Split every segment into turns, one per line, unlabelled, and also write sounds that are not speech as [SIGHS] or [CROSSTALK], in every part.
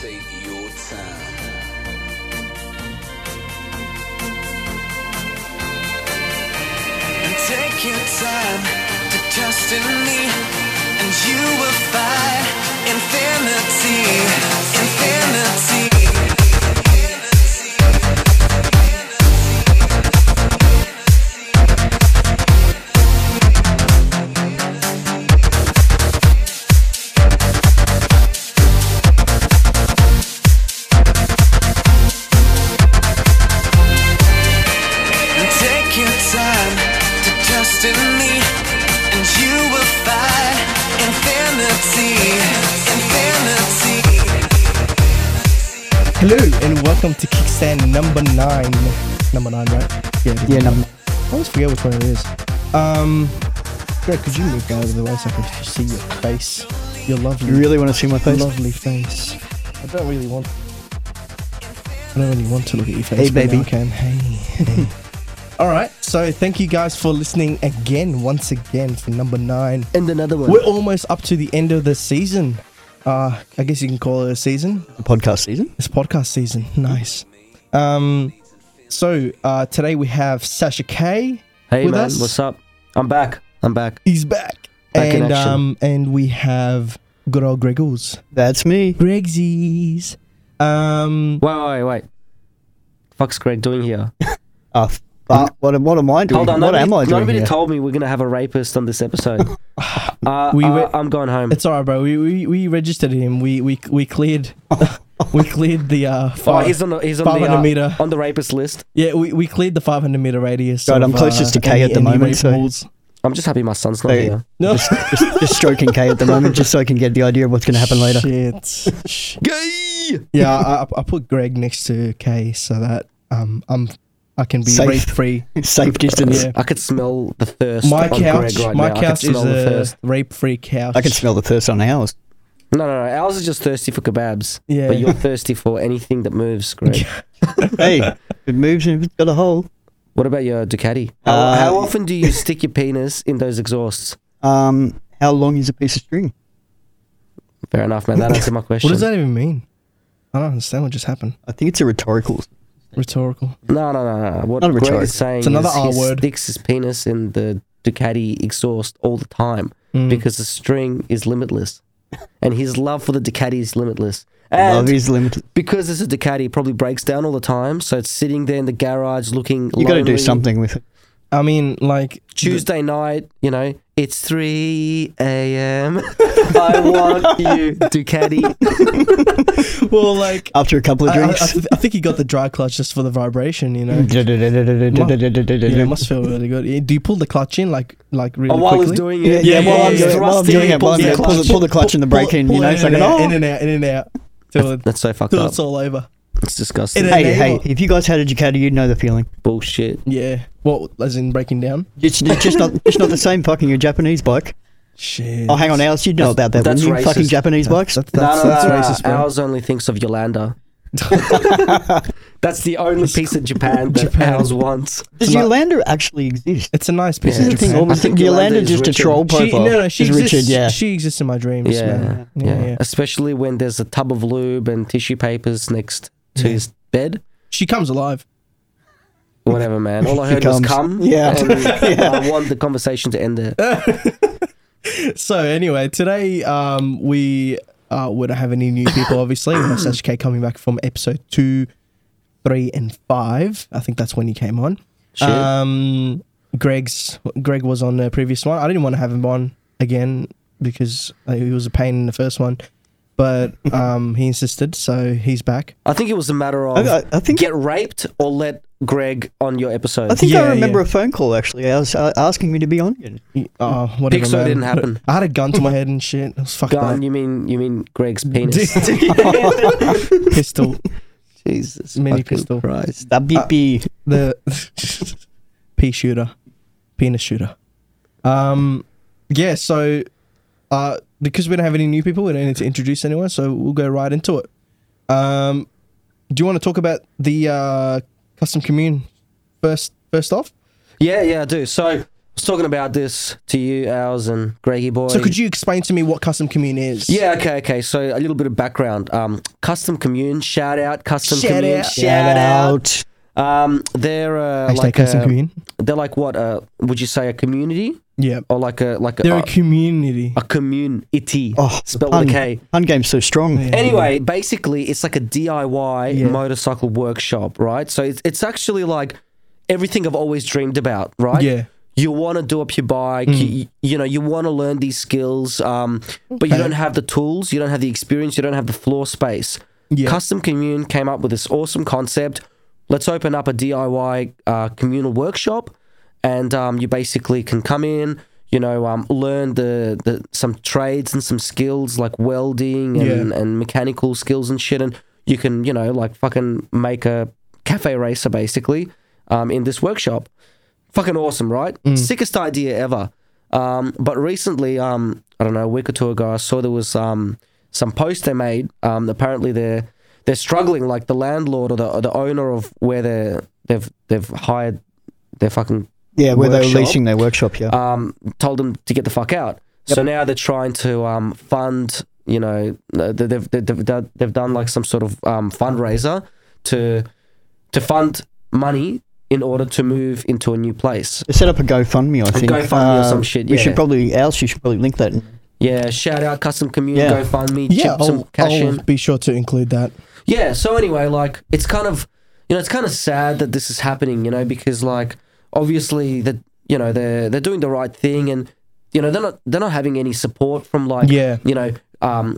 take your time.
And take your time to trust in me, and you will find infinity, infinity. And take your time to trust in me, and you will find infinity, infinity.
Hello and welcome to Kickstand number nine. Number nine, right? Yeah. it is
Yeah, number-
I always forget which one it is. Um, Greg, could you move down out of the way so I can f- see your face? Your lovely,
You really want to see my face?
lovely face. I don't really want. I don't really want to look at your face.
Hey,
but now
baby.
I can. Hey. hey. [LAUGHS] All right. So thank you guys for listening again, once again for number nine.
And another one.
We're almost up to the end of the season. Uh, I guess you can call it a season.
podcast season.
It's podcast season. Nice. Um, so uh, today we have Sasha K.
Hey
with
man,
us.
what's up? I'm back.
I'm back.
He's back.
Back in
and
action.
um, and we have good old Gregors.
That's me.
Gregsies. Um,
Wait, wait, wait. Fuck's Greg doing here?
Oh, f- uh, what, am- what am I doing?
Mm. Hold on,
what
nobody,
am I doing
nobody
here?
told me we're gonna have a rapist on this episode.
[LAUGHS]
uh,
We
uh,
were-
I'm going home.
it's alright, bro. We, we we registered him. We we we cleared. [LAUGHS] we cleared the uh.
Oh,
Five,
he's on the he's on
500
the uh,
meter.
on the rapist list.
yeah, we, we cleared the 500 meter radius.
God,
of,
I'm closest
uh,
to K
any-
at the
any
moment,
rape
so-
walls.
I'm just happy my son's not
Hey.
here.
No.
just, just, just stroking K at the moment, just so I can get the idea of what's going to happen later.
Shit. yeah, I, I- I put Greg next to K so that um I'm I can be
Safe.
rape free.
Safe distance.
Yeah.
I could smell the thirst.
My
on
couch,
Greg right
my
now. I could
couch is uh,
smell the
a
thirst.
rape free couch.
I can smell the thirst on ours.
No, no, no. Ours is just thirsty for kebabs.
Yeah.
But you're thirsty for anything that moves,
[LAUGHS]
Greg.
hey, if it moves and if it's got a hole.
what about your Ducati? How,
Uh,
how often do you stick your penis in those exhausts?
Um, how long is a piece of string?
Fair enough, man. That
[LAUGHS]
answered my question.
What does that even mean? I don't understand what just happened.
I think it's a rhetorical.
Rhetorical.
No, no, no, no. What
Not a
Greg
retard.
is saying
It's another
is
R
he
word.
sticks his penis in the Ducati exhaust all the time
Mm.
Mm.
because the string is limitless, and his love for the Ducati is limitless.
Love
And
is limited.
because it's a Ducati, it probably breaks down all the time, so it's sitting there in the garage looking.
You got to do
lonely.
something with it.
I mean, like
Tuesday night, you know, it's three a.m. [LAUGHS]
[LAUGHS]
I want you, Ducati.
[LAUGHS] well, like
After a couple of
I, I, I,
drinks.
th- I think he got the dry clutch just for the vibration.
[LAUGHS]
You know, yeah, it [LAUGHS] must feel really good. Yeah, Do you pull the clutch in like like really
Oh, while he's
quickly?
doing
Yeah,
it,
yeah,
yeah,
while I'm
yeah,
doing
yeah.
it, while I'm
Rusty
doing it, while I'm
pulls the
doing it, pull the, pull the clutch and the brake in, you know,
it's
so I can,
in
oh.
and out, in and out, till, it,
That's so fucked
till
up.
it's all over.
It's disgusting.
In a-
Hey, hey,
enable-
if you guys had a Ducati, you'd know the feeling.
Bullshit.
Yeah. What? As in breaking down?
It's, it's just not it's not
[LAUGHS]
the same fucking a Japanese bike.
Shit.
Oh, hang on, Alice, you'd know about that,
that's
wouldn't you?
racist.
Fucking Japanese bikes.
That's, that's,
no, no,
that's
no, no.
racist, bro.
Ours only thinks of Yolanda. That's the only piece of Japan that
Japan.
ours wants.
Does
not-
Yolanda actually exist?
It's a nice piece
That's
of
the thing,
Japan.
all this-
think Yolanda
Yolanda
is
just a
Richard.
troll profile.
She, no, no, she
is
exists.
Richard, yeah.
She exists in my dreams,
Yeah.
man.
Yeah.
Yeah, yeah.
Especially when there's a tub of lube and tissue papers next to his bed.
She comes alive.
Whatever, man. All I
She
heard was
comes.
come.
Yeah.
And I want the conversation to end there.
So anyway, today um, we uh, we don't have any new people. Obviously, we have Sasha K coming back from episode two, three, and five. I think that's when he came on.
Shit.
Um, Greg's Greg was on the previous one. I didn't want to have him on again because uh, he was a pain in the first one,
[LAUGHS]
but um, he insisted, so he's back.
I think it was a matter of
I- I- I think-
get raped or let Greg on your episode.
I think
Yeah,
I remember
yeah.
a phone call actually. I was uh, asking me to be on again.
Oh, whatever.
Pixar
man.
didn't happen.
I had a gun to my head and shit. It was fucked
Gun,
up.
you mean you mean Greg's [LAUGHS] penis?
[LAUGHS] Pistol,
Jesus, Uh,
mini
mini
pistol,
It's The beepy.
the pea shooter, penis shooter. Um, yeah. So, uh, because we don't have any new people, we don't need to introduce anyone. So we'll go right into it. Um, do you want to talk about the uh, custom commune first? First off,
Yeah, yeah, I do. So, was talking about this to you, Owls, and Greggy Boy.
So could you explain to me what custom commune is?
Yeah, okay, okay. So a little bit of background. Um, Custom Commune, shout out, Custom
Shout
Commune,
out.
shout out. Um, they're uh,
Hashtag
like
custom
a-
commune.
They're like what? Uh, would you say a community
Yeah.
or like a like
They're
a,
a community.
a community?
Oh,
spelled
pun,
with a K.
Pun game's so strong.
Yeah.
Anyway, basically, it's like a DIY
Yeah.
motorcycle workshop, right? So it's it's actually like everything I've always dreamed about, right?
Yeah.
You want to do up your bike,
Hmm.
you, you know, you want to learn these skills, um, but you
Okay.
don't have the tools, you don't have the experience, you don't have the floor space.
Yeah.
Custom Commune came up with this awesome concept. Let's open up a DIY uh, communal workshop, and um, you basically can come in, you know, um, learn the, the some trades and some skills like welding and,
Yeah.
and mechanical skills and shit, and you can, you know, like fucking make a cafe racer basically um, in this workshop. Fucking awesome, right? Sickest idea ever. Um, but recently, um, I don't know, a week or two ago, I saw there was um, some post they made. Um, apparently, they're they're struggling, like the landlord or the, or the owner of where they're they've they've hired their fucking
Yeah, where they
Workshop.
were leasing their workshop, yeah.
um, told them to get the fuck out. So now they're trying to um, fund, you know, uh, they- they've, they've, they've, done- they've done like some sort of um, fundraiser to to fund money in order to move into a new place.
They set up a GoFundMe, I think. Uh,
GoFundMe or some shit,
We
yeah.
should probably, else you should probably link that.
Yeah, shout out Custom Community,
Yeah.
GoFundMe,
Yeah, oh,
chip some
I'll,
cash
I'll
in.
be sure to include that.
Yeah, so anyway, like it's kind of you know, it's kind of sad that this is happening, you know, because like obviously that you know, they're they're doing the right thing and you know, they're not they're not having any support from like
Yeah.
you know, um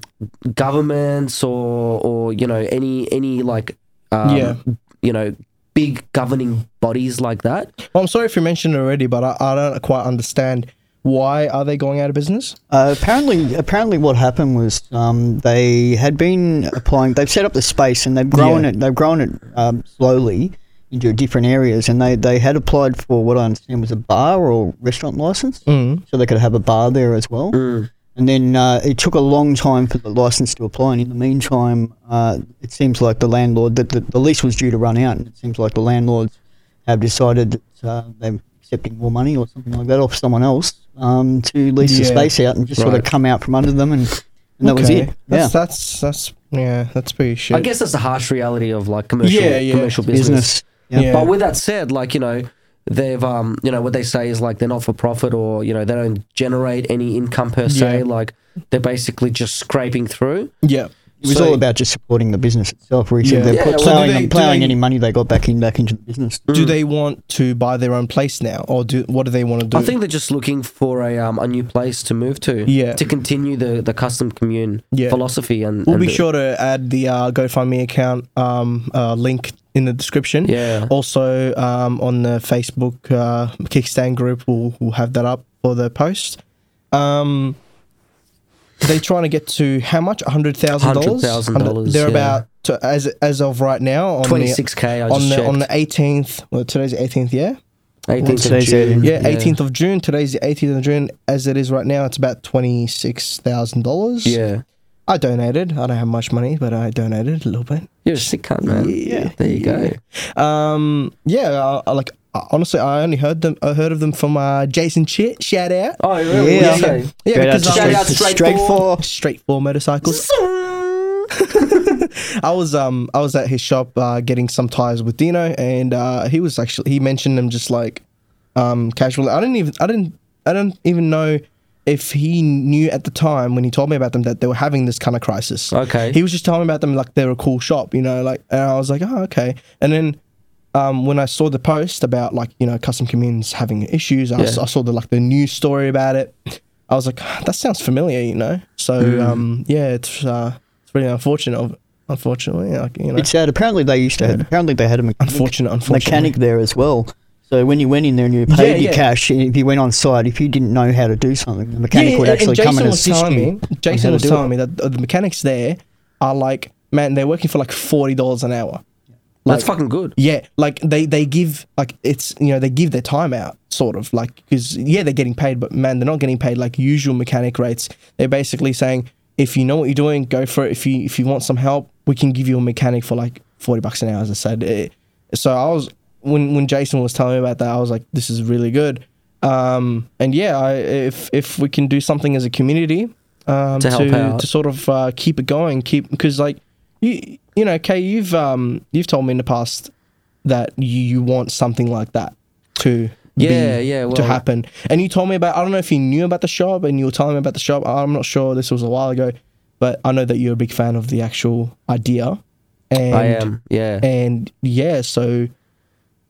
governments or or you know, any any like um
Yeah.
you know, big governing bodies like that.
Well, I'm Oh, sorry if you mentioned it already, but I, I don't quite understand why are they going out of business?
Uh, apparently, apparently, what happened was um, they had been applying. They've set up the space and they've grown
Yeah.
it. They've grown it um, slowly into different areas. And they, they had applied for what I understand was a bar or restaurant license, mm. so they could have a bar there as well.
Mm.
And then uh, it took a long time for the license to apply. And in the meantime, uh, it seems like the landlord that the, the lease was due to run out, and it seems like the landlords have decided that uh, they're accepting more money or something like that off someone else um, to lease the
Yeah.
space out and just sort of
Right.
come out from under them, and, and that was
Okay.
it.
That's,
Yeah.
that's that's yeah, that's pretty shit.
I guess that's the harsh reality of like commercial
Yeah, yeah.
commercial business.
business. Yeah.
Yeah.
But with that said, like you know, they've um, you know, what they say is like they're not for profit, or you know, they don't generate any income per se.
Yeah.
Like they're basically just scraping through.
yeah.
It was
So-
all about just supporting the business itself. Where he said
Yeah.
they're
Yeah,
put-
well, do
plowing,
they- do Mm.
plowing
they-
any money they got back in back into the business.
Do they want to buy their own place now, or do what do they want to do?
I think they're just looking for a um, a new place to move to.
Yeah.
To continue the the custom commune
Yeah.
philosophy and
we'll
and
be
the-
sure to add the uh, GoFundMe account um, uh, link in the description.
Yeah.
Also, um, on the Facebook uh, Kickstand group, we'll, we'll have that up for the post. Um, they're trying to get to how much? hundred thousand dollars.
$100,000,
They're
yeah.
about to, as as of right now on
26K, I
The, on
just
the on the
checked.
eighteenth. Well, today's eighteenth. Yeah.
18th of
Today's
June.
eighteenth.
Yeah, eighteenth of June. Today's the eighteenth of June. As it is right now, it's about twenty six thousand dollars.
Yeah.
I donated. I don't have much money, but I donated a little bit.
You're a sick cunt, man.
Yeah.
There you go.
Um, yeah, I, I like I- honestly, I only heard them. I heard of them from uh, Jason Chit. Shout out.
Oh, really?
Yeah.
Okay.
yeah, yeah,
Shout out
because
to
I
Shout
was
out
to
straight,
straight
for.
straight for motorcycles. [LAUGHS] I was um I was at his shop uh, getting some tires with Dino, and uh, he was actually he mentioned them just like um casually. I didn't even I didn't I don't even know if he knew at the time when he told me about them that they were having this kind of crisis.
Okay.
he was just telling me about them like they're a cool shop, you know, like and I was like oh okay, and then. Um, when I saw the post about like you know custom communes having issues, I, s-
Yeah.
I saw the like the news story about it. I was like, "Ah, that sounds familiar, you know. So
Mm.
um, yeah, it's uh, it's really unfortunate. of- Unfortunately, like you know,
It's sad. Apparently they used to. Have, apparently they had a mechanic,
Unfortunate- unfortunately.
mechanic there as well. So when you went in there and you paid
Yeah, yeah.
your cash, and if you went on site, if you didn't know how to do something, the mechanic would
and- and
actually come and
was
assist
telling
you.
Me,
on how
Jason
to
was
do
telling me
it.
that uh, the mechanics there are like, man, they're working for like forty dollars an hour.
That's fucking good.
Yeah, like they they give like it's you know they give their time out sort of like because yeah they're getting paid, but man they're not getting paid like usual mechanic rates. They're basically saying if you know what you're doing, go for it. If you if you want some help, we can give you a mechanic for like forty bucks an hour. As I said, Eh, so I was when when Jason was telling me about that, I was like, this is really good. Um, and yeah, I, if if we can do something as a community um,
To help out.
to sort of uh, keep it going, keep because like you you know, Kay, you've um, you've told me in the past that you, you want something like that to be-
Yeah, yeah,
to
well-
happen. And you told me about I don't know if you knew about the shop and you were telling me about the shop. I'm not sure. This was a while ago, but I know that you're a big fan of the actual idea. And
I am. Yeah.
and yeah, so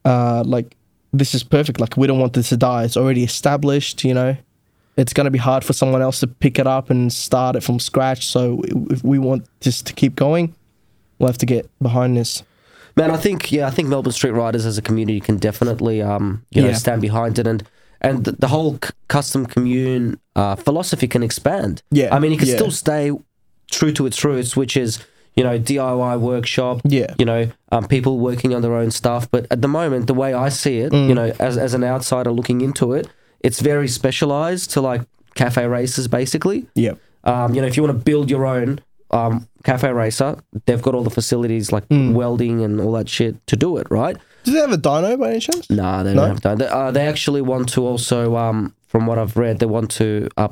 uh, like this is perfect. Like we don't want this to die. It's already established. You know, it's gonna be hard for someone else to pick it up and start it from scratch. So if we want this to keep going, we'll have to get behind this.
Man, I think yeah, I think Melbourne Street Riders as a community can definitely um you know
Yeah.
stand behind it and and the, the whole c- custom commune uh, philosophy can expand.
Yeah,
I mean, it can
yeah.
still stay true to its roots, which is you know DIY workshop.
Yeah.
you know um, people working on their own stuff. But at the moment, the way I see it,
Mm.
you know, as as an outsider looking into it, it's very specialized to like cafe races basically.
Yep.
Um, you know, if you want to build your own um, cafe racer, they've got all the facilities like welding and all that shit to do it, right?
Do they have a dyno by any chance?
Nah, they
No?
don't have time. They, uh, they actually want to also, um, from what I've read, they want to uh,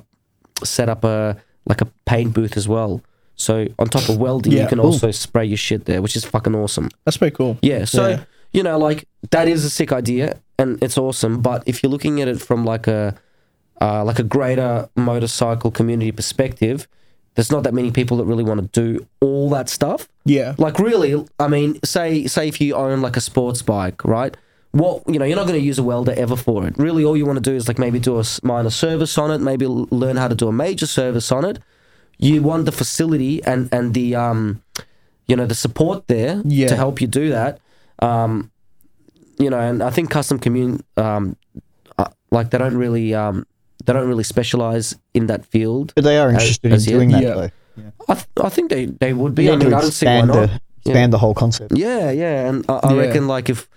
set up a like a paint booth as well. So on top of welding,
Yeah,
you can
cool.
also spray your shit there, which is fucking awesome.
That's pretty cool.
Yeah. So,
Yeah.
you know, like that is a sick idea and it's awesome. But if you're looking at it from like a uh, like a greater motorcycle community perspective, there's not that many people that really want to do all that stuff.
Yeah.
Like really, I mean, say say if you own like a sports bike, right? What you know, you're not going to use a welder ever for it. Really, all you want to do is like maybe do a s- minor service on it, maybe l- learn how to do a major service on it. You want the facility and and the um, you know, the support there
Yeah.
to help you do that. Um, you know, and I think custom commun um, uh, like they don't really um, they don't really specialize in that field.
But they are interested
as
in
yet.
doing that
Yeah.
though.
I th- I think they they would
You
be. I
need to
mean, I don't see why
expand
not.
the expand the whole concept.
Yeah, yeah, and I, I
Yeah.
reckon like if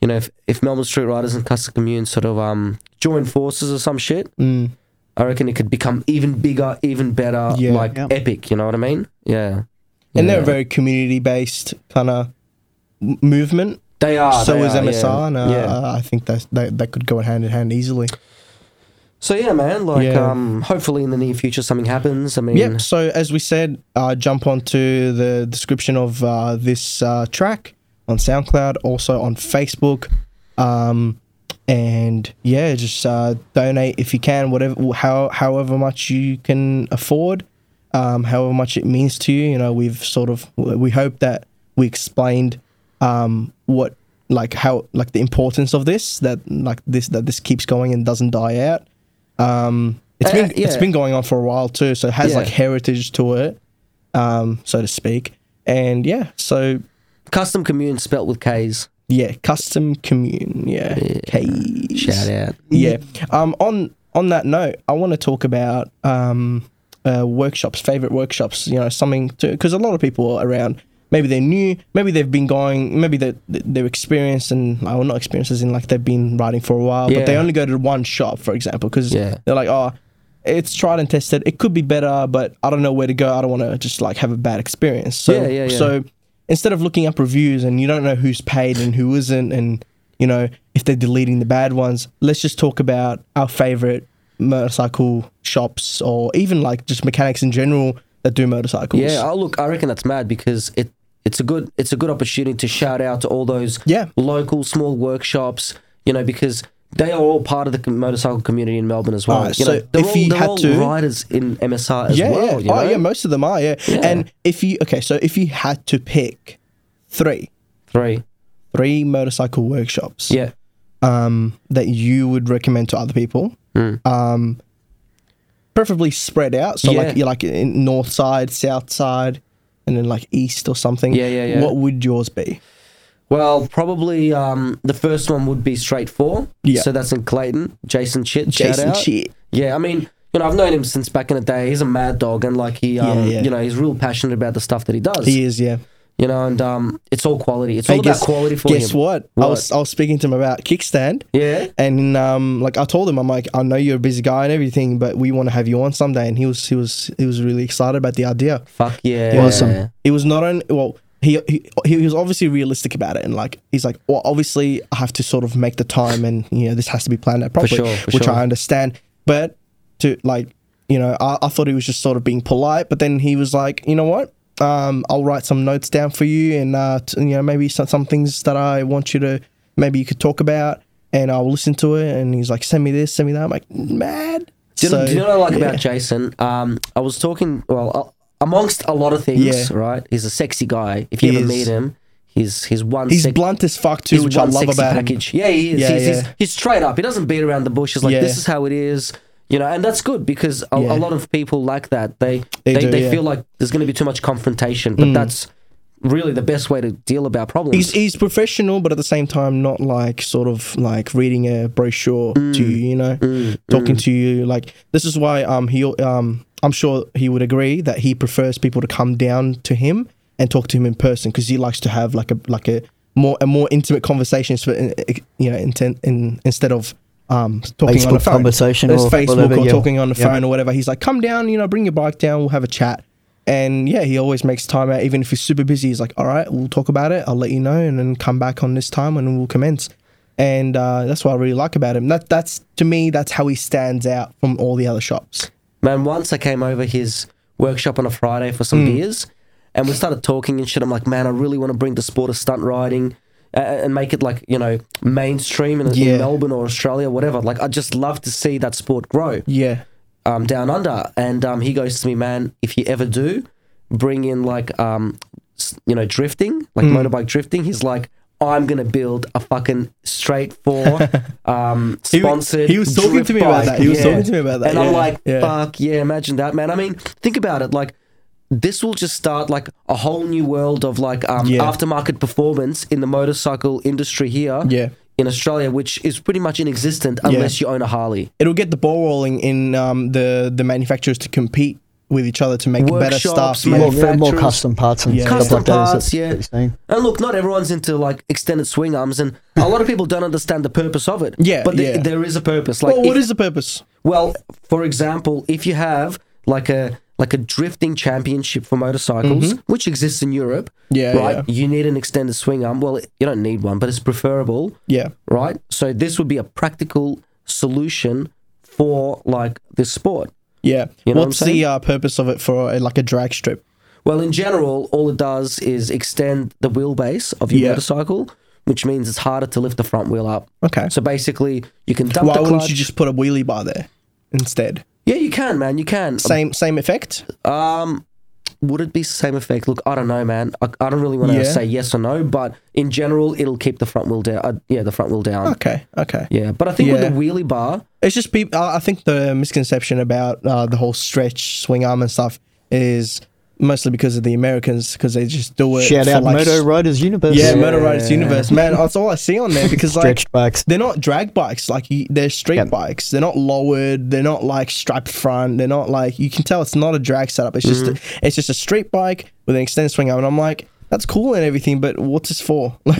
you know if, if Melbourne Street Riders and Custom Commune sort of um join forces or some shit,
Mm.
I reckon it could become even bigger, even better,
Yeah.
like
Yeah.
epic. You know what I mean? Yeah,
And they're
Yeah.
a very community based kind of movement.
they are.
so
Ah, they
is
are,
MSR,
yeah.
and uh,
yeah.
I think that that that could go hand in hand easily.
So yeah, man. Like
Yeah.
um, hopefully in the near future something happens. I mean,
Yep. So as we said, uh, jump onto the description of uh, this uh, track on SoundCloud, also on Facebook, um, and yeah, just uh, donate if you can, whatever, how, however much you can afford, um, however much it means to you. You know, we've sort of we hope that we explained um, what like how like the importance of this that like this that this keeps going and doesn't die out. Um, it's
Uh,
been
yeah.
it's been going on for a while too, so it has
Yeah.
like heritage to it, um, so to speak. And yeah, so
Custom Commune spelt with K's.
yeah, custom commune, yeah, Keys.
Shout out.
yeah. Um, on on that note, I want to talk about um, uh, workshops, favorite workshops. You know, something to because a lot of people are around. Maybe they're new. Maybe they've been going. Maybe they're they're experienced and well, not experienced as in like they've been riding for a while, but they
Yeah.
only go to one shop, for example, because
Yeah.
they're like, oh, it's tried and tested. It could be better, but I don't know where to go. I don't want to just like have a bad experience. So
Yeah, yeah, yeah.
so instead of looking up reviews and you don't know who's paid and who isn't and you know if they're deleting the bad ones let's just talk about our favorite motorcycle shops or even like just mechanics in general that do motorcycles
Yeah, oh, look, I reckon that's mad because it it's a good it's a good opportunity to shout out to all those
Yeah.
local small workshops, you know, because they are all part of the com- motorcycle community in Melbourne as well.
Alright,
you know,
so
they're
if
all,
you
they're
had
all
to-
riders in MSR as
yeah,
well.
yeah.
you
oh
know?
yeah most of them are yeah.
Yeah.
and if you okay so if you had to pick three
three.
three motorcycle workshops
Yeah,
um, that you would recommend to other people.
Hmm.
Um, preferably spread out, so
Yeah.
like you're like in north side, south side, and then like east or something.
Yeah, yeah, yeah.
What would yours be?
Well, probably um, the first one would be straight four.
Yeah.
So that's in Clayton. Jason Chit.
Jason
shout out.
Chit.
Yeah, I mean, you know, I've known him since back in the day. He's a mad dog, and like he, um,
yeah.
you know, he's real passionate about the stuff that he does.
He is, yeah.
You know, and um, it's all quality. It's all
Hey,
about quality for
guess
him.
what? I was I was speaking to him about kickstand.
Yeah.
And um, like I told him, I'm like, I know you're a busy guy and everything, but we want to have you on someday. And he was he was he was really excited about the idea.
Fuck yeah.
Awesome.
It was not only well, he, he he was obviously realistic about it and like he's like well obviously I have to sort of make the time and you know this has to be planned out properly
sure, for
which
sure.
I understand but to like you know I, I thought he was just sort of being polite but then he was like you know what um I'll write some notes down for you and uh t- you know maybe some, some things that I want you to maybe you could talk about and I'll listen to it and he's like send me this send me that I'm like mad
Do you, know, do you know what I like about
yeah.
Jason? Um, I was talking, well, uh, amongst a lot of things,
Yeah.
right? He's a sexy guy. If you
He
ever
is.
meet him, he's he's one.
he's
sex-
blunt as fuck too
he's
which I
one
love
sexy
about him
package. Yeah, he is.
Yeah,
he's, he's-
yeah.
he's straight up. He doesn't beat around the bush. He's like,
Yeah.
this is how it is, you know. And that's good because a,
Yeah.
a lot of people like that. They
They
they,
do,
they
yeah. Mm.
feel like there's going to be too much confrontation, but that's really the best way to deal about problems.
he's he's professional, but at the same time, not like sort of like reading a brochure to you, you know, talking to you. Like this is why um he um I'm sure he would agree that he prefers people to come down to him and talk to him in person because he likes to have like a like a more a more intimate conversations for you know intent in instead of um talking on the
Facebook
phone
conversation
It's
or
Facebook
whatever,
or
yeah.
talking on the
Yeah.
phone or whatever. He's like, come down, you know, bring your bike down, we'll have a chat. And yeah, he always makes time out, even if he's super busy. He's like, all right, we'll talk about it. I'll let you know, and then come back on this time, and then we'll commence. And uh, that's what I really like about him. That that's to me, that's how he stands out from all the other shops.
Man, once I came over his workshop on a Friday for some beers, and we started talking and shit. I'm like, man, I really want to bring the sport of stunt riding uh, and make it like you know mainstream in, in
Yeah.
Melbourne or Australia, whatever. Like, I just love to see that sport grow
Yeah,
um, down under. And um, he goes to me, man, if you ever do bring in like, um, s- you know, drifting, like
Hmm.
motorbike drifting, he's like, I'm gonna build a fucking straight
[LAUGHS]
four um,
He-
sponsored.
he was talking
drift
to me about
bike.
that. He was talking to me about that,
and
yeah,
I'm like,
yeah.
fuck yeah, imagine that, man. I mean, think about it, like. This will just start like a whole new world of like um,
Yeah.
aftermarket performance in the motorcycle industry here
Yeah.
in Australia, which is pretty much inexistent unless you own a Harley.
it'll get the ball rolling in um, the the manufacturers to compete with each other to make better
Workshops,
stuff.
man.
Yeah.
More, more, more
manufacturers-
custom parts and
Yeah.
stuff
Custom
like that. is
parts,
it-
yeah.
what you're saying?
And look, not everyone's into like extended swing arms, and a lot of people don't understand the purpose of it.
Yeah,
but there-
yeah.
there is a purpose. Like,
Well, what
if-
is the purpose?
well, for example, if you have like a like a drifting championship for motorcycles, which exists in Europe,
Mm-hmm. Yeah,
right, you need an extended swing arm. Well, you don't need one, but it's preferable,
Yeah,
right? So this would be a practical solution for like this sport.
yeah.
You know what I'm
What's
saying?
the uh, purpose of it for uh, like a drag strip?
Well, in general, all it does is extend the wheelbase of your
Yeah.
motorcycle, which means it's harder to lift the front wheel up.
Okay.
So basically, you can dump
Why
the
wouldn't
clutch.
you just put a wheelie bar there instead?
yeah, you can, man. You can.
Same same effect.
Would it be same effect? Look, I don't know, man. I, I don't really want to
Yeah.
say yes or no, but in general, it'll keep the front wheel down. Uh, yeah, the front wheel down.
Okay, okay.
Yeah, but I think
Yeah.
with the wheelie bar,
It's just people. I I think the misconception about uh, the whole stretch swing arm and stuff is mostly because of the Americans because they just do it.
Shout
for,
out
like,
Moto
s-
Riders Universe.
Yeah,
Yeah.
Motor Riders Universe, man. That's all I see on there because like
Stretched bikes.
they're not drag bikes. Like you, they're street
Yeah.
bikes. They're not lowered. They're not like striped front. They're not like you can tell it's not a drag setup. It's just
Mm.
a, it's just a street bike with an extended swing arm. And I'm like, that's cool and everything, but what's this for? [LAUGHS] Like,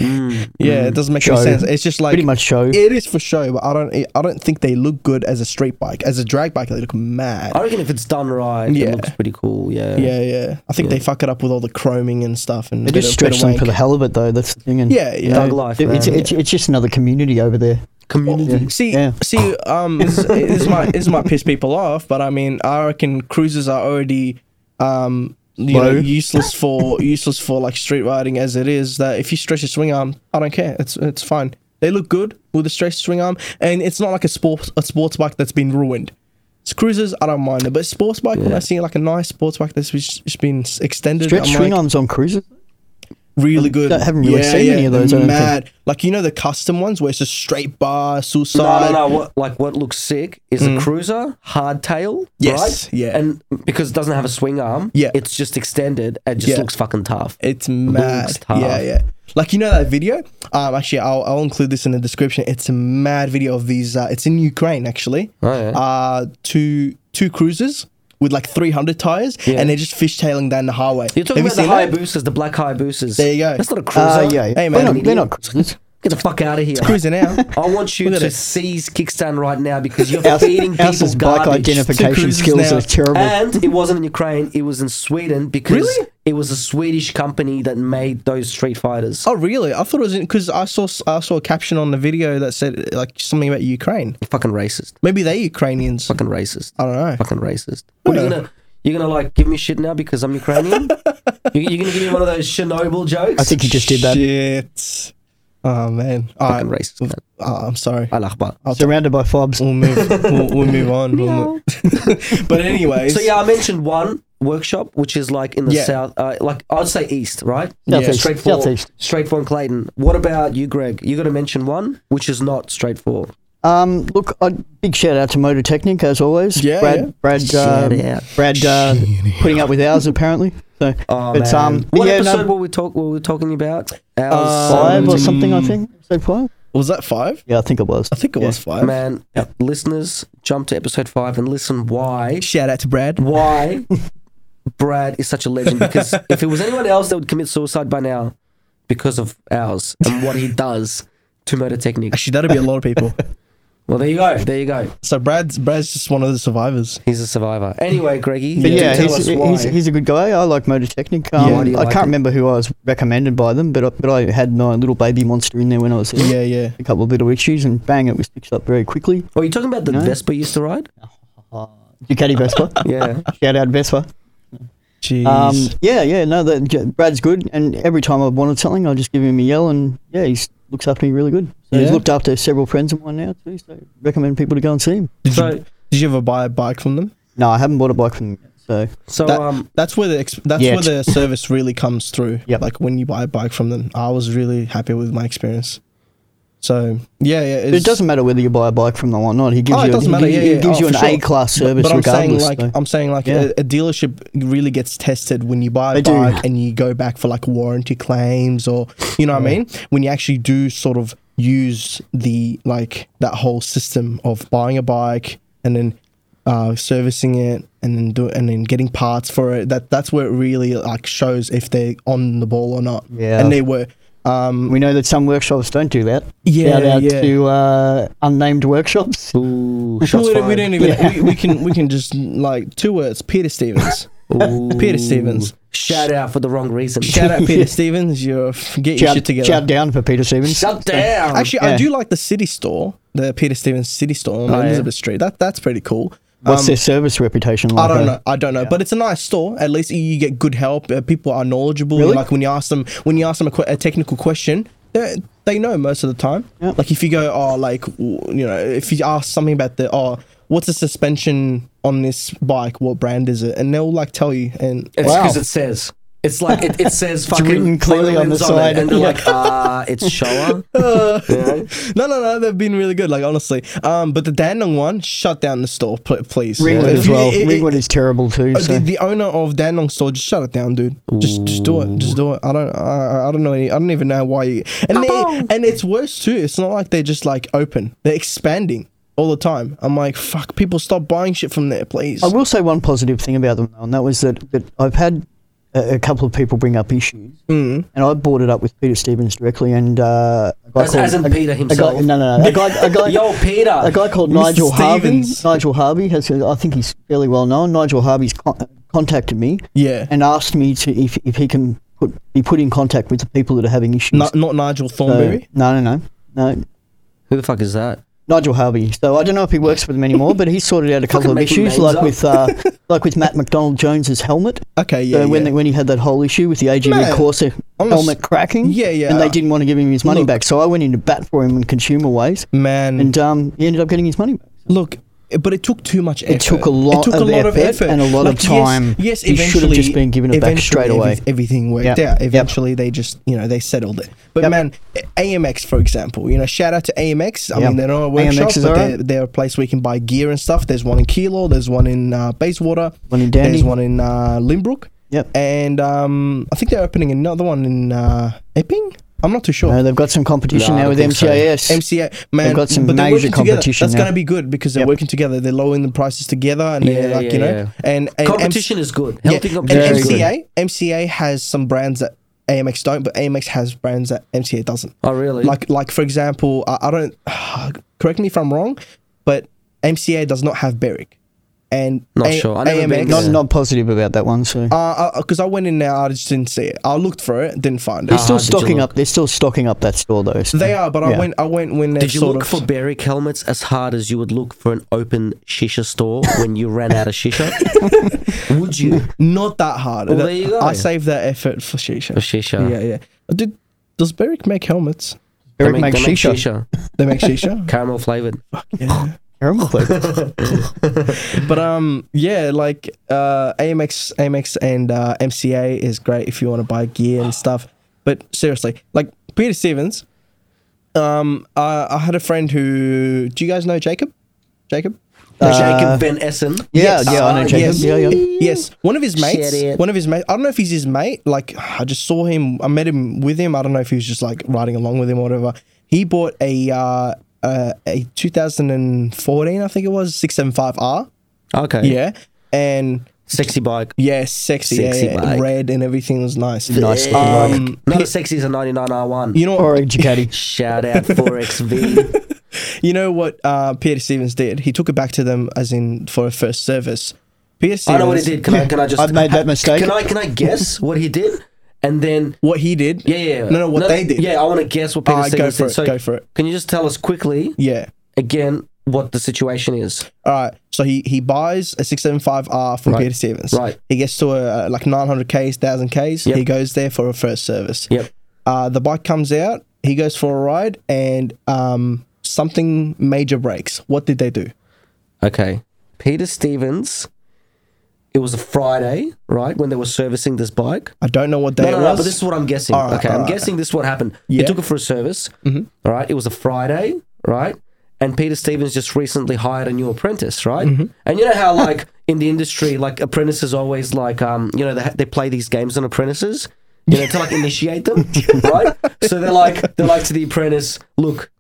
yeah, it doesn't make any
Show.
sense. It's just like
Mm. Pretty much show.
It is for show, but I don't I don't think they look good as a street bike. As a drag bike, they look mad.
I reckon if it's done right,
Yeah.
it looks pretty cool. Yeah.
yeah, yeah. I think they fuck it up with all the chroming and stuff and
They
a bit
just
of- bit of
stretch them for
wank.
the hell of it, though. That's the thing. And
Yeah, yeah.
Thug life,
It- it's,
man.
it's, it's just another community over there.
Community.
See,
Yeah.
see,
[LAUGHS]
um, this, this might this might piss people off, but I mean, I reckon cruisers are already, um, you know,
Low. [LAUGHS]
useless for useless for like street riding as it is. That if you stretch your swing arm, I don't care. It's it's fine. They look good with a stretched swing arm, and it's not like a sports a sports bike that's been ruined. It's cruisers, I don't mind it, but sports bike when I see like a nice sports bike that's just just been s- extended,
Stretch
I'm
swing
like,
arms on cruisers.
really good.
don't- haven't really seen any of those, I
they're
don't think.
Mad, like you know the custom ones where it's just straight bar,
No,
suicide.
no, no. What, like what looks sick is a cruiser hardtail,
Mm. Yes,
right?
yeah.
and because it doesn't have a swing arm,
Yeah.
it's just extended and just
Yeah.
looks fucking tough.
It's mad.
tough.
Yeah, yeah. Like you know that video. Um, actually, I'll, I'll include this in the description. It's a mad video of these. Uh, it's in Ukraine actually.
Oh, yeah.
Uh, two two cruisers with like three hundred tires, and they're just fishtailing down the highway.
You're talking
Have
about the
seen that?
Hayabusa's, the black Hayabusas.
There you go.
That's not a cruiser.
Uh, yeah, yeah.
Hey,
They're
man.
not, they're not cruisers.
Get the fuck out of here.
Cruising out.
[LAUGHS] I want you
Look at
to
it.
seize Kickstand right now because
[LAUGHS]
you're
Our,
feeding people
House's bike
garbage.
identification
cruises
skills
now.
are terrible.
And it wasn't in Ukraine; it was in Sweden because
Really?
it was a Swedish company that made those Street Fighters.
Oh really? I thought it was because I saw I saw a caption on the video that said like something about Ukraine.
Fucking racist.
Maybe they're Ukrainians.
Fucking racist.
I don't know.
Fucking racist. What are you gonna? You're gonna like give me shit now because
[LAUGHS]
I'm Ukrainian? you, you're gonna give me one of those Chernobyl jokes?
I think you just did that.
Shit. Oh man. All right.
fucking racist. Man.
Oh, I'm sorry.
Al-Akhbar.
Surrounded by fobs.
Mm.
We'll move. we'll, we'll move on. We'll move- [LAUGHS] but anyways.
So yeah, I mentioned one workshop, which is like in the
Yeah.
south, uh, like I'd say east, right?
Southeast.
Straight for
Southeast.
straight for Clayton. What about you, Greg? You got to mention one which is not straight for.
Um, look, I, big shout out to Motor Technic as always.
Yeah,
Brad,
yeah.
Brad, uh,
Shout out.
Brad, uh, putting up with ours apparently. So
Oh,
it's
man.
um,
what
yeah,
episode
no,
were we talk? Were we talking about?
five
Ours,
or
um,
something. I think episode five.
Was that five?
Yeah, I think it was.
I think it
Yeah.
was five.
man, listeners, jump to episode five and listen why
Shout out to Brad.
why Brad is such a
[LAUGHS]
legend. Because if it was anyone else, they would commit suicide by now because of ours and what he does to Murder Technique.
Actually, that'd be a lot of people.
Well, there you go. There you go.
so Brad's Brad's just one of the survivors.
He's a survivor. Anyway, Greggy,
But
do
yeah,
tell
he's,
us why.
he's, he's a good guy. I like Motor Technic. Um,
Why do
I
you like
can't
it?
remember who I was recommended by them, but I, but I had my little baby monster in there when I was there.
Yeah, yeah.
A couple of little issues, and bang, it was fixed up very quickly.
oh, you talking about the Vespa you used to
[LAUGHS]
ride?
Ducati
[LAUGHS]
Vespa.
Yeah.
Shout out Vespa.
Jeez.
Um, yeah, yeah, no, that, J- Brad's good. And every time I wanted something, I just give him a yell, and yeah, he looks after me really good. So he's
Yeah.
looked after several friends of mine now too. So recommend people to go and see him.
did,
so-
you, did you ever buy a bike from them?
No, I haven't bought a bike from him. Yet, so
So,
That-
um,
That's where the ex- that's
Yeah.
where
[LAUGHS]
the service really comes through.
Yep.
Like when you buy a bike from them, I was really happy with my experience. So yeah, yeah.
it doesn't matter whether you buy a bike from them or not. He gives
Oh,
you,
it doesn't
he
matter.
gives,
Yeah,
he
yeah.
gives
Oh,
you an
for sure.
A class service
But I'm saying
regardless.
like
so.
I'm saying like
Yeah.
a, a dealership really gets tested when you buy a
They do.
bike and you go back for like warranty claims or you know what I mean when you actually do sort of use the like that whole system of buying a bike and then uh, servicing it and then do and then getting parts for it that that's where it really like shows if they're on the ball or not
Yeah.
and they were um
we know that some workshops don't do that.
Yeah,
Shout out
yeah.
to uh, unnamed workshops.
ooh, shots
we, don't- we
fired.
don't even we, we can we can just like two words Peter
[LAUGHS]
Stevens Peter Stevens
Shout out for the wrong reason.
Shout
[LAUGHS]
out [LAUGHS] Peter Stevens. You're get your
Shout,
shit together.
shout down for Peter Stevens.
Shut down.
Actually, I
Oh, Yeah.
do like the city store, the Peter Stevens city store on
Oh, yeah.
Elizabeth Street. That that's pretty cool.
What's
Um,
their service reputation
I
like?
don't
eh?
know. I don't know, but it's a nice store. At least you get good help. Uh, people are knowledgeable.
Really?
Like when you ask them, when you ask them a, que- a technical question, they they know most of the time.
Yeah.
Like if you go, oh, like w- you know, if you ask something about the oh, what's the suspension on this bike? What brand is it? And they'll like tell you. And
It's
Wow.
because it says. It's like it, it says
[LAUGHS]
fucking
written clearly on the
Toyota
side.
and
[LAUGHS]
they're
Yeah.
like, ah,
[LAUGHS]
it's Showa.
No, no, no. They've been really good, like honestly. Um, but the Dandong one, shut down the store, pl- please.
Ringwood
If
as
you-
well.
it- it-
Ringwood is terrible too.
uh,
So.
the, the owner of Dandong store, just shut it down, dude. Just, just do it. Just do it. I don't, I, I don't know any. I don't even know why you. And they, and it's worse too. It's not like they're just like open. They're expanding all the time. I'm like, fuck. People stop buying shit from there, please.
I will say one positive thing about them, though, and that was that, that I've had a, a couple of people bring up issues, mm. and I brought it up with Peter Stevens directly, and uh, a guy
As- as in
a-
Peter
a guy-
himself.
no, no, no, a guy, a
[LAUGHS]
guy,
Yo, Peter.
a guy called
Mr.
Nigel Harvey.
Stevens?
Nigel Harvey has, I think he's fairly well known. Nigel Harvey's con- contacted me,
Yeah.
and asked me to if, if he can put, be put in contact with the people that are having issues.
not, not Nigel
So-
Thornberry.
no, no, no, no.
Who the fuck is that?
Nigel Harvey. So I don't know if he works with them anymore, but he sorted out a couple
Fucking
of
making
issues,
names
like
up.
with uh,
[LAUGHS]
like with Matt McDonald Jones's helmet.
Okay, Oh, yeah.
so when
yeah.
when he had that whole issue with the AGV
Man,
Corsa
I'm not s-
helmet cracking,
Yeah, yeah. uh,
and they didn't want to give him his money
Look. Mm.
back, so I went into bat for him in consumer ways,
Man,
and um, he ended up getting his money back.
Look, but it took too much effort.
took a lot of effort and a lot of time.
Yes, yes
He should have
eventually-
just been given it back
eventually
straight away.
everyth- everything worked
Yep.
out.
Yep.
Eventually, they just, you know, they settled it. But
Yep.
man, AMX, for example, you know, shout out to AMX. I
Yeah.
mean, they're not a
AMX
workshop,
is
but
alright.
they're, they're a place where you can buy gear and stuff. There's one in Kilo, there's one in uh, Bayswater,
One in
there's
Dandy.
one in uh, Limbrook.
Yep.
And um, I think they're opening another one in uh, Epping. I'm not too sure.
No, Uh, they've got some competition
No, I
now
don't
with
think so.
MCIS.
MCA man,
They've got some
but they're
major
working together.
competition
That's
now.
going to be good because they're
Yep.
working together. They're lowering the prices together, and they're
Yeah,
like
yeah,
you know,
yeah.
and, and
Competition is good.
MC
Healthy
yeah,
eh,
competition
and
is good.
MCA MCA has some brands that AMX don't, but AMX has brands that MCA doesn't.
Oh, really?
Like like for example, I, I don't [SIGHS] correct me if I'm wrong, but MCA does not have Berwick, and
Not sure. I never been
Not
Yeah. Ah,
not positive about that one. So
because uh, I went in there, I just didn't see it. I looked for it, didn't find it.
they're still
did you
stocking
look?
up. They're still stocking up that store though. so-
They are, but I
Yeah.
went. I went when they
Did you
sort
look
of,
for Berwick helmets as hard as you would look for an open shisha store when you ran out
[LAUGHS]
of shisha? would you?
not that hard.
Well,
That-
there you go.
I saved that effort for shisha.
For shisha.
Yeah, yeah. Did does Berwick make helmets?
They
Eric
make-
makes
they make
shisha.
They make
[LAUGHS]
shisha.
Caramel flavored.
yeah.
Caramel
[LAUGHS]
flavour.
But um, yeah, like uh, AMX, AMX, and uh, MCA is great if you want to buy gear and stuff. But seriously, like Peter Stevens, um, I, I had a friend who. Do you guys know Jacob? Jacob.
Jacob Van Essen.
Uh, Yeah, yeah,
Uh,
I know Jacob.
yes.
Yeah, yeah.
Yes, one of his mates.
Shit it.
One of his mates. I don't know if he's his mate. Like I just saw him. I met him with him. I don't know if he was just like riding along with him or whatever. He bought a uh, uh, a 2014, I think it was 675R.
Okay.
Yeah, and
Sexy bike.
yeah, sexy,
Sexy
yeah, yeah,
bike.
red, and everything was nice.
Nice looking
Um,
Not as sexy as a 99R1.
You know,
Or a Ducati.
Shout
[LAUGHS]
out 4XV.
[LAUGHS] you know what uh, Peter Stevens did. He took it back to them, as in for a first service. Peter Stevens.
I know what he did. Can I? Can I just?
I've made that mistake.
Can I? Can I guess what he did? And then
[LAUGHS] What he did.
yeah, yeah.
No, no, what they did.
Yeah, I want to guess what Peter
Alright, go
Stevens
for
did.
it,
So
go for it.
Can you just tell us quickly
Yeah.
again what the situation is?
All right. So he he buys a 675R from
Right.
Peter Stevens.
Right.
He gets to a, uh, like 900Ks, 1000Ks.
Yep.
He goes there for a first service.
Yep.
Uh, the bike comes out. He goes for a ride and um, something major breaks. What did they do?
Okay. Peter Stevens. It was a Friday, right, when they were servicing this bike.
I don't know what day
No, no,
it
no,
was.
but this is what I'm guessing.
All right,
okay,
all
I'm
right.
guessing this is what happened.
Yeah. Mm-hmm.
He took it for a service. all right, it was a Friday, right? And Peter Stevens just recently hired a new apprentice, right?
Mm-hmm.
And you know how, like, in the industry, like apprentices always like, um, you know, they, ha- they play these games on apprentices, you know, to like initiate them,
[LAUGHS]
right? So they're like, they're like to the apprentice, look,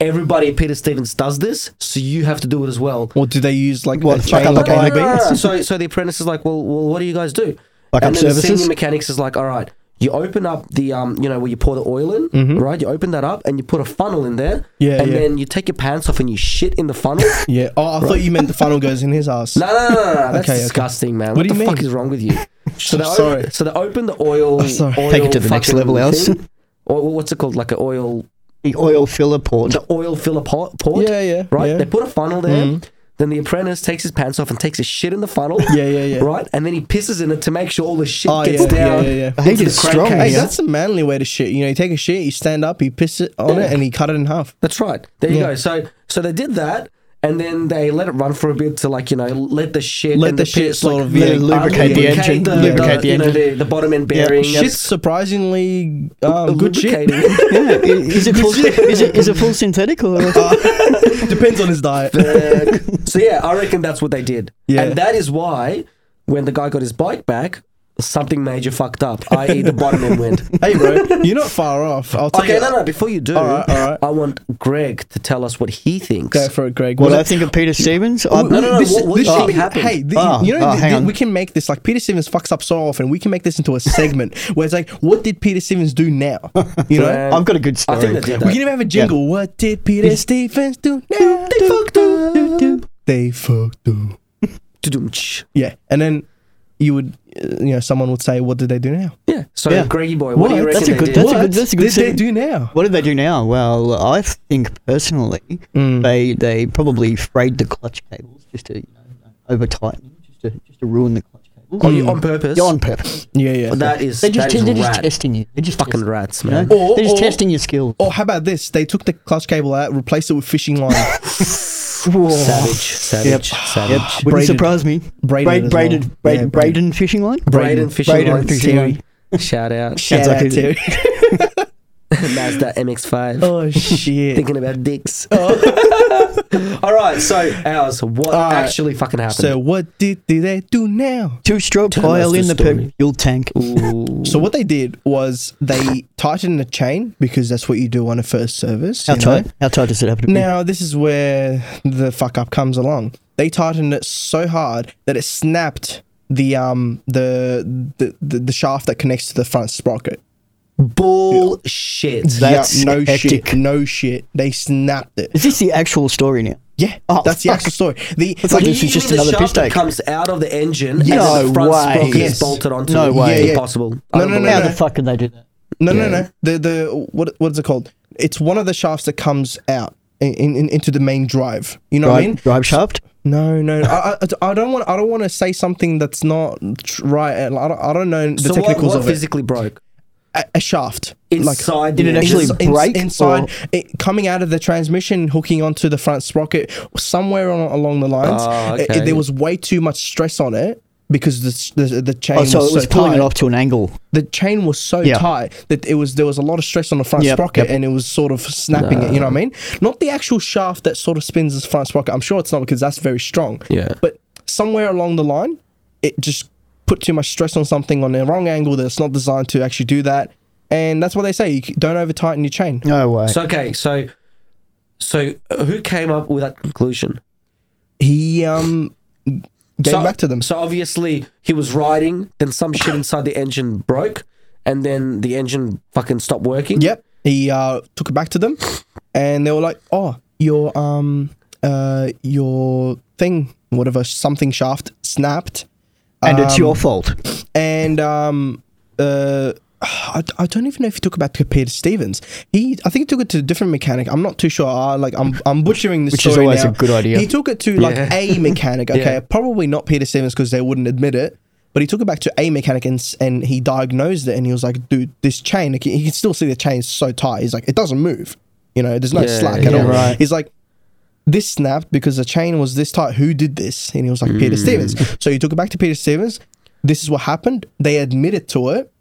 everybody at Peter Stevens does this, so you have to do it as well.
or do they use like
What,
a
like
chain
other
like
bike?
A to B?
No, no, no, no. uh, So, so the apprentice is like, well, well, what do you guys do?
Like up
and then the
services?
senior mechanics is like, all right, you open up the, um, you know, where you pour the oil in, right? You open that up and you put a funnel in there.
Mm-hmm. Yeah,
And
yeah.
then you take your pants off and you shit in
[LAUGHS]
the funnel. no,
Yeah. Oh, I thought you meant the funnel goes in his ass.
no, no, no, no. That's
Okay, okay.
disgusting, man.
What
What,
do
the
you
fuck
mean?
is
[LAUGHS]
wrong with you? So they,
sorry. Oh,
Open, so they open
[LAUGHS]
the oil.
sorry.
oil
Take it to the next
fucking
level, Alice.
thing. Or what's it called? Like an oil
The oil filler port.
the oil filler po- port.
Yeah, yeah,
Right?
yeah. Mm-hmm.
They put a funnel there. Then the apprentice takes his pants off and takes his shit in the funnel.
Yeah, yeah, yeah.
Right? And then he pisses in it to make sure all the shit
Oh,
gets
yeah, yeah,
down.
yeah, yeah.
I think
into
it's
the
strong.
crankcase.
Hey,
Yeah.
that's a manly way to shit. You know, you take a shit, you stand up, you piss it on it, and you cut it in half.
That's right. There you
Yeah.
go. So so they did that and then they let it run for a bit to like, you know, let the shit
Let
and
the shit
piss,
sort
like,
of, yeah,
uh,
lubricate the engine,
The,
lubricate
the,
the
you know,
engine.
the- the bottom end bearing.
Shit's surprisingly
[LAUGHS]
um, good shit.
lubricating.
[LAUGHS]
Yeah, i- Is it
[LAUGHS]
full? is it is it full synthetic
Uh,
or?
Depends on his
[LAUGHS]
diet.
Fuck.
[LAUGHS]
so yeah, I reckon that's what they did.
Yeah.
And that is why when the guy got his bike back, something major fucked up, i.e. the bottom end
[LAUGHS]
went.
hey, bro, you're not far off. I'll tell
Okay,
you.
no, no, before you do,
All right, all right.
I want Greg to tell us what he thinks.
Go for it, Greg.
What
Was
I
it-
think of Peter Stevens. I,
no, no,
this,
what- what
this
do
should
you think
be-
happened?
hey, the,
Oh,
you know,
oh,
the-
hang
the-
on.
we can make this like Peter Stevens fucks up so often. We can make this into a segment where it's like, what did Peter Stevens do
[LAUGHS]
now? You know,
And
I've got a good story.
I think they did
we
that.
can even have a jingle. What did Peter Stevens do now? They fucked up. They fucked up.
Tudum-tsh.
Yeah, and then you would, uh, you know, someone would say, what did they do now?
Yeah. So,
Yeah.
Greggy boy, what, do you
What?
reckon
That's a
they
good-
did?
that's a
what
good- that's a good
did they
segment.
do now?
What do they do now? Well, I think personally,
Mm.
they they probably frayed the clutch cables just to you know, over tighten, just to just to ruin the clutch cables.
Oh, you- on purpose?
You're on purpose.
Yeah, yeah.
That is,
They just
that is
they're just
rat.
testing you. They're just
fucking
testing,
rats,
you know?
man.
Or-
they're just
or-
testing your skills.
Or how about this? They took the clutch cable out, replaced it with fishing
[LAUGHS]
line.
Savage, savage, savage.
Yep.
Braided.
Wouldn't surprise me.
Braided
Braid-
as
braided,
well.
braid-
Yeah, braided.
Braden fishing line.
Braden Fishing
Braden
Line.
Fishing Line.
Shout out.
Shout
Sounds
out
like
to.
[LAUGHS] Mazda MX-5.
oh shit.
Thinking about [LAUGHS] dicks. Oh. [LAUGHS] All right, so ours. What
All right.
actually fucking
so
happened?
what did, did they do now?
Two stroke
Tell us
oil
the
in the
story.
pe- fuel tank.
Ooh.
So what they did was they tightened the chain because that's what you do on a first service.
How
you know?
tight? How tight does it have to be?
Now this is where the fuck up comes along. They tightened it so hard that it snapped the um the the, the, the shaft that connects to the front sprocket.
bullshit.
That's
yeah, no
hectic.
shit. No shit. They snapped it.
Is this the actual story now?
Yeah,
Oh,
that's the
fuck.
actual story. The
It's like
You-
this
you
is just
mean the
another
shaft
piss
that
take.
comes out of the engine
No
and the front
way.
sprocket
Yes.
is bolted onto
No
it.
way.
Yeah, yeah.
Impossible.
No, no, no,
How
Unbelievable.
the fuck can they do that?
No, no, no. The the what what is it called? It's one of the shafts that comes out in, in into the main drive. You know what I mean?
Drive, drive shaft? Oh,
No, no. I, I, I don't want I don't want to say something that's not tr- right. and I don't, I don't know the
So what,
technicals
what
of it.
physically broke?
A, a shaft.
Inside the
Did it
engine.
actually
ins-
break
inside,
or-
it, coming out of the transmission, hooking onto the front sprocket, somewhere on, along the lines.
Ah,
it- it-
okay.
there was way too much stress on it because the s- the, the chain
Oh, so
was,
it was
so
pulling
tight.
it off to an angle.
The chain was so
Yeah.
tight that it was there was a lot of stress on the front
Yep,
sprocket
yep.
and it was sort of snapping it. You know what I mean? Not the actual shaft that sort of spins this front sprocket. I'm sure it's not because that's very strong.
Yeah.
But somewhere along the line, it just put too much stress on something on the wrong angle that's not designed to actually do that. And that's what they say. You c- don't over tighten your chain.
No way.
So okay, so so who came up with that conclusion?
he um gave
so,
back to them.
So obviously he was riding, then some shit inside the engine broke, and then the engine fucking stopped working.
yep, he uh took it back to them, and they were like, "Oh, your um uh your thing, whatever, something shaft snapped,
and it's your fault.
and um uh." I, I don't even know if he took it back to Peter Stevens. He, I think he took it to a different mechanic. I'm not too sure. I, like I'm, I'm butchering this.
Which is
story
always
now.
a good idea.
He took it to like
Yeah. [LAUGHS]
a mechanic. Okay,
Yeah.
probably not Peter Stevens because they wouldn't admit it. But he took it back to a mechanic and, s- and he diagnosed it and he was like, dude, this chain, like, he can still see the chain's so tight. He's like, it doesn't move. You know, there's no
Yeah,
slack at
yeah,
all.
right.
He's like, this snapped because the chain was this tight. Who did this? And he was like, Peter
Hmm.
Stevens. So he took it back to Peter Stevens. This is what happened. They admitted to it.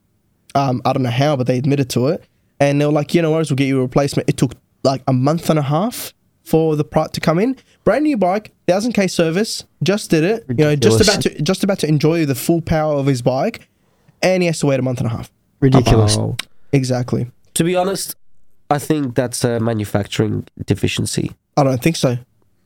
Um, I don't know how, but they admitted to it. And they were like, you know what, we'll get you a replacement. It took like a month and a half for the part to come in. Brand new bike, thousand K service, just did it. You know, just
Ridiculous.
about to just about to enjoy the full power of his bike. And he has to wait a month and a half.
Ridiculous.
Oh.
Exactly.
To be honest, I think that's a manufacturing deficiency.
I don't think so.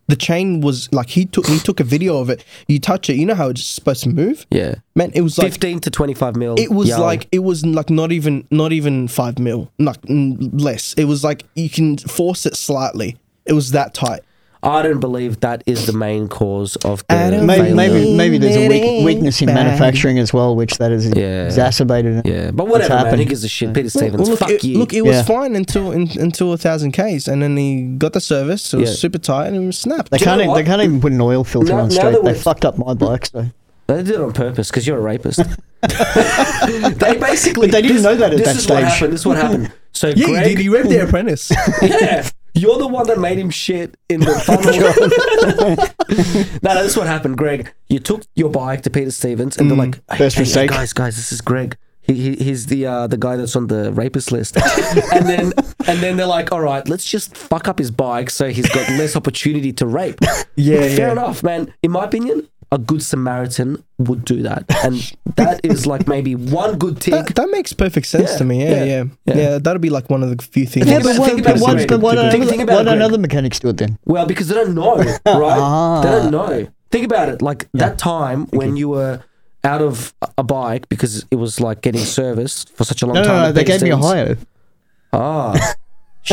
The chain was like he took he took a video of it. You touch it, you know how it's supposed to move?
Yeah.
Man, it was like
Fifteen to twenty-five mil.
it was
yo.
like it was like not even not even five mil, like n- less. It was like you can force it slightly. It was that tight.
I don't believe that is the main cause of the
I don't
Maybe,
failure.
maybe, maybe there's a
Maybe.
weak, weakness in
Bad.
manufacturing as well, which that is
Yeah.
exacerbated.
Yeah, but whatever, man. Who
happened.
gives a shit? Peter Stevens,
look,
fuck
it,
you.
look, it
Yeah.
was fine until in, until a thousand k's, and then he got the service. So it was
Yeah.
super tight, and it was snapped.
They
Do you
can't,
know
even,
what?
they can't even put an oil filter
Now-
on
now
straight.
that
They
we're-
fucked up my bike, so.
They did it on purpose because you're
[LAUGHS]
a rapist. they basically.
But they didn't
this-
know that at
this
that
is
stage.
What happened. This is what happened. So
yeah,
Greg,
he did. He revved the apprentice.
yeah, you're the one that made him shit in the funnel. [LAUGHS] no, no, this is what happened, Greg. You took your bike to Peter Stevens, and they're like, hey,
First
hey, hey,
mistake.
guys, guys, this is Greg. He, he, he's the uh, the guy that's on the rapist list, [LAUGHS] and then and then they're like, all right, let's just fuck up his bike so he's got less opportunity to rape.
Yeah,
fair
yeah.
enough, man. In my opinion. A good Samaritan would do that, and that is like maybe one good
[LAUGHS]
tick.
that, that makes perfect sense
Yeah,
to me.
yeah,
Yeah, yeah,
yeah.
yeah. that'll be like one of the few things.
Yeah, but what-
But
think about it,
why-
Greg.
but why
Think-
don't
think about
why
it,
don't
Greg.
other mechanics do it then?
Well, because they
[LAUGHS]
don't know, right?
Ah.
They don't know. Think about it. Like that time when you were out of a- a bike because it was like getting service for such a long
No,
time.
no, no.
at
They gave me a
Peterstein's.
Ohio. [LAUGHS]
Ah,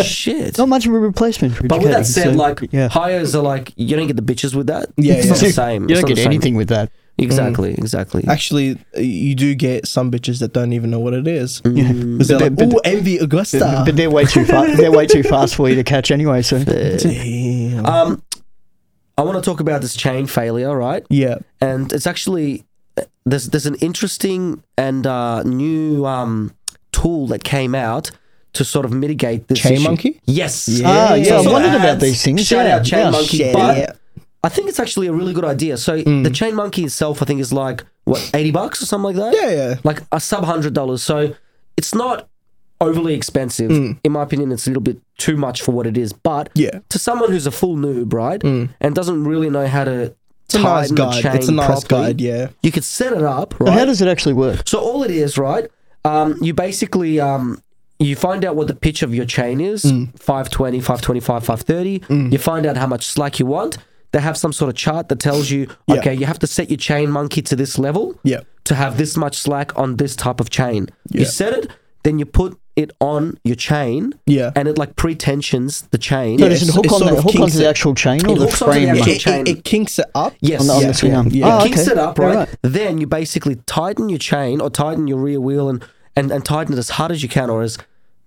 shit.
Not much of a replacement for
But with that
educators,
said,
so,
like
yeah.
hires are like you don't get the bitches with that.
Yeah,
it's
yeah.
not
[LAUGHS]
the
You-
same.
You
It's
don't
not the
get
same.
anything Mm. with that.
Exactly, exactly.
Actually, uh, you do get some bitches that don't even know what it is.
Mm.
Because they're
But-
like,
but-
"Ooh, envy Augusta."
But they're way too fast. they're way too fast for you to catch anyway. So
Damn.
Um, I want to talk about this chain failure, right?
yeah,
and it's actually there's there's an interesting and uh, new um, tool that came out to sort of mitigate this
Chain
issue.
Monkey?
Yes.
Ah,
yeah, I
saw
wondered
the
about
ads.
these things,
Shout
yeah,
out Chain
yeah.
Monkey.
Shit,
but
yeah.
I think it's actually a really good idea. So
Mm.
the Chain Monkey itself, I think, is like what eighty bucks or something like that.
Yeah, yeah.
Like a sub hundred dollars. So it's not overly expensive. In my opinion, it's a little bit too much for what it is. But
Mm. Yeah. Mm.
to someone who's a full noob, right, and doesn't really know how to.
it's a nice
tighten the
guide. It's a
chain
nice
properly,
guide. Yeah.
you could set it up, right?
But how does it actually work?
so all it is, right? Um, you basically um, you find out what the pitch of your chain is,
Mm.
520, 525, 530. You find out how much slack you want. They have some sort of chart that tells you,
Yeah.
okay, you have to set your chain monkey to this level
Yeah.
to have this much slack on this type of chain. You
Yeah.
set it, then you put it on your chain,
Yeah.
and it like pretensions the chain.
So
Yeah,
does it
it's-
hook
it's
on
sort
the
of
hook
kinks
onto the
it.
actual chain or
It
the
hooks onto the
frame?
actual
Yeah.
It, it, it kinks it up.
Yes,
On the- on the
yeah,
swing arm.
yeah.
Oh,
it kinks
okay.
it up,
Yeah,
right?
right.
Then you basically tighten your chain or tighten your rear wheel and, and, and tighten it as hard as you can or as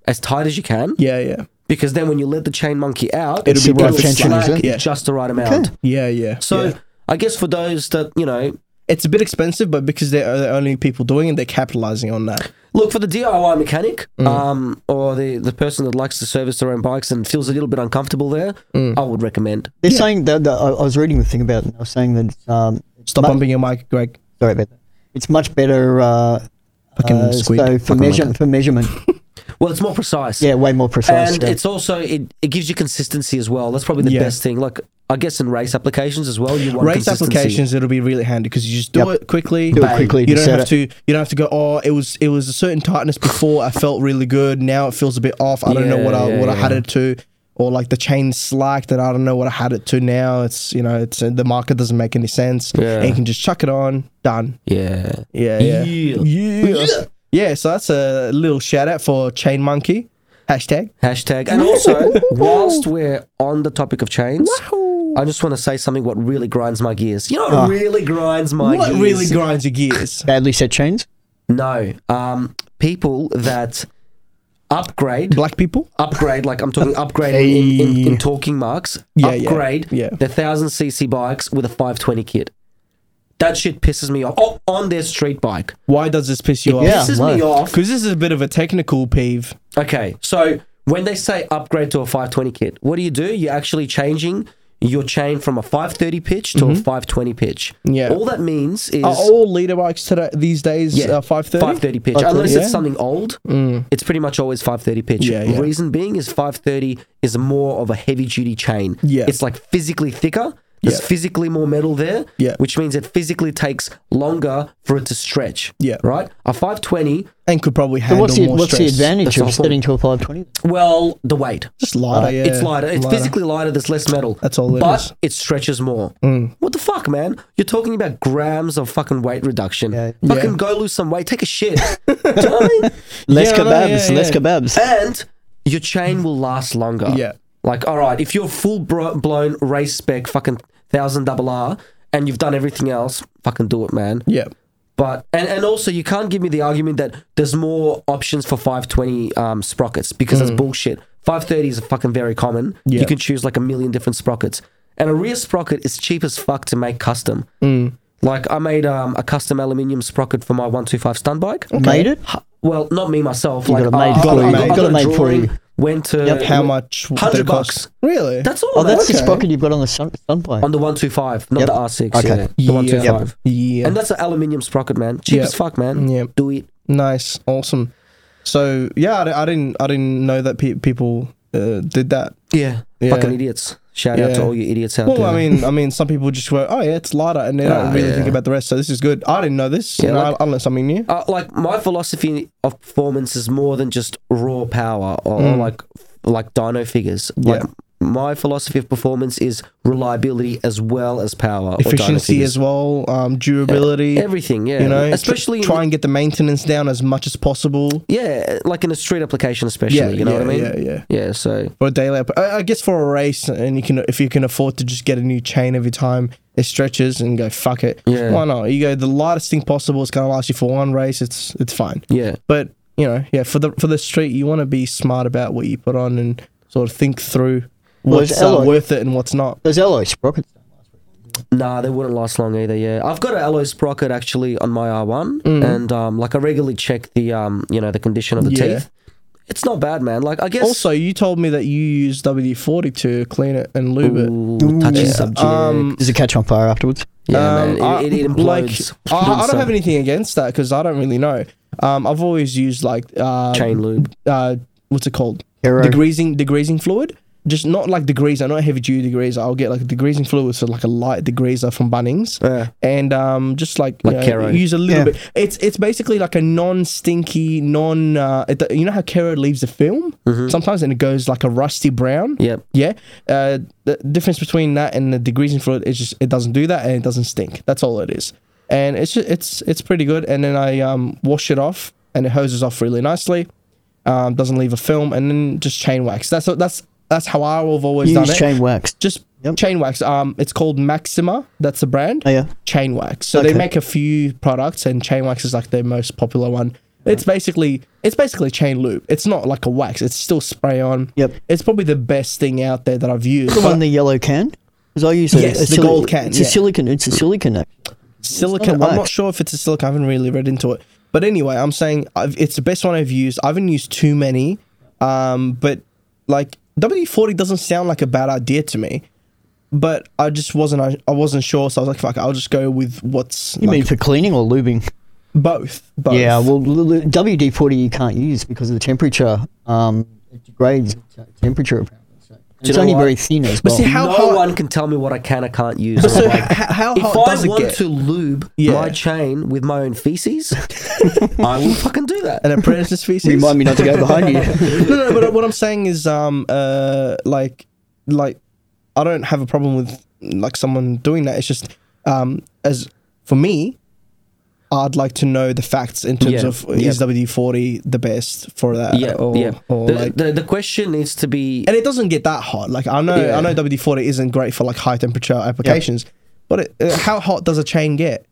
as tight as you can.
Yeah, yeah.
Because then when you let the chain monkey out,
It'll
be the right tension,
slack
is it?
Yeah.
just the right amount.
Yeah, yeah.
So
yeah.
I guess for those that, you know,
it's a bit expensive, but because they're the only people doing it, they're capitalizing on that.
Look for the DIY mechanic,
Mm.
um, or the, the person that likes to service their own bikes and feels a little bit uncomfortable there.
Mm.
I would recommend.
They're saying that, that I I was reading the thing about it. and They were saying that it's, um, it's
Stop
mu-
bumping your mic, Greg.
Sorry about that. It's much better. Uh,
Fucking
uh,
squid.
so for measure, for measurement,
Well, it's more precise.
yeah, way more precise.
and
yeah.
it's also it, it gives you consistency as well. That's probably the
Yeah.
best thing. Like I guess in race applications as well, you want
Race
consistency.
applications, it'll be really handy because you just do
Yep.
it quickly.
Do it
bang.
quickly,
You
just
don't
set
have to. You don't have to go. Oh, it was it was a certain tightness before. I felt really good. Now it feels a bit off. I don't know what I
Yeah, yeah,
what I had
yeah.
it to, or like the chain slack that I don't know what I had it to. Now it's you know it's uh, the market doesn't make any sense.
Yeah.
And you can just chuck it on. Done.
Yeah.
Yeah, yeah,
Yeah.
yeah. Yeah, So that's a little shout out for Chain Monkey hashtag.
Hashtag.
[LAUGHS]
And also, whilst we're on the topic of chains, I just want to say something what really grinds my gears. You know what really grinds my
Ah. What
gears?
really grinds your gears?
badly set chains.
No. Um, people that upgrade,
Black people.
upgrade, like I'm talking upgrade in, in, in talking marks,
Yeah, yeah,
upgrade
yeah.
the 1000cc bikes with a 520 kit. That shit pisses me off. Oh, on their street bike.
Why does this piss you off?
Yeah,
pisses
why?
me off.
Because this is a bit of a technical peeve.
Okay, so when they say upgrade to a 520 kit, what do you do? You're actually changing your chain from a 530 pitch to a 520 pitch.
Mm-hmm. Yeah.
All that means is.
Are all leader bikes today these days
Yeah,
uh, 530?
530 pitch. Unless it's something old, it's pretty much always 530 pitch.
Mm. Yeah, yeah.
Reason being is 530 is more of a heavy duty chain.
Yeah.
It's like physically thicker. There's
Yeah.
physically more metal there,
Yeah.
which means it physically takes longer for it to stretch.
Yeah.
Right? A 520,
And could probably
So
handle
what's the
more
what's the
stress.
advantage
That's the
of
whole
setting to a five twenty?
well, the weight.
Just lighter, yeah.
Uh, It's lighter. It's physically lighter. There's less metal.
That's all it
but
is. Mm.
it stretches more. What the fuck, man? You're talking about grams of fucking weight reduction.
Yeah.
Fucking
Yeah.
go lose some weight. Take a
[LAUGHS]
shit. Do you know what I mean?
Less
Yeah, no,
kebabs,
yeah,
less
yeah.
kebabs.
And your chain will last longer.
Yeah.
Like, all right, if you're full bro- blown race spec fucking thousand double R and you've done everything else, fucking do it, man.
Yeah.
But and, and also you can't give me the argument that there's more options for 520 um, sprockets because that's bullshit. 530 is fucking very common.
Hmm. Yeah.
You can choose like a million different sprockets, and a rear sprocket is cheap as fuck to make custom.
Hmm.
Like I made um, a custom aluminium sprocket for my 125 stunt bike.
Made it. Oh,
Well, not me myself. like uh,
got it made
I- I-
for
I-
Hmm. you.
I
Got
got
it
a
made for
drawing,
you.
Went to
How much? would
100
they cost?
bucks.
Really?
That's all.
Oh, that's the
okay.
sprocket you've got on the sun, sunblade.
on the 125, not
Yep.
the R6.
Okay.
Yeah, the 125.
Yeah.
And that's an aluminium sprocket, man. Cheap
Yep.
as fuck, man.
Yep.
Do it.
nice. Awesome. So, yeah, I, di- I didn't I didn't know that pe- people uh, did that.
Yeah.
Yeah.
Fucking idiots. Shout out to
Yeah.
all you idiots out
Well,
there.
I mean, I mean, some people just went, "Oh yeah, it's lighter," and they don't
Ah,
really
yeah.
think about the rest. So this is good. I didn't know this.
Yeah,
you know,
like-
I, I learned something new.
uh, like my philosophy of performance is more than just raw power or, or like like dyno figures. Like
Mm. Yeah.
my philosophy of performance is reliability as well as power.
Efficiency as
as
well, um, durability,
everything. Yeah,
you know, tr-
especially in-
try and get the maintenance down as much as possible
yeah, like in a street application, especially.
Yeah,
you know what I mean?
yeah, yeah,
yeah. So
for a daily. app- I, I guess for a race, and you can if you can afford to just get a new chain every time it stretches and go fuck it.
Yeah.
why not? You go the lightest thing possible. It's gonna last you for one race. It's it's fine.
yeah,
But you know, yeah, for the for the street, you want to be smart about what you put on and sort of think through
Well, it's
what's uh,
alloy.
worth it and what's not.
Those alloy sprockets.
Nah, they wouldn't last long either. Yeah, I've got an alloy sprocket actually on my R1,
Mm-hmm.
and um, like I regularly check the um, you know, the condition of the
Yeah.
teeth. It's not bad, man. Like I guess
Also, you told me that you use WD forty to clean it and lube it.
Ooh, touchy subject.
Um,
Does it catch on fire afterwards?
yeah,
Um, I-
man, it, it, it
like,
implodes. [LAUGHS]
I, I
So-
don't have anything against that because I don't really know. Um, I've always used like uh,
chain lube.
uh, what's it called?
Aero.
Degreasing, degreasing fluid. Just not like degreaser, not heavy duty degreaser. I'll get like a degreasing fluid, so like a light degreaser from Bunnings,
Yeah.
and um, just like, you
Like
know,
Kero.
use a little
Yeah.
bit. It's it's basically like a non-stinky, non. Uh, it, you know how Kero leaves a film
Mm-hmm.
sometimes, and it goes like a rusty brown.
Yep.
Yeah. Uh, the difference between that and the degreasing fluid is just it doesn't do that and it doesn't stink. That's all it is. And it's just, it's it's pretty good. And then I um, wash it off and it hoses off really nicely. um, doesn't leave a film, and then just chain wax. That's that's that's how I've always done
Use
it.
chain wax.
just
Yep.
chain wax. Um, it's called Maxima. That's the brand.
Oh, yeah.
Chain wax. So they
Okay.
make a few products, and chain wax is like their most popular one. It's basically it's basically chain lube. It's not like a wax. It's still spray on.
Yep.
It's probably the best thing out there that I've used.
The
But
one the yellow can. Because I use a,
Yes,
a
the
sili-
gold can,
It's
yeah.
a silicon. It's a silicon. actually.
silicon.
not a
I'm not
wax.
sure if it's a silicon. I haven't really read into it. But anyway, I'm saying I've, it's the best one I've used. I haven't used too many, um, but like WD-40 doesn't sound like a bad idea to me. But I just wasn't. I, I wasn't sure, so I was like, "Fuck, I'll just go with what's."
You
like,
mean for cleaning or lubing?
both? Both.
Yeah, well, WD forty you can't use because of the temperature. Um, it degrades at temperature apparently. So.
you
It's
know
only
what?
very thin as [LAUGHS]
But
well.
see, how
no
hot-
one can tell me what I can or can't use.
But so
Like,
h- how
if
hot
I
does it
want
get?
to lube
Yeah.
my chain with my
[LAUGHS]
own feces, I will fucking do that.
An
[LAUGHS]
apprentice feces.
Remind me not [LAUGHS] to go behind you.
no, no, but what I'm saying is, um, uh, like, like, I don't have a problem with like someone doing that. It's just, um, as for me, I'd like to know the facts in terms
Yeah,
of
yeah.
is WD-40 the best for that?
yeah,
or,
yeah.
or
the,
like,
the, the question needs to be
and it doesn't get that hot. Like I know,
Yeah.
I know WD-40 isn't great for like high temperature applications, but it, uh, how hot does a chain get?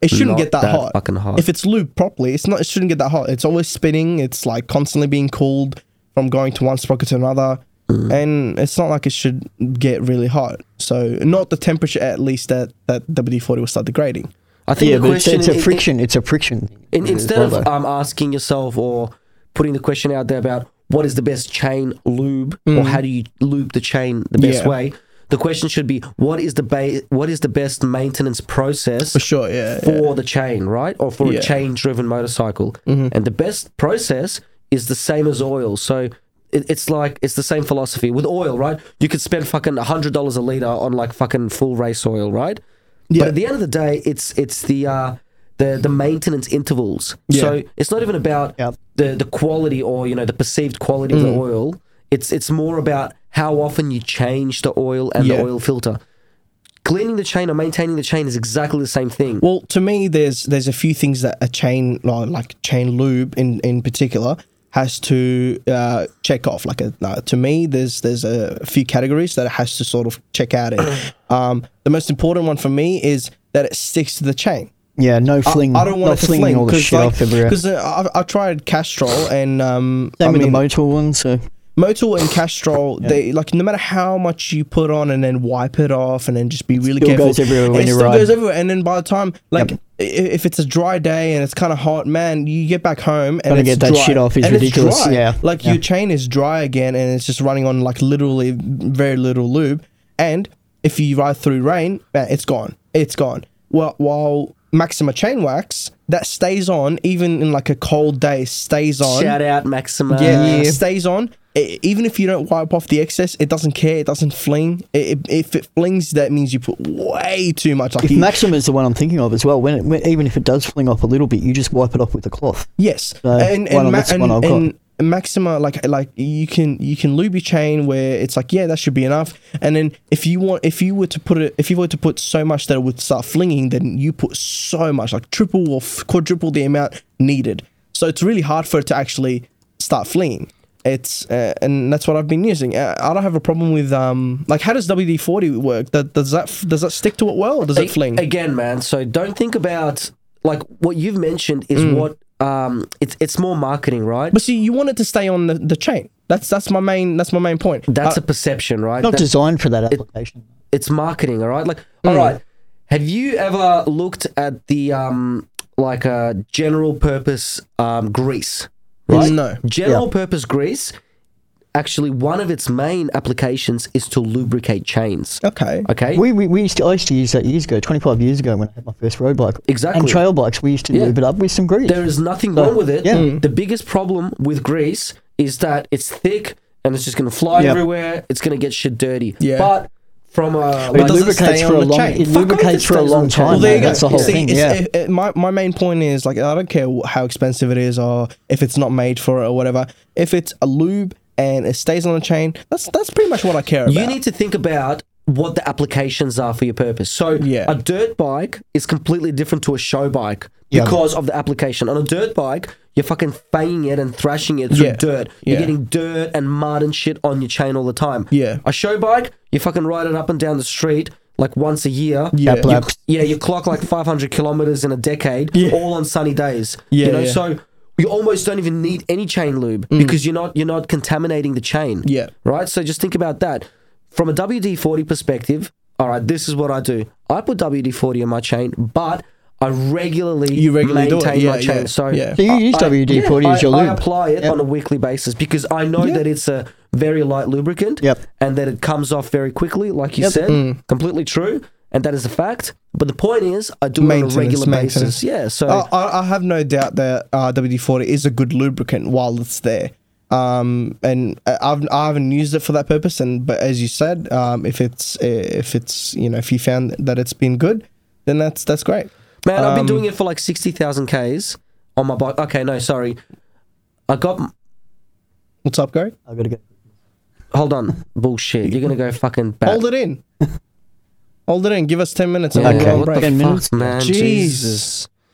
It shouldn't
Not
get that,
that
hot.
fucking hot.
If it's lubed properly, it's not. It shouldn't get that hot. It's always spinning. It's like constantly being cooled from going to one sprocket to another,
Mm.
and it's not like it should get really hot. So not the temperature at least that that WD-40 will start degrading.
I think
yeah,
the
but it's,
question
it's a
i- i-
friction. It's a friction.
in,
as
instead
well,
of
though.
um, asking yourself or putting the question out there about what is the best chain lube or how do you lube the chain the best
Mm. Yeah.
way, the question should be what is the ba- what is the best maintenance process
For sure, yeah. yeah.
for the chain, right? Or for
Yeah. Mm-hmm.
a chain driven motorcycle. And the best process is the same as oil. So it, it's like, it's the same philosophy with oil, right? You could spend fucking $100 a litre on like fucking full race oil, right?
Yeah.
But at the end of the day, it's it's the uh, the the maintenance intervals. So it's not even about
Yep.
the the quality or you know the perceived quality of
Mm-hmm.
the oil. It's it's more about how often you change the oil and
Yeah.
the oil filter. Cleaning the chain or maintaining the chain is exactly the same thing.
Well, to me, there's there's a few things that a chain like- like chain lube in in particular has to uh, check off. Like a, uh, to me, there's there's a few categories that it has to sort of check out.
[CLEARS THROAT]
In. Um, the most important one for me is that it sticks to the chain.
yeah, no fling.
I don't want
not
it to fling
all the
because
shit off everywhere. Same
because uh, I, I tried Castrol and um, I
with
mean,
the Motul one. So
Motul and Castrol, they like no matter how much you put on and then wipe it off and then just be really
still
careful.
goes everywhere
it
when you
still
ride.
goes everywhere, and then by the time like i if it's a dry day and it's kind of hot, man, you get back home and
Gotta
it's
get that
dry.
shit off is
And it's
ridiculous,
dry.
yeah.
like
Yeah.
your chain is dry again and it's just running on like literally very little lube. And if you ride through rain, man, it's gone. It's gone. Well, while Maxima chain wax that stays on even in like a cold day stays on.
Shout out Maxima.
Yeah, it stays on. E- even if you don't wipe off the excess, it doesn't care. It doesn't fling. It, it, if it flings, that means you put way too much. Like
if
you-
Maxim is the one I'm thinking of as well, when, it, when even if it does fling off a little bit, you just wipe it off with a cloth.
yes,
So,
and and,
one of-
ma-
that's
and,
one I've got.
and Maxima, like like you can you can lube your chain where it's like yeah that should be enough. And then if you want if you were to put it if you were to put so much that it would start flinging, then you put so much like triple or f- quadruple the amount needed. So it's really hard for it to actually start flinging. It's uh, and that's what I've been using. Uh, I don't have a problem with um like how does WD forty work? That does that f- does that stick to it well? Or does it
A-
fling?
Again, man. So don't think about like what you've mentioned is what um it's it's more marketing, right?
Mm. but see, you want it to stay on the, the chain. That's that's my main that's my main point. Uh,
That's a perception, right?
Not
That-
designed for that application.
it's marketing, all right? Like,
Mm.
all right. Have you ever looked at the um like a general purpose um grease? Right?
No.
General purpose grease actually one of its main applications is to lubricate chains.
Okay.
Okay?
we, we, we used to, I used to use that years ago, 25 years ago when I had my first road bike.
Exactly.
And trail bikes, we used to
Yeah.
lube it up with some grease.
There is nothing wrong with it.
yeah. Mm.
The biggest problem with grease is that it's thick and it's just going to fly
Yep.
everywhere. It's going to get shit dirty.
Yeah.
But from a
It
like,
doesn't
lubricates
stay
for
on
a
the
long.
chain.
It
Fuck off,
lubricates
it
for a
stays on
long
the chain.
time.
Well,
though.
there you go.
That's the whole
You see,
thing.
it's-
Yeah.
it- it- my, my main point is like I don't care wh- how expensive it is or if it's not made for it or whatever. If it's a lube and it stays on the chain, that's that's pretty much what I care about.
You need to think about what the applications are for your purpose. So
Yeah.
a dirt bike is completely different to a show bike
Yeah.
because of the application. On a dirt bike, You're fucking fanging it and thrashing it through
Yeah.
dirt. You're
Yeah.
getting dirt and mud and shit on your chain all the time.
Yeah.
A show bike, you fucking ride it up and down the street like once a year.
Yeah.
Lap laps.
Yeah, you clock like 500 kilometers in a decade,
Yeah.
all on sunny days.
Yeah,
you know,
yeah. Mm.
so you almost don't even need any chain lube because you're not you're not contaminating the chain.
Yeah.
right. So just think about that from a WD forty perspective. All right, this is what I do. I put WD forty on my chain, but I regularly
You regularly do it,
maintain my
yeah,
chain.
yeah,
So
yeah.
So you use WD-40
I-
as your
I,
lube.
apply it
Yep.
on a weekly basis because I know
Yeah.
that it's a very light lubricant
Yep.
and that it comes off very quickly, like you
Yep. Mm.
said. Completely true. And that is a fact. But the point is, I do it on a
Maintenance,
regular
maintenance.
basis. Yeah. So,
Oh,
I, I- I have no doubt that uh, WD-40 is a good lubricant while it's there. Um, and I- I've I haven't used it for that purpose. And but as you said, um, if it's if it's you know if you found that it's been good, then that's that's great.
man, I've been
um,
doing it for like 60,000 Ks on my bike. Okay, no, sorry. I got.
What's up, Gary?
I've got to go.
Hold on. Bullshit. You're going to go fucking back.
Hold it in. [LAUGHS] Hold it in. Give us ten minutes. And
Yeah,
okay.
Okay.
We'll go on
What the
break.
fuck,
10 minutes.
man?
Jesus.
Jesus.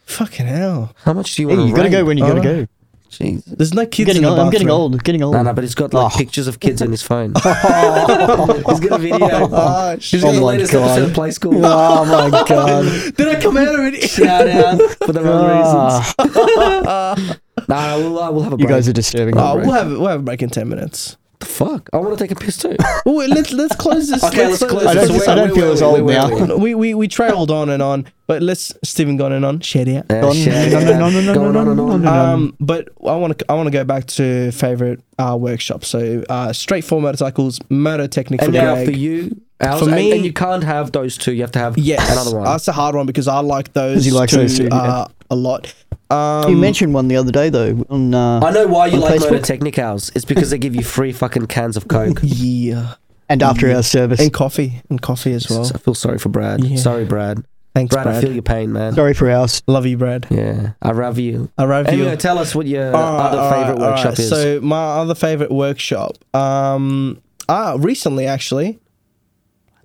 Fucking hell.
How much do you
Hey,
want
you
to
got to go when you got to
Alright.
go.
Jesus.
There's no kids
Getting
in
old.
the
I'm getting
bathroom.
old. Getting old.
No, no, but he's got like
Oh.
pictures of kids on
[LAUGHS]
his phone. he's got a video.
Oh, shit.
He's got
Oh
the
my
latest
God.
episode of Play School.
[LAUGHS] Oh
[LAUGHS]
my god.
Did I come out already?
Shout out for the wrong reasons.
Ah,
Nah, we'll, uh, we'll have a
you
break.
guys are disturbing.
Oh,
me.
we'll have we'll have a break in ten minutes.
the fuck? I want to take a piss too.
Oh, wait, let's let's close this.
[LAUGHS] Okay, let's close
I
this.
don't,
So where-
I
where
don't feel
were
as
we?
old
Where
now.
were
we
we?
we we trailed on and on, but let's Stephen gone and on. Shout out.
Yeah,
Gone.
shit.
No, no, no, no, no,
Going
no,
on and
no,
on.
no, no.
Um, but I want to I want to go back to favorite uh, workshop. So uh, straight four motorcycles, motor technique for
And now for
Greg.
you, ours,
For
and-
me-
and, you can't have those two. You have to have
Yes,
another one.
that's a hard one because I like those.
He likes
two,
those too, yeah.
uh, a lot. Um,
You mentioned one the other day though. On uh,
I know why you
On
like
Facebook?
Motor Technic ours. It's because they give you free fucking cans
[LAUGHS]
of Coke.
yeah,
and after our service.
and coffee and coffee as well.
I feel sorry for Brad.
Yeah.
Sorry, Brad.
Thanks,
Brad,
Brad.
I feel your pain, man.
Sorry for ours.
Love you, Brad.
Yeah, I love you.
I love you.
Anyway, tell us what
Uh,
your
All right,
other
all
favorite
right, all
workshop
right.
is.
So my other favorite workshop, um, ah, recently actually.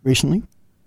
Recently,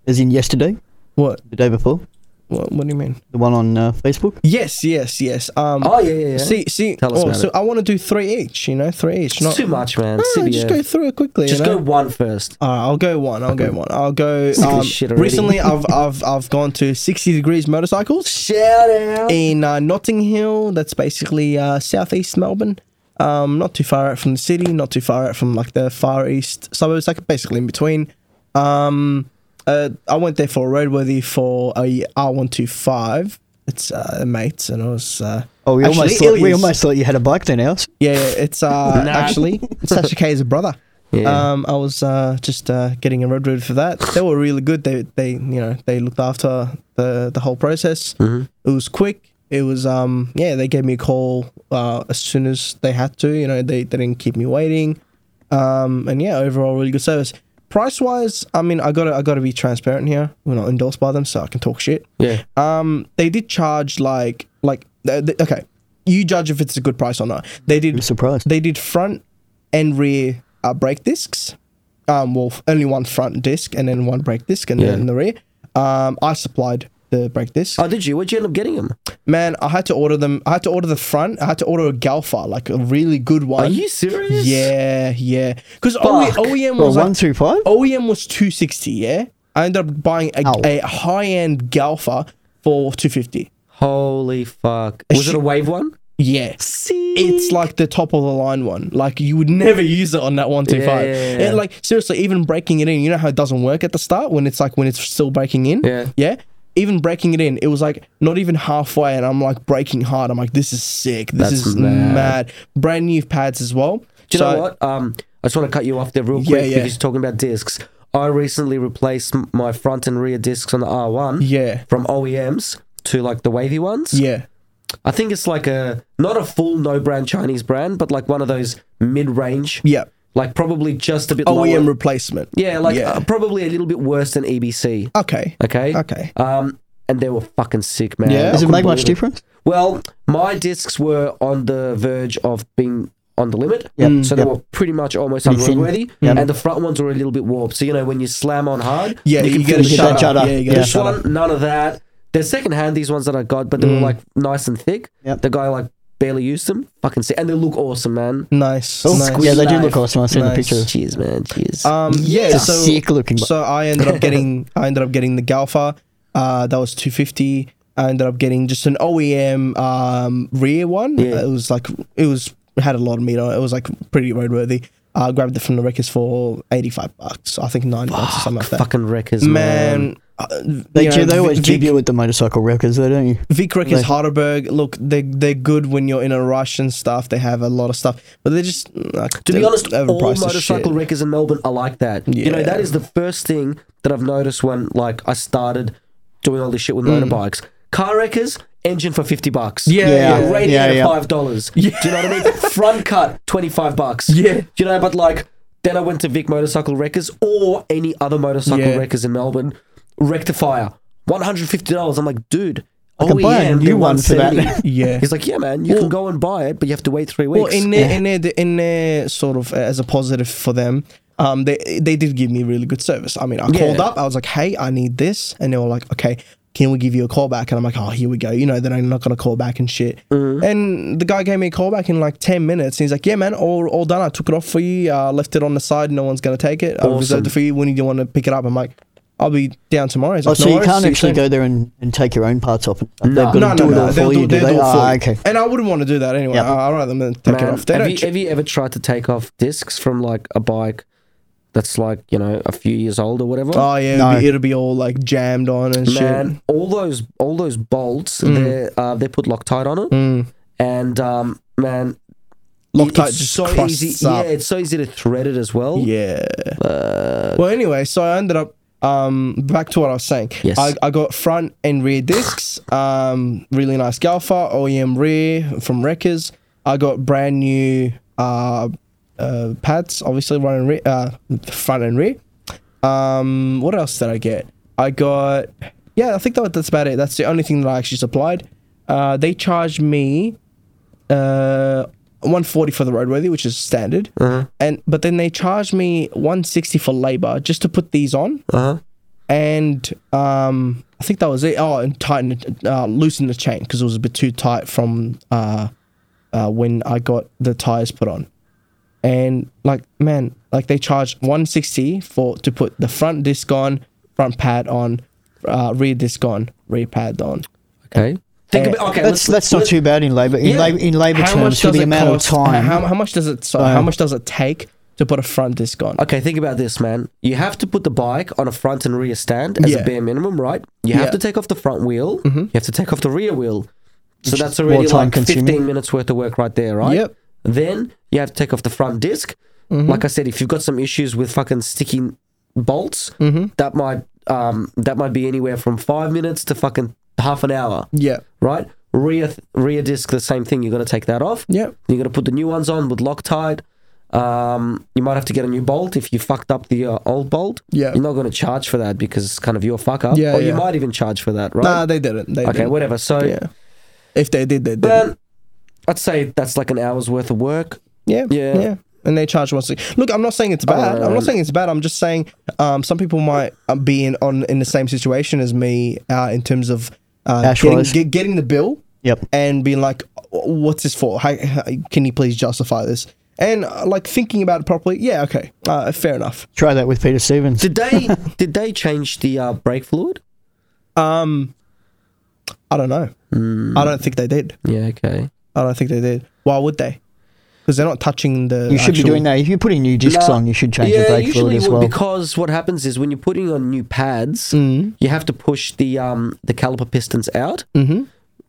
as in yesterday,
What?
the day before,
What, what do you mean?
the one on uh, Facebook.
Yes, yes, yes. Um,
oh yeah, yeah, yeah.
See, see.
Tell us
oh,
about
so
it.
I want to do three each. You know, three each.
it's
Not
too much, man.
No, no, just
CBF.
go through it quickly.
Just
you know?
go one first.
All right, I'll go one. I'll go one. I'll go.
of
Um,
this shit already.
recently, I've I've I've gone to sixty degrees motorcycles
Shout out.
in uh, Notting Hill. That's basically uh, southeast Melbourne. Um, not too far out from the city. Not too far out from like the far east suburbs. Like basically in between. Um, uh, I went there for a roadworthy for a R one two five. It's uh, mates, and I was. Uh,
Oh, we
actually,
almost thought, we
Ilias.
almost thought you had a bike then, ours.
Yeah, yeah, it's
[LAUGHS]
uh, actually Sasha K is a brother.
Yeah.
Um, I was uh, just uh, getting a red road for that. They were really good. They they you know they looked after the the whole process. It was quick. It was um yeah they gave me a call uh, as soon as they had to. You know they, they didn't keep me waiting. Um, and yeah, overall really good service. Price wise, I mean I gotta I gotta be transparent here. We're not endorsed by them, so I can talk shit.
yeah.
Um, they did charge like like th- th- okay, you judge if it's a good price or not. They
I'm
did
surprised.
they did front and rear uh, brake discs. Um, well, f- only one front disc and then one brake disc and
Yeah.
then the rear. Um, I supplied the brake disc.
Oh, did you? Where'd you end up getting them?
Man, I had to order them. I had to order the front. I had to order a Galfa, like a really good one.
Are you serious?
Uh, Yeah, yeah. E, Because
Fuck.
OEM
Well,
was like
one through five.
OEM was 260, yeah? I ended up buying a,
Ow.
a high end Galfa for 250.
Holy fuck. Was it a wave one?
Yeah.
See?
It's like the top of the line one. Like you would never use it on that 125.
Yeah, yeah, yeah.
And like seriously, even breaking it in, you know how it doesn't work at the start when it's like when it's still breaking in?
Yeah.
Yeah. Even breaking it in, it was like not even halfway, and I'm like breaking hard. I'm like, this is sick. This
That's
is
mad.
mad. Brand new pads as well.
Do you
So-
know what? Um, I just want to cut you off there real
Yeah,
quick
yeah.
because you're talking about discs. I recently replaced m- my front and rear discs on the R1
Yeah.
from OEMs to like the wavy ones.
Yeah.
I think it's like a not a full no brand Chinese brand, but like one of those mid range.
Yeah. E
Like probably just a bit
OEM
lower.
replacement.
yeah, like uh, probably a little bit worse than EBC.
Okay.
Okay.
Okay.
Um, and they were fucking sick, man.
Yeah?
I
Does it
couldn't
make much
believe it.
difference?
Well, my discs were on the verge of being on the limit.
Yep.
So they
Yep.
were pretty much almost
Pretty thin.
unroadworthy.
Yep.
And the front ones were a little bit warped. So, you know, when you slam on hard,
Yeah, you,
can
get
feel
a
the
get
shut
that
up.
shudder.
Yeah, you get
Yeah.
a
This
shut up.
one, none of that. They're secondhand, these ones that I got, but they were like nice and thick.
Yep.
The guy like barely used them. Fucking sick. And they look awesome, man.
Nice.
Oh,
nice.
yeah, they do
knife.
look awesome. I've seen
Nice.
the picture.
Cheers, man. Cheers.
Um, yeah,
It's
so
a sick looking bu-
So I ended up getting I ended up getting the Galfa. Uh, that was two fifty. I ended up getting just an OEM um, rear one.
Yeah.
It was like it was it had a lot of meat on it. It was like pretty roadworthy. I grabbed it from the wreckers for eighty five bucks. I think ninety bucks or something like that.
Ah, Fucking wreckers, man.
man. uh,
They,
you know,
ju- they always
Vic-
jib you with the motorcycle wreckers, though, don't you?
Vic Wreckers
Like-
Heidelberg, look, they they're good when you're in a rush and stuff. They have a lot of stuff, but they're just like,
To be
they're
honest, all
overpriced as shit.
motorcycle wreckers in Melbourne are like that. You know, that
Yeah.
is the first thing that I've noticed when like I started doing all this shit with
Mm.
motorbikes. Car wreckers, engine for fifty bucks.
Yeah,
Yeah.
yeah.
radiator
yeah, yeah.
five dollars. Do you know what I
[LAUGHS]
mean? Front cut twenty five bucks.
Yeah.
Do you know? But like then I went to Vic Motorcycle Wreckers or any other motorcycle
Yeah.
wreckers in Melbourne. Rectifier, one hundred fifty dollars. I'm like, dude, E I
can buy a new one for that.
[LAUGHS] Yeah.
He's like, yeah, man, you can go and buy it, but you have to wait three weeks.
Well, in their, in their in their sort of uh, as a positive for them, um, they they did give me really good service. I mean, I called
Yeah.
up, I was like, "Hey, I need this," and they were like, "Okay, can we give you a call back?" And I'm like, "Oh, here we go." You know, then I'm not gonna call back and shit.
Mm-hmm.
And the guy gave me a call back in like ten minutes, and he's like, "Yeah, man, all all done. I took it off for you. Uh, left it on the side. No one's gonna take it. I reserved it for you. When you want to pick it up, I'm like." I'll be down tomorrow. He's
Oh,
like,
so
"No
you
worries,
can't
see
actually
soon."
go there and, and take your own parts off. and stuff.
No.
They've got
No,
to
no,
do it
no.
all for
They'll
you,
do,
do
they'll
they?
do it for
Ah,
you.
okay.
And I wouldn't want to do that anyway.
Yeah.
I, I'd rather them than take it
Man,
off. They
have,
don't
you,
ch-
have you ever tried to take off discs from like a bike that's like you know a few years old or whatever?
Oh yeah,
No.
it'll, be, it'll be all like jammed on and
Man, all those all those bolts
Mm.
they uh, they put Loctite on it, and um, man,
shit. Loctite
it's
just
so
crusts
easy.
up.
Yeah, it's so easy to thread it as well.
Yeah. well, anyway, so I ended up um back to what I was saying.
Yes.
I, I got front and rear discs. um, really nice Galfa OEM rear from Wreckers. I got brand new uh, uh pads, obviously front and rear. Uh, front and rear. Um, what else did I get? I got yeah, I think that, that's about it. That's the only thing that I actually supplied. Uh, they charged me uh, 140 for the roadworthy, which is standard. And but then they charged me 160 for labor just to put these on.
Uh-huh.
And um, I think that was it. Oh, and tighten, it- uh, loosen the chain because it was a bit too tight from uh, uh, when I got the tires put on. And like man, like they charged 160 for to put the front disc on, front pad on, uh, rear disc on, rear pad on.
Okay. Think
Uh,
about okay.
That's
Let's,
that's not too bad in labour. In
Yeah.
labour, in labour
How much
terms, for
does
the
it
amount
cost-
of time.
How, how much does it? So, how much does it take to put a front disc on?
Okay, think about this, man. You have to put the bike on a front and rear stand as
Yeah.
a bare minimum, right? You have
Yeah. Mm-hmm.
to take off the front wheel. You have to take off the rear wheel. So that's
more
already
time
like
consuming.
15 minutes worth of work right there, right?
Yep. Mm-hmm.
Then you have to take off the front disk Like I said, if you've got some issues with fucking sticky bolts,
Mm-hmm.
that might um, that might be anywhere from five minutes to fucking half an hour,
Yeah.
right? Rear rear disc, the same thing. You're gonna take that off.
Yep.
You're gonna put the new ones on with Loctite. Um, you might have to get a new bolt if you fucked up the uh, old bolt.
Yeah.
you're not gonna charge for that because it's kind of your fuck up.
Yeah,
or you
yeah.
might even charge for that, right?
Nah, they didn't. They
okay,
didn't.
whatever. So,
Yeah. If they did, they did.
man, I'd say that's like an hour's worth of work.
yeah.
yeah.
Yeah. And they charge one sixty. Look, I'm not saying it's bad. I'm not saying it's bad. I'm just saying um, some people might uh, be in on in the same situation as me uh, in terms of uh,
Cash
getting,
wise.
get, getting the bill.
Yep.
and being like, "What's this for? How, how- can you please justify this?" And uh, like thinking about it properly, yeah, okay, uh, fair enough.
Try that with Peter Stevens.
Did
[LAUGHS]
they did they change the uh, brake fluid?
I don't know. I don't think they did.
Yeah, okay.
Oh, I don't think they did. Why would they? Because they're not touching the.
You should be
actual-
doing that. If you're putting new discs
Nah,
on, you should change
yeah,
the brake
usually
fluid as
would,
well.
because what happens is when you're putting on new pads,
Mm. Mm-hmm.
you have to push the um the caliper pistons out, mm-hmm.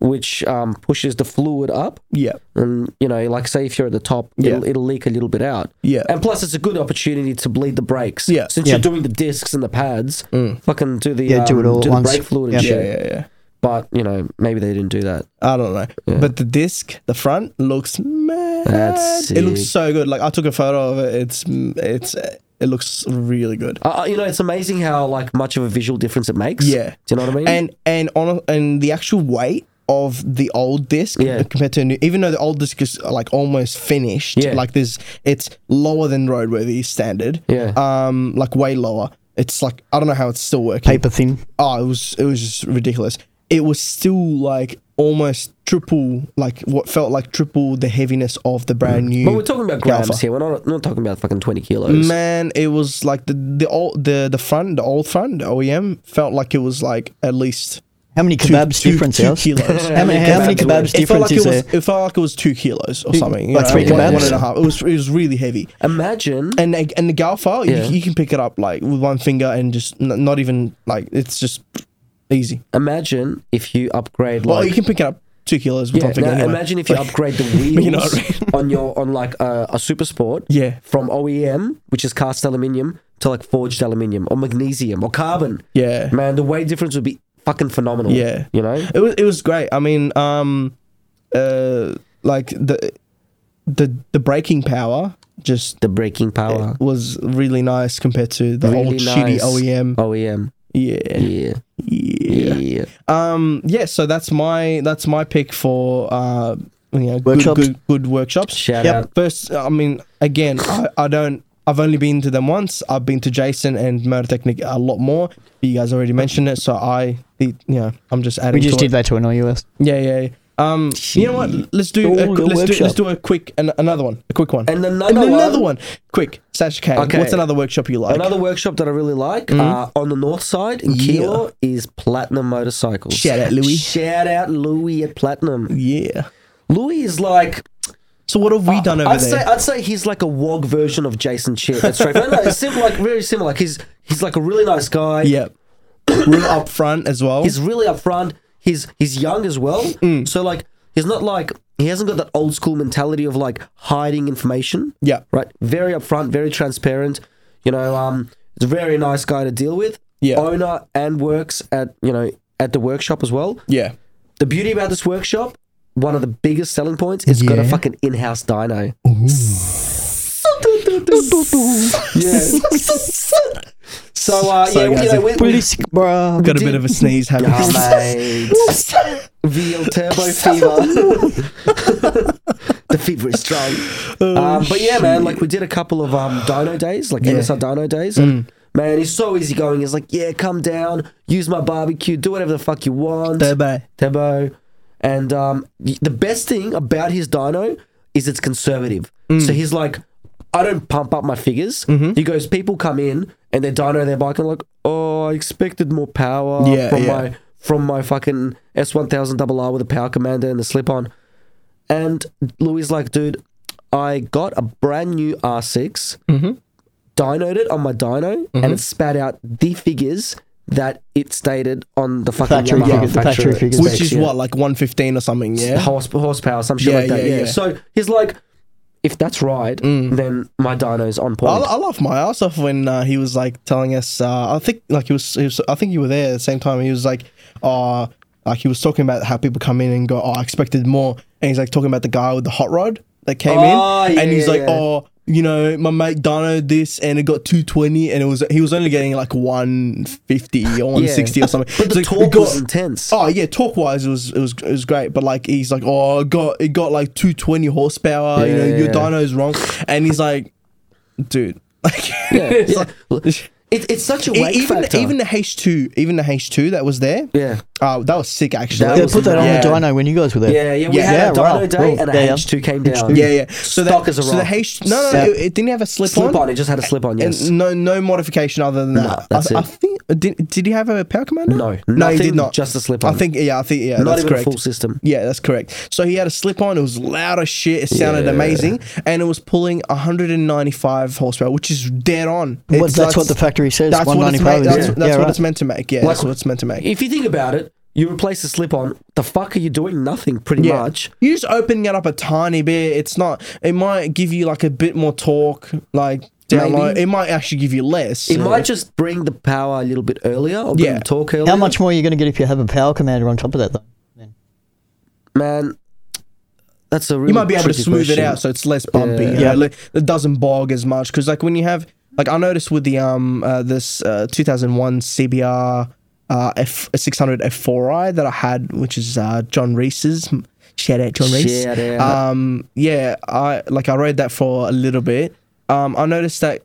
which um pushes the fluid up.
Yeah,
And you know, like say if you're at the top, it'll, it'll leak a little bit out.
Yeah.
And plus, it's a good opportunity to bleed the brakes.
Yeah. Mm.
Since
Yeah.
you're doing the discs and the pads, fucking do the
Yeah, do
um,
it all at
the
once.
brake fluid and
Yeah.
yeah,
shit.
yeah, yeah.
But you know, maybe they didn't do that.
I don't know. But the disc, the front looks mad.
That's
It looks
sick.
so good. Like I took a photo of it. It's it's it looks really good.
Uh, uh, you know, it's amazing how like much of a visual difference it makes.
Yeah.
Do you know what I mean?
and and on and the actual weight of the old disc
Yeah.
compared to a new, even though the old disc is like almost finished,
Yeah.
like there's it's lower than roadworthy standard,
Yeah.
um, like way lower. It's like I don't know how it's still working.
Paper thin.
Oh, it was it was just ridiculous. It was still like almost triple, like what felt like triple the heaviness of the brand new.
Mm. But we're talking about grams
Alpha.
here. We're not, not talking about fucking 20 kilos.
Man, it was like the the old the the front, the old front, the OEM felt like it was like at least
How many kebabs
two-
difference,
two
Alice?
kilos. [LAUGHS]
How many, how many kebabs
Kebabs worth.
It felt
difference
like it was.
is there?
It felt like it was two kilos or something. you
like
know,
three
one-
kebabs?
one and a half. It was it was really heavy.
Imagine.
And the- and the galfa,
Yeah.
you, you can pick it up like with one finger and just n- not even like it's just easy.
Imagine if you upgrade
Well,
like
you can pick it up two kilos with
yeah,
one finger.
now
anyway.
imagine if you
Like,
upgrade the
[LAUGHS] you know
wheels
what I
on your on like uh, a, a super sport
Yeah.
from OEM which is cast aluminium to like forged aluminium or magnesium or carbon
Yeah.
man the weight difference would be fucking phenomenal
Yeah.
you know
It was it was great. I mean, um, uh, like the the the braking power just
the braking power
was really nice compared to the
Uh-huh. Really
old shitty
nice.
OEM.
OEM
Yeah,
yeah
yeah.
yeah, yeah.
Um, yeah. So that's my that's my pick for uh, you know, good,
Workshops.
good good workshops.
shout
Yep.
out
First, I mean, again, I, I don't. I've only been to them once. I've been to Jason and Murder Technique a lot more. You guys already mentioned it, so I, you know, I'm just adding.
We just
to it.
did that to annoy you, Alice.
Yeah, yeah. yeah. Um, you know what? Let's do
All
a,
the
let's do let's
workshop.
do a quick an, another one, a quick one,
And another
another one.
one.
Quick, Sasha Kane.
Okay.
What's another workshop you like?
Another workshop that I really like uh, on the north side in
Mm-hmm. Yeah.
Keilor is Platinum Motorcycles.
Shout out, Louis.
Shout out Louis at Platinum.
Yeah.
Louis is like
So what have we done over
Uh, I'd
there?
say I'd say he's like a wog version of Jason Chit. That's right. no, no, it's sim- like very similar. Like he's he's like a really nice guy.
yeah. Real up front as well.
He's really upfront. He's he's young as well.
Mm.
So like he's not like he hasn't got that old school mentality of like hiding information.
Yeah.
Right. Very upfront, very transparent. You know, um, he's a very nice guy to deal with.
Yeah.
Owner and works at you know at the workshop as well. [LAUGHS]
yeah.
The beauty about this workshop, one of the biggest selling points, it's got a
Yeah.
fucking in-house dyno. So uh,
Sorry,
yeah,
guys,
you know, we, we,
Police, bruh.
Got a bit of a sneeze happening.
Oh, mate.
[LAUGHS]
VL Turbo Fever. the fever is strong. um, but yeah, man, like we did a couple of um, dino days, like NSR dino days. And Man, he's so easygoing. He's like, yeah, come down, use my barbecue, do whatever the fuck you want.
Turbo.
Turbo. And um, y- the best thing about his dino is it's conservative. So
Mm.
he's like, I don't pump up my figures.
Mm-hmm.
He goes, people come in and they dyno their bike and like, oh, I expected more power
Yeah,
from
yeah.
my from my fucking S1000RR with a power commander and the slip on. And Louis is like, dude, I got a brand new R6,
Mm-hmm.
dynoed it on my dyno, and it spat out the figures that it stated on the fucking
Factory
Yamaha
figures, the factory
factory
figures.
Which is
yeah.
what, like one fifteen or something, yeah?
horse, horsepower, some shit
Yeah,
like
yeah,
that.
Mm.
Yeah,
yeah.
So he's like, if that's right, then my dyno's on point.
I, I laughed my ass off when uh, he was like telling us. Uh, I think like he was, he was. I think you were there at the same time. He was like, uh, like he was talking about how people come in and go, "Oh, I expected more," and he's like talking about the guy with the hot rod that came
Oh,
in,
yeah,
and he's
yeah,
like,
yeah.
"Oh, you know, my mate dynoed this, and it got 220, and it was he was only getting like 150 or 160 or something."
[LAUGHS] But the
So it
torque
got-
was intense.
Oh yeah, talk wise it was it was it was great, but like he's like, oh, it got it got like two twenty horsepower. you know,
Yeah,
your
yeah.
dyno's wrong, and he's like, dude, [LAUGHS] like,
yeah,
it's
yeah.
like-
It, it's such a
E-
wake
even
factor.
even the H two, even the H two that was there.
yeah.
Oh, that was sick actually.
That
Yeah,
was
put that on
yeah.
the dyno when you guys were there.
Yeah, yeah, we
Yeah,
had a dyno
yeah, right,
day
cool.
and a
Yeah, yeah.
H2 came down.
yeah, yeah. So
Stock
that,
as a
so the
rock.
H no no,
Yeah.
it, it didn't have a slip,
Slip on, it just had a slip on, yes.
And no no modification other than that.
that's
I, I
it.
think did did he have a power commander?
No,
no, he
nothing,
did not.
just a slip
I
on.
think yeah, I think yeah,
Not
that's
even
correct.
a full system.
Yeah, that's correct. So he had a slip on. It was loud as shit. It sounded
Yeah.
amazing, and it was pulling 195 horsepower, which is dead on. It's-
that's what the factory says,
That's what it's, ma-
195 is
that's,
it?
that's
Yeah,
what
right.
it's meant to make. Yeah, that's what it's meant to make.
If you think about it, you replace the slip on, the fuck are you doing? Nothing, pretty
Yeah.
much.
You're just opening it up a tiny bit. It's not. It might give you like a bit more torque, like down
Maybe.
low. It might actually give you less.
It might just bring the power a little bit earlier or bring
Yeah.
the torque earlier.
How much more are you going to get if you have a power commander on top of that, though?
Man, that's a really
you might be able to
tricky
smooth it
question.
out so it's less bumpy. Yeah,
Yeah.
Yeah.
it doesn't bog as much because like when you have like I noticed with the um uh, this uh, 2001 CBR uh, F 600 F4i that I had, which is uh, John Reese's. Shout out John Reese.
Shout out.
Um, yeah, I like I rode that for a little bit. Um, I noticed that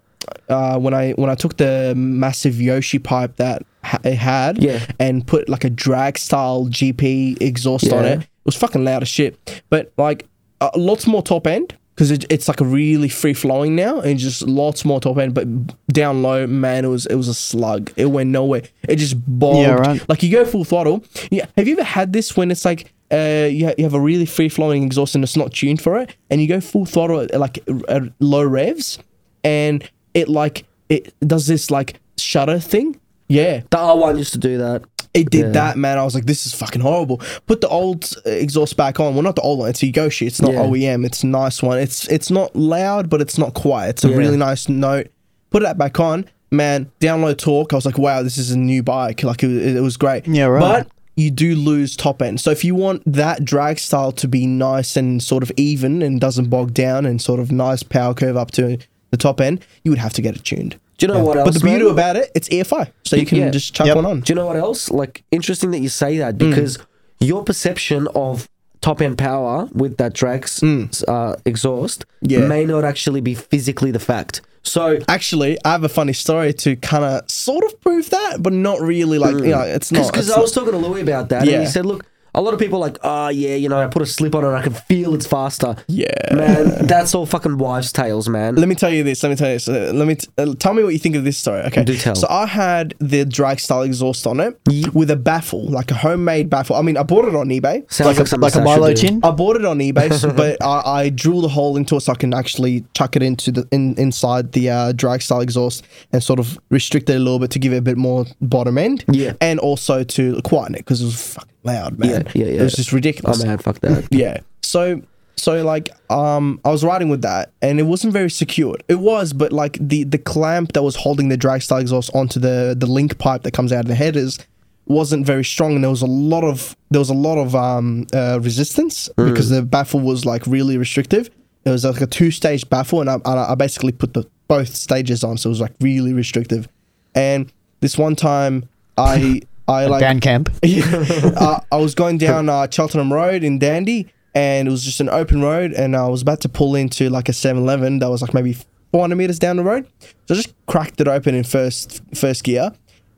uh, when I when I took the massive Yoshi pipe that ha- it had
Yeah.
and put like a drag style GP exhaust on
Yeah.
it. It was fucking loud as shit. But like uh, lots more top end because it, it's like a really free flowing now and just lots more top end. But down low, man, it was it was a slug. It went nowhere. It just bogged.
right.
Like you go full throttle. Yeah. Have you ever had this when it's like uh, you, ha- you have a really free flowing exhaust and it's not tuned for it, and you go full throttle at like r- at low revs, and it like it does this like shudder thing. Yeah,
The R1 used to do that.
it did
Yeah.
that, man. I was like, this is fucking horrible. Put the old uh, exhaust back on. Well, not the old one. It's Egoshi. It's not
Yeah.
OEM. It's a nice one. It's it's not loud, but it's not quiet. It's a
Yeah.
really nice note. Put that back on, man. Download torque. I was like, wow, this is a new bike. Like it, it, it was great.
Yeah, right.
But you do lose top end. So if you want that drag style to be nice and sort of even and doesn't bog down and sort of nice power curve up to the top end, you would have to get it tuned.
Do you know what else?
But the beauty
man?
about it, it's EFI, so you can
Yeah.
just chuck
Yep.
one on.
Do you know what else? Like, interesting that you say that
Mm.
because your perception of top end power with that Drax uh, exhaust
Mm. Yeah.
may not actually be physically the fact. So,
Actually, I have a funny story to kind of sort of prove that, but not really. Like, you know, it's not.
because
it's
Hmm. I was talking to Louis about that, and
Yeah.
he said, "Look, a lot of people are like, oh yeah, you know, I put a slip on and I can feel it's faster."
Yeah.
man, that's all fucking wives' tales, man.
Let me tell you this. Let me tell you this. Uh, let me t- uh, tell me what you think of this story. Okay.
Do tell.
So I had the drag style exhaust on it with a baffle, like a homemade baffle. I mean, I bought it on eBay.
Sounds like, something
like a
Sasha
Milo
do.
chin.
I bought it on eBay,
[LAUGHS]
so, but I, I drilled a hole into it so I can actually chuck it into the in, inside the uh, drag style exhaust and sort of restrict it a little bit to give it a bit more bottom end.
Yeah.
And also to quieten it because it was fucking loud, man.
Yeah, yeah, yeah.
It was just
Oh
ridiculous.
man,
[LAUGHS]
fuck that.
Yeah. So so like um I was riding with that and it wasn't very secured. It was, but like the the clamp that was holding the drag style exhaust onto the the link pipe that comes out of the headers wasn't very strong and there was a lot of there was a lot of um uh, resistance because the baffle was like really restrictive. It was like a two stage baffle and I, I I basically put the both stages on so it was like really restrictive. And this one time I I like
Dan Camp.
uh, [LAUGHS] I was going down uh, Cheltenham Road in Dandy, and it was just an open road, and I was about to pull into like a 7-Eleven that was like maybe 400 meters down the road. So I just cracked it open in first first gear,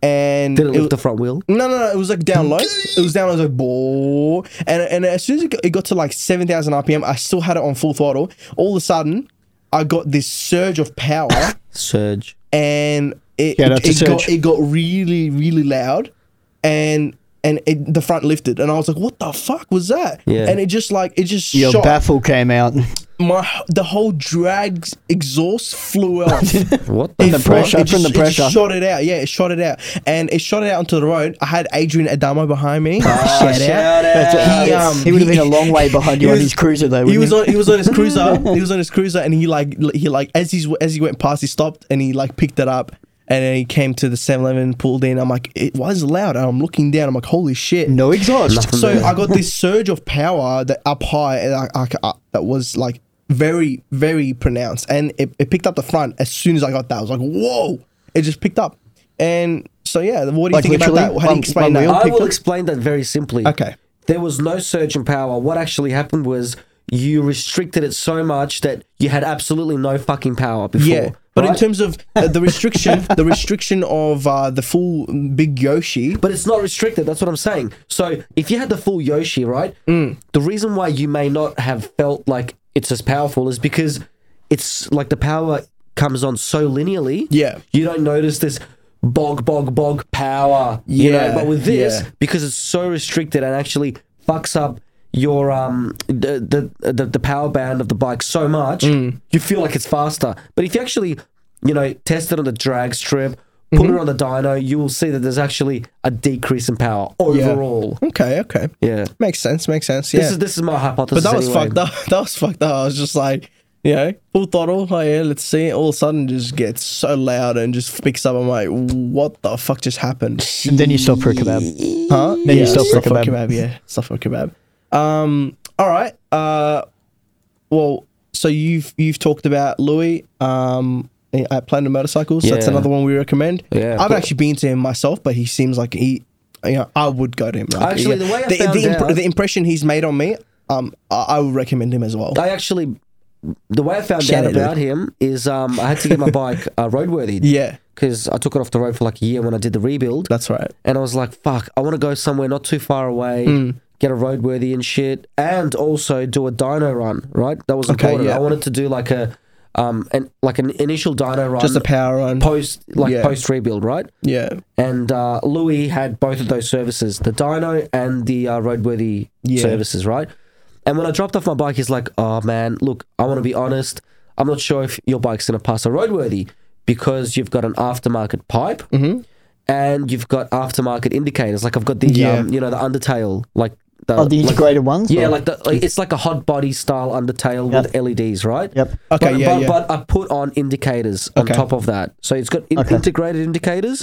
and
Did it
was-
lift the
[LAUGHS]
front wheel?
no, no, no. It was like down low. It was down low. It was like, boy. And, and as soon as it got, it got to like 7,000 RPM, I still had it on full throttle. All of a sudden, I got this surge of
[LAUGHS]
power
Surge.
and it
Shout out
it,
to
it got
Serge.
it got really really loud, and and it, the front lifted, and I was like, "What the fuck was that?"
Yeah.
And it just like it just
Your
shot
baffle came out.
my the whole drag exhaust flew
[LAUGHS]
off.
What
It
the?
flew-
the pressure,
it just-
from the
it just
pressure.
shot it out. Yeah, it shot it out, and it shot it out onto the road. I had Adrian Adamo behind me.
[LAUGHS]
Ah, shout
That's it.
Ah, He, um,
he would have
he-
been a long way behind you
he
on
was-
his cruiser though.
he
wouldn't
was on he was on his
[LAUGHS]
cruiser. he was on his cruiser, and he like l- he like as he's as he went past, he stopped and he like picked it up, and then he came to the 7-Eleven, pulled in. I'm like, it was loud, and I'm looking down. I'm like, holy shit.
no exhaust.
So I got this surge of power that up high, and I, I, I- that was like very very pronounced, and it, it picked up the front as soon as I got that. I was like, whoa! It just picked up, and so yeah. What do you
Like
think about
literally?
that? How do
One-
you explain
one
that?
wheel?
I
picked
will
up?
explain that very simply.
Okay.
There was no surge in power. What actually happened was you restricted it so much that you had absolutely no fucking power before.
Yeah, but in
right?
terms of uh, the [LAUGHS] restriction, the restriction of uh, the full big Yoshi,
But it's not restricted. That's what I'm saying. So if you had the full Yoshi, right?
Mm.
The reason why you may not have felt like it's as powerful is because it's like the power comes on so linearly.
Yeah.
You don't notice this bog, bog, bog power. Yeah.
Yeah,
But with this,
yeah.
because it's so restricted and actually fucks up your um the the the, the power band of the bike so much,
Mm.
you feel like it's faster. But if you actually, you know, test it on the drag strip, put
Mm-hmm.
it on the dyno, you will see that there's actually a decrease in power overall.
Okay, okay.
Yeah.
Makes sense, makes sense. Yeah.
This is this is my hypothesis.
but that was
anyway.
fucked up. [LAUGHS] That was fucked up. I was just like, you know, full throttle, oh yeah, let's see. it. All of a sudden just gets so loud and just picks up. I'm like, what the fuck just [LAUGHS] happened?
And then you stop for a kebab.
Huh?
Then you stop for a kebab.
Yeah, stop for a kebab. Um, all right. Uh, well, so you've you've talked about Louis um, at Planet Motorcycles. That's
Yeah.
another one we recommend.
Yeah.
I've actually been to him myself, but he seems like he, you know, I would go to him. Like,
Actually, the way I found
the,
out-
the impression he's made on me, um, I, I would recommend him as well.
I actually the way I found
Shout out,
out about him is um, I had to get my bike uh, roadworthy.
Yeah,
Because I took it off the road for like a year when I did the rebuild.
that's right.
and I was like, fuck, I want to go somewhere not too far away,
Hmm.
get a roadworthy and shit, and also do a dyno run, right? That was
Okay,
important.
yeah.
I wanted to do like a um an like an initial dyno run
Just a power on.
post like
Yeah.
post rebuild, right?
yeah,
And uh, Louis had both of those services, the dyno and the uh, roadworthy
Yeah.
services, right? And when I dropped off my bike, he's like, "Oh man, look, I want to be honest. I'm not sure if your bike's gonna pass a roadworthy because you've got an aftermarket pipe
Mm-hmm.
and you've got aftermarket indicators. Like I've got the,
Yeah.
um, you know, the undertail, like the,
Oh, the
like-
integrated ones?
yeah,
Or-
like the like, it's like a hot body style undertail
Yep.
with LEDs, right?
Yep.
Okay,
But,
yeah,
but,
yeah.
but I put on indicators on
Okay.
top of that, so it's got in-
Okay.
integrated indicators,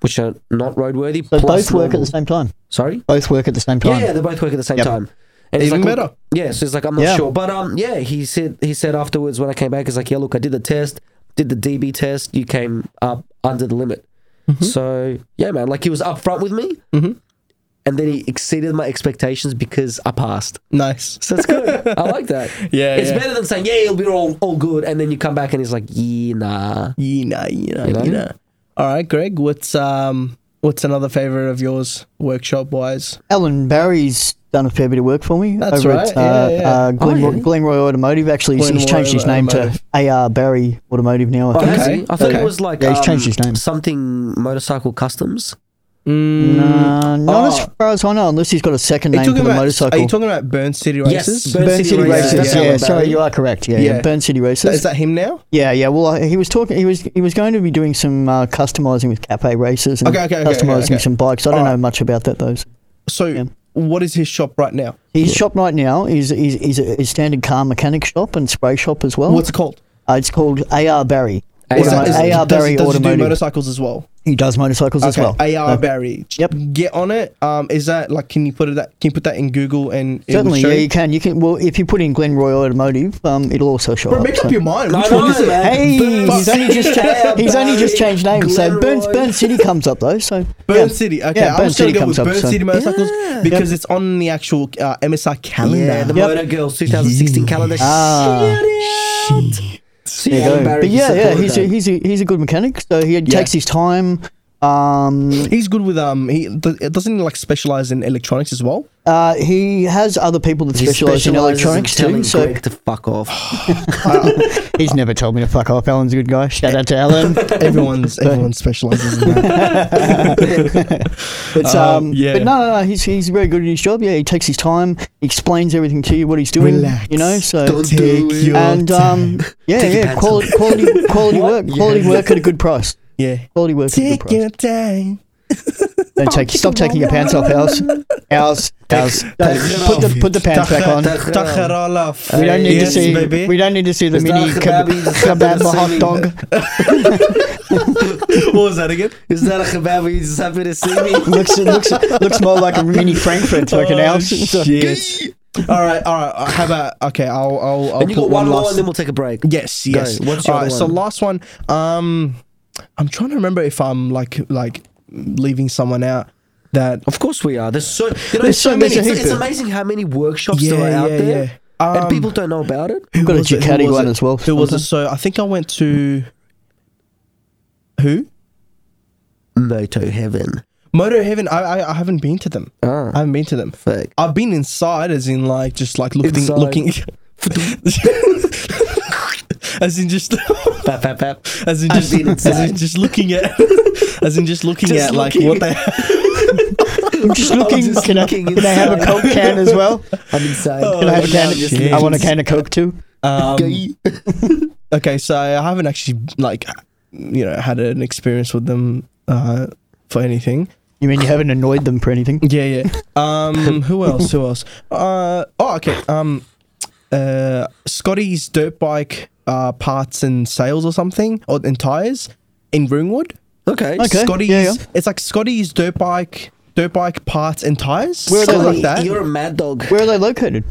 which are not roadworthy.
So
plus
both work at
normal-
the same time.
Sorry.
Both work at the same
Yeah,
time.
yeah, they both work at the same
Yep.
time. And he's
Even
like,
better.
Look, yeah, so he's like, I'm not
Yeah.
sure, but um, yeah, he said he said afterwards when I came back, he's like, yeah, look, I did the test, did the DB test, you came up under the limit.
Mm-hmm.
So yeah, man, like he was upfront with me, and then he exceeded my expectations because I passed.
nice.
So that's good. I like
[LAUGHS]
that.
Yeah,
it's
yeah.
better than saying, yeah, it'll be all all good, and then you come back and he's like, yeah, nah.
You know, you know,
know?
you know. All right, Greg. What's um, what's another favorite of yours, workshop wise?
Alan Barry's done a fair bit of work for me.
That's
over
right,
At, uh,
yeah, yeah.
Uh, Glen,
Oh, yeah.
Glenroy Automotive. Actually, he's- he's
Glenroy
changed his name
Automotive.
to AR Barry Automotive now. I
Oh,
think.
has
Okay.
he? I thought
Okay.
it was like
Yeah, he's
um,
changed his name.
something motorcycle customs.
Mm,
Nah, not
Oh.
as far as I know, unless he's got a second
are you
name for
talking
the
about?
motorcycle.
Are you talking about Burn City
Yes,
Races?
Burn
Burn
City
City
Races,
Races?
that's
Yeah,
Alan
sorry,
Barry.
you are correct. Yeah,
Yeah.
yeah. Burn City
Is that-
Races.
is that him now?
Yeah, yeah. Well, I, he was talking. He was he was going to be doing some uh, customizing with cafe races and
Okay, okay, okay,
customizing
okay, okay.
some bikes. I don't
All
know
right.
much about that though. so-
So,
Yeah.
what is his shop right now?
His shop right now is is, is a is standard car mechanic shop and spray shop as well.
What's it called?
uh, it's called AR Barry.
Is
Is that-
Automo-
is-
AR
does,
Barry
does he do
Automotive.
motorcycles as well?
he does motorcycles as well. Uh,
AR
So-
Barry.
Yep.
Get on it. Um, is that like? Can you put it? That can you put that in Google and it will
Certainly,
show
yeah,
you?
you can. You can. Well, if you put in Glenroy Automotive, um, it'll also show
Bro,
up.
make
so-
up your mind.
No,
Which
no,
one is it?
man.
Hey,
Burn
he's only just
City, [LAUGHS]
changed. he's only just
Barry,
changed names. So Burn,
Glenroy.
Burn City comes up though. So
Burn
yeah.
City. Okay,
Yeah,
I
Burn
was trying to
City
go
comes
with
up.
Burn
so-
City motorcycles because it's on the actual uh, MSI calendar.
Yeah, the
Yep.
Motor Girls 2016 calendar.
Ah.
Shout out. See
There you go.
Barry
But yeah, yeah,
supported
he's a,
that.
he's a, he's a good mechanic. So he takes his time. Um,
He's good with um. He th- doesn't he like specialize in electronics as well.
uh, he has other people that
He
specialise in
specialises
electronics
telling
too. So
Greg to fuck
[LAUGHS]
off.
Uh,
he's never told me to fuck off. Alan's a good guy. Shout out to
[LAUGHS]
Alan.
Everyone's everyone specializes in that.
But
Um,
um,
yeah.
but no, no, no, he's he's very good at his job. Yeah, he takes his time, he explains everything to you, what he's doing.
Relax.
You know, so
Don't do it.
your [LAUGHS]
and um, yeah,
Take your
yeah,
pants
quality, quality, quality work, quality
Yeah.
work at a good price.
yeah.
Quality work at a good
Take
price.
your time.
Don't take, stop taking your pants off, House.
[LAUGHS]
House, House. Don't-
it
Put the
off.
put the pants back on.
Tuck it
Tuck
off.
it all off.
We don't need to
Yes,
see.
baby.
We don't need to see the
It's
mini
not
keb-
kebab, it's
kebab
[LAUGHS]
not
hot
seen.
dog.
what was that again?
Is that a kebab? You just happy to see
[LAUGHS]
me?
looks looks looks more like a mini Frankfurt fucking
Oh,
house.
shit. all right, all right. uh, How about okay? I'll I'll, I'll
And you
put
got one more,
last.
and then we'll take a break.
yes, yes.
What's your
All right,
other
So
one?
last one. Um, I'm trying to remember if I'm like like leaving someone out that
Of course we are. There's so you know,
There's so many
It's,
people.
it's amazing how many workshops
Yeah,
there are out
yeah,
there,
yeah. Um,
and people don't know about it.
who
Got a
was it? Who
Ducati
was
one
it?
as well
Who was it?
sometime.
So I think I went to who
Moto Heaven.
Moto Heaven. I, I I haven't been to them.
Ah.
I haven't been to them.
Fuck.
I've been inside, as in like just like looking
Inside. [LAUGHS]
looking. As in just,
Pap, pap, pap.
[LAUGHS] as in
I've
just,
been
as in
inside.
just looking at, [LAUGHS] as in just looking
Just
at like
looking.
what
[LAUGHS]
they.
I'm [LAUGHS] just looking.
just
can,
looking
I, can I have a
inside.
[LAUGHS]
Coke can as well?
I'm inside.
Oh,
Can I have a
yeah,
can?
just
I want a can of Coke too.
Um, okay, so I haven't actually like, you know, had an experience with them uh, for anything.
You mean you haven't annoyed them for anything?
Yeah, yeah. [LAUGHS] Um, who else? Who else? Uh, oh, okay. Um, uh, Scotty's dirt bike uh, parts and sales or something, or and tires in Ringwood.
Okay.
Okay.
Scotty's.
Eh, yeah, yeah.
It's like Scotty's dirt bike, dirt bike parts and tires.
Where are they
something
Scotty,
like that.
You're a mad dog.
Where are they located?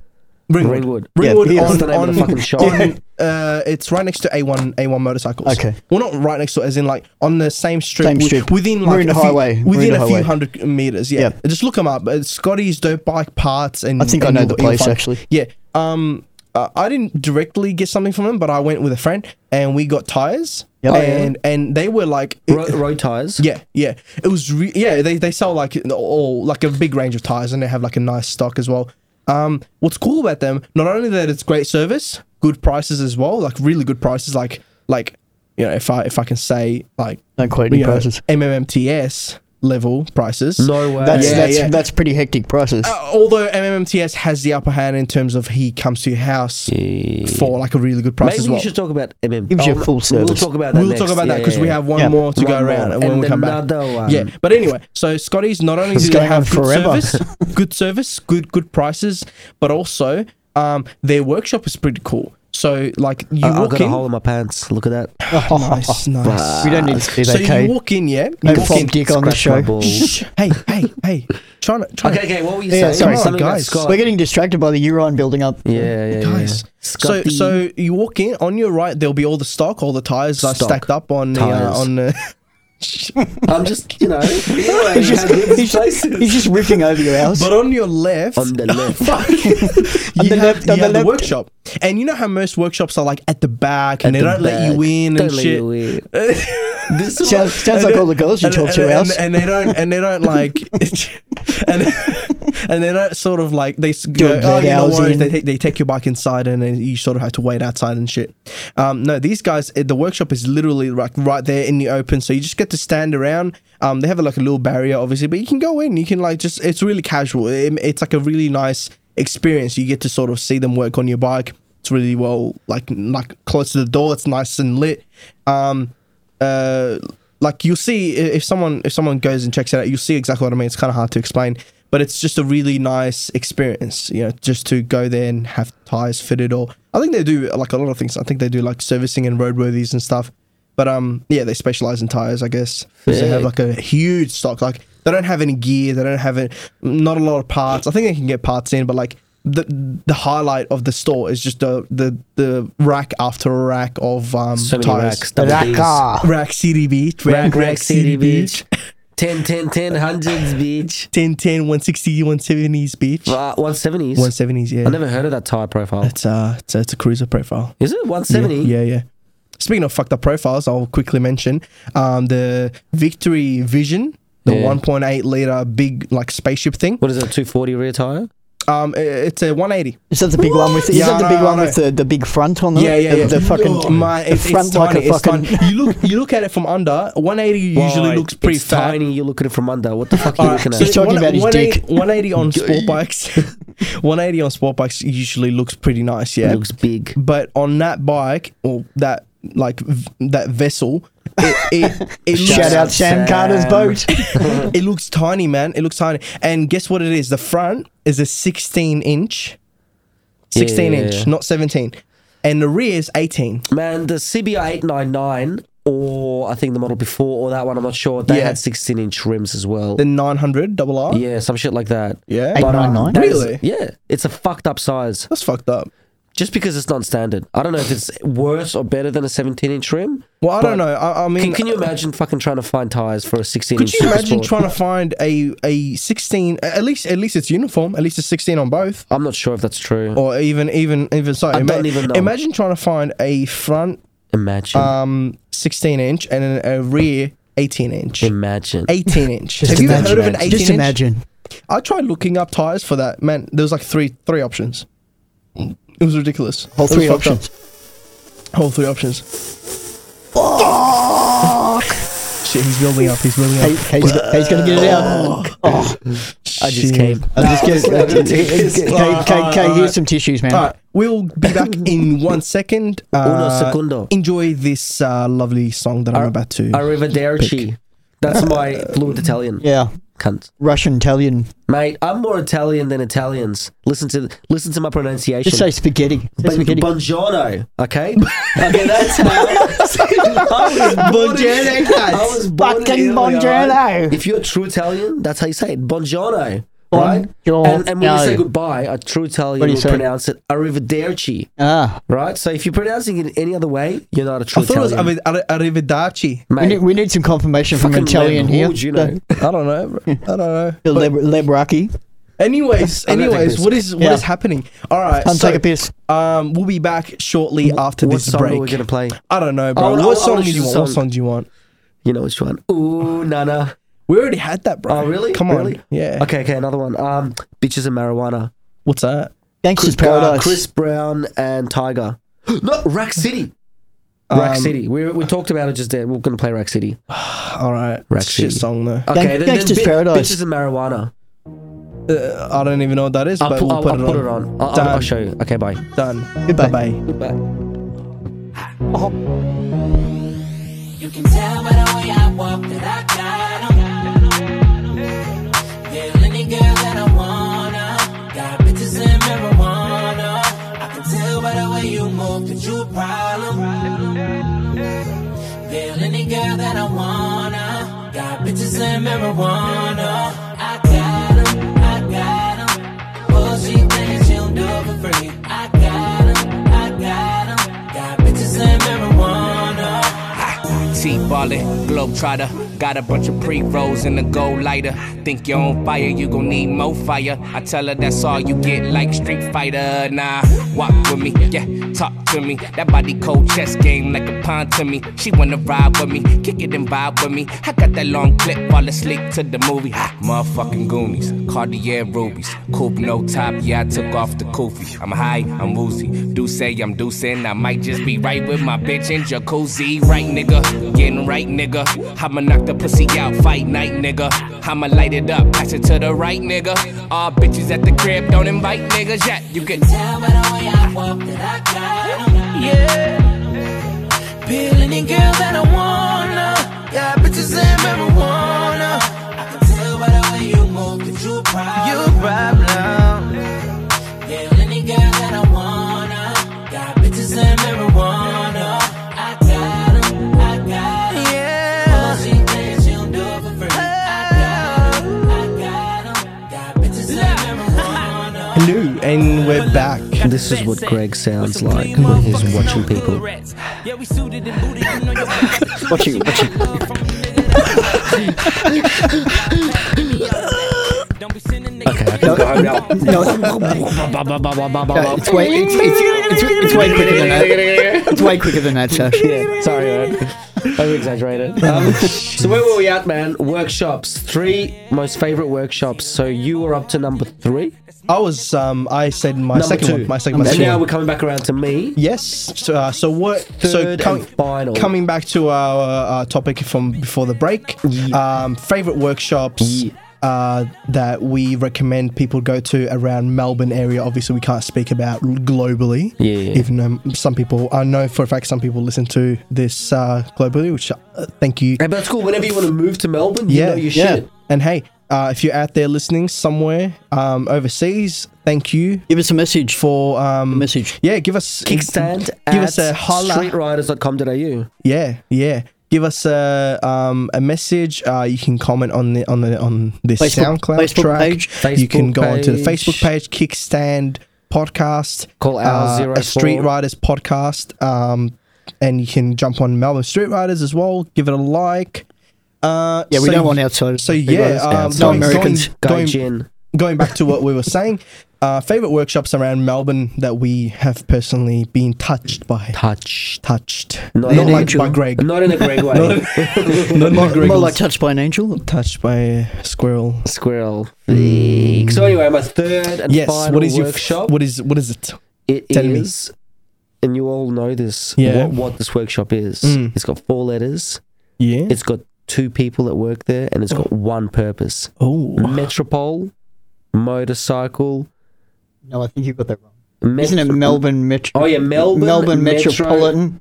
Ringwood.
Ringwood.
Yeah,
Ringwood
yeah.
That's
on,
the name
on,
of
[LAUGHS]
the fucking shop.
on, uh, it's right next to A1 A1 motorcycles.
Okay.
Well, not right next to, as in like on the same strip,
Same
wi-
strip.
within like
Marina
a few,
Highway,
within
Marina
a few
Highway.
hundred meters. Yeah.
Yep.
Just look them up. It's Scotty's dirt bike parts and
I think I
and
know
you'll-
the
you'll
place,
find-
actually.
Yeah. Um. uh, I didn't directly get something from them, but I went with a friend and we got tires.
Yep. Oh, yeah.
and and they were like
Ro- road tires.
yeah, yeah. It was re- yeah. They, they sell like an- all like a big range of tires, and they have like a nice stock as well. Um, what's cool about them? Not only that it's great service, good prices as well, like really good prices. Like like you know, if I if I can say like
No quality
you know,
prices.
MMMTS level prices.
No way.
That's
Uh, Yeah,
that's
yeah.
that's pretty hectic prices.
Uh, although MMMTS has the upper hand in terms of he comes to your house for like a really good price
Maybe
as well.
you should talk about MM.
Gives you
Oh,
a full
We'll
service.
talk about that.
We'll
next.
talk about that
Yeah,
because we
yeah.
have one
Yeah.
more to
One
go
more.
around, and when
And
we come back,
another one.
yeah. But anyway, so Scotty's not only
It's
do they
going on
have good
forever.
service, good service, good good prices, but also um, their workshop is pretty cool. So like you
I- I've
walk
got a
in,
hole in my pants. Look at that.
[LAUGHS] nice, nice.
we don't need to see
So
that, Kate.
you walk in, yeah,
No
you walk in.
prop dick on the
Scratch
show.
my balls.
Shh, hey, hey, hey, trying to, trying
Okay, okay. What were you
Yeah,
saying?
sorry,
Something about
guys.
Scott.
We're getting distracted by the urine building up.
Yeah, yeah, yeah.
guys. So,
Scotty.
so you walk in on your right. There'll be all the stock, all the tires are
Stock.
stacked up on the, uh,
Tires.
on the.
I'm
[LAUGHS]
just, you know,
He's just, he's, just- he's just ripping over your house.
But on your left,
[LAUGHS] on
[LAUGHS]
the left.
On
you
the
have,
left,
you
on the
have the
left.
workshop, and you know how most workshops are like at the back, and
At
they
the
don't let you
back.
in
Don't
and
let
shit. Uh,
you in.
this is what-
Sounds- sounds like
and-
all the girls you
and-
talk
and-
to,
and,
Alf.
and they don't, and they don't
[LAUGHS]
like, and, and they don't sort of like they s- go,
it
oh,
late
you know
hours
what?
in.
They take, they take your bike inside, and then you sort of have to wait outside and shit. Um, no, these guys, eh, the workshop is literally like right there in the open, so you just get to stand around. Um, they have like a little barrier, obviously, but you can go in. You can like just, it's really casual. It- it's like a really nice experience. You get to sort of see them work on your bike. It's really well, like like close to the door. It's nice and lit. Um, uh, like you'll see i- if someone if someone goes and checks it out, you'll see exactly what I mean. It's kind of hard to explain, but it's just a really nice experience. You know, just to go there and have tires fitted, or I think they do like a lot of things. I think they do like servicing and roadworthies and stuff. But um, yeah, they specialize in tires, I guess. 'cause They have like a huge stock. Like they don't have any gear. They don't have it. Not a lot of parts. I think they can get parts in, but like the the highlight of the store is just the the the rack after rack of um
So many
tires.
racks. double D's.
Raka.
Rack City Beach.
Rack, rack, city, beach. 10, 10, 10, hundreds, beach.
10, 10, 160, 170s beach.
Uh, 170s.
170s, yeah.
I never heard of that tire profile.
It's, uh, it's, a, it's a cruiser profile.
Is it 170?
Yeah, yeah. yeah. Speaking of fucked up profiles, I'll quickly mention um, the Victory Vision, the
Yeah.
1.8 liter big like spaceship thing.
What is it, 240 rear tire?
Um, i- it's a 180.
Is that the big one with? Is
Yeah,
that the
I
big
know, I
one with
know.
the, the big front on them?
Yeah, yeah,
the,
yeah.
The fucking
My,
the
it's,
front
it's
like
tiny.
a
it's
fucking.
tiny. You look you look at it from under. 180 usually
Why?
looks pretty
it's
fat.
tiny. You look at it from under. What the fuck are you
Alright,
looking at?
so
He's talking
one-
about his
180
dick.
180 on
[LAUGHS]
sport bikes. [LAUGHS] 180 on sport bikes usually looks pretty nice, yeah.
It looks big.
but on that bike or that like v- that vessel, it
[LAUGHS]
it, it looks,
Shout out Sam,
Sam.
Carter's boat.
it looks tiny, man. It looks tiny. And guess what it is? The front is a 16 inch, 16
Yeah.
inch, not 17, and the rear is 18.
Man, the CBR 899, or I think the model before, or that one, I'm not sure, they
Yeah.
had 16 inch rims as well.
The 900 double R.
yeah, some shit like that.
Yeah.
Eight nine nine.
That is-
Really?
yeah. It's a fucked up size.
That's fucked up.
Just because it's non standard. I don't know if it's worse or better than a 17 inch rim.
Well, I
but
don't know. I, I mean,
Can, can you imagine fucking trying to find tires for a 16
Could
inch
you imagine trying to find a a sixteen? At least, at least it's uniform. At least it's sixteen on both,
I'm not sure if that's true.
or even, even, even. Sorry,
I don't even know.
Imagine trying to find a front
Imagine.
um sixteen inch and a rear eighteen inch.
imagine.
Eighteen
[LAUGHS]
inch. Have you ever heard of an eighteen
Just
inch?
imagine.
I tried looking up tires for that. Man, there was like three three options. It was ridiculous.
All
It was
three
fucked up.
options.
Whole three options. Shit, he's building up. He's building up.
Hey, hey, he's, go- hey, he's gonna get it out. Oh,
I just
Shit.
came.
I'll just get
I'm gonna
it.
take this.
Kay, Kay,
Alright,
Kay,
alright.
here's some tissues, man.
All right, we'll be back in one second.
Uno
Uh,
secundo.
Enjoy this uh, lovely song that I'm about to.
Arrivederci. That's my fluent [LAUGHS] Italian.
Yeah,
Cunt.
Russian, Italian.
Mate, I'm more Italian than Italians. Listen to listen to my pronunciation.
Just say spaghetti. Say
Bon-
spaghetti.
Buongiorno,
[LAUGHS]
okay? okay, that's how [LAUGHS] I was born in- I was born in
Fucking
Italy, all right?
buongiorno.
If you're a true Italian, that's how you say it. Buongiorno, right?
Buongiorno.
And, and when you say goodbye, a true Italian
do you
will
say?
pronounce it arrivederci,
Ah,
right? So if you're pronouncing it any other way, you're not a
I
true
thought it was
Italian.
Arri- Arri- Arrivederci.
we
Mate,
need, we need some confirmation from
fucking
Italian
Lem
here.
Horde, you know.
[LAUGHS] I don't know. bro. I don't know.
The, the Leb, Lebraki.
Anyways,
I'm gonna take
anyways,
this.
what is what is
Yeah.
happening? All right,
Time to
so,
take a piss.
Um, we'll be back shortly after
what
this
song
break.
are we gonna play?
I don't know, bro.
I wanna- I
what
wanna
song do
choose
you
a
want? What
song.
song do you want?
You know which one? Ooh, Nana.
We already had that, bro.
Oh, really?
Come on.
Really?
Yeah.
Okay, okay, another one. Um, bitches and marijuana.
What's that?
Gangster's
Uh,
Paradise.
Chris Brown and Tiger. [GASPS] no, Rack City.
Um,
Rack City. We, we talked about it just there. We're gonna play Rack City.
All right.
Rack
Shit
City.
song though.
Okay, then, then
Gangsta's
Bi-
Paradise.
Bitches and marijuana.
Uh, I don't even know what that is,
I'll,
but
pu-
we'll
I'll,
put,
I'll
it, on.
put it on. I'll, I'll-
Done.
I'll show you. Okay, bye.
Done.
Goodbye.
Bye.
Goodbye.
You can tell by the way I walk that I got 'em. Yeah, any girl that I wanna. Got bitches and marijuana. I can tell by the way you move that you a problem. Yeah, any girl that I wanna. Got bitches and marijuana. I got 'em, I got 'em. Bullshit things you do for free. I got 'em, I got 'em. Got bitches and marijuana.
T ballin', globetrotter. Got a bunch of pre rolls and a gold lighter. Think you're on fire, you gon' need more fire. I tell her that's all you get, like Street Fighter. Nah, walk with me, yeah, talk to me. That body cold chess game like a pawn to me. She wanna ride with me, kick it and vibe with me. I got that long clip, fall asleep to the movie. Ha, motherfucking Goonies, Cartier rubies, coupe no top, yeah, I took off the koofy. I'm high, I'm woozy, do say I'm deucing. I might just be right with my bitch in jacuzzi, right nigga, getting right nigga. I'ma knock the pussy out, fight night nigga. I'ma light it up, pass it to the right nigga. All bitches at the crib, don't invite niggas yet. You can
Tell by the way oh, I walk that I got 'em.
yeah.
Peel any girl that I wanna. Got bitches and marijuana. I can tell by the way you move that you a problem. You problem. Peel any girl that I wanna. Got bitches and marijuana. I got 'em, I got 'em. Yeah. Bullshit things you do for free. I got 'em, I got 'em. Got bitches and marijuana.
Hello, and we're back.
This is what Greg sounds like when
He's
he's watching people.
Yeah, we suited and booted, you know your
Watch you.
[LAUGHS]
Watch you.
Don't be sending
Okay, I can go home now. [LAUGHS]
No, it's way. It's, it's, it's, it's way quicker than that. It's way quicker [LAUGHS] than that, Sash. Yeah.
Sorry, man. I exaggerated. [LAUGHS] Um, so where were we at, man? Workshops. Three most favorite workshops. So you were up to number three,
I was um I said my
Number
second
two.
one. My second
and
my second
now
one.
we're coming back around to me.
Yes. So, uh, so what? so
Third and final.
Coming back to our uh, topic from before the break, um, favorite workshops. Uh, that we recommend people go to around Melbourne area. Obviously, we can't speak about globally.
Yeah, yeah.
Even though some people, I know for a fact, some people listen to this uh, globally. Which uh, thank you.
Hey, but it's cool. Whenever you want to move to Melbourne, you
Yeah,
know your
yeah.
shit.
And hey, uh, if you're out there listening somewhere um, overseas, thank you
Give us a message.
for um,
Message.
Yeah, give us
Kickstand
Give
at
us a holla.
streetriders.com.au.
Yeah, yeah. Give us a um, a message. Uh, you can comment on the on the on this
Facebook-
SoundCloud
Facebook
track.
page.
you can
Facebook
go onto the
page.
Facebook page, Kickstand Podcast.
Call our
uh,
04.
a Street Riders Podcast. Um, and you can jump on Melbourne Street Riders as well. Give it a like. Uh,
Yeah, we
so-
don't want outsiders.
So
We'd
yeah,
rather-
um,
outside.
going-
No Americans.
Going, going,
Gaijin.
[LAUGHS] going back to what we were saying, uh, favorite workshops around Melbourne that we have personally been touched by.
Touch.
touched.
Not
Not,
an
like
angel.
by Greg.
Not in
[LAUGHS]
a Greg way.
Not by Greg.
More like touched by an angel.
touched by a squirrel. [LAUGHS]
Squirrel. So anyway, my third and
Yes.
final
What is your
workshop.
What is what is it?
It is,
Tell me.
and you all know this,
Yeah.
what, what this workshop is.
Mm.
It's got four letters,
Yeah.
it's got two people that work there, and it's got one purpose
oh.
Metropole, motorcycle.
No, I think you got that wrong.
Metro-
Isn't it Melbourne Metro?
Oh, yeah, Melbourne Metro-
Metropolitan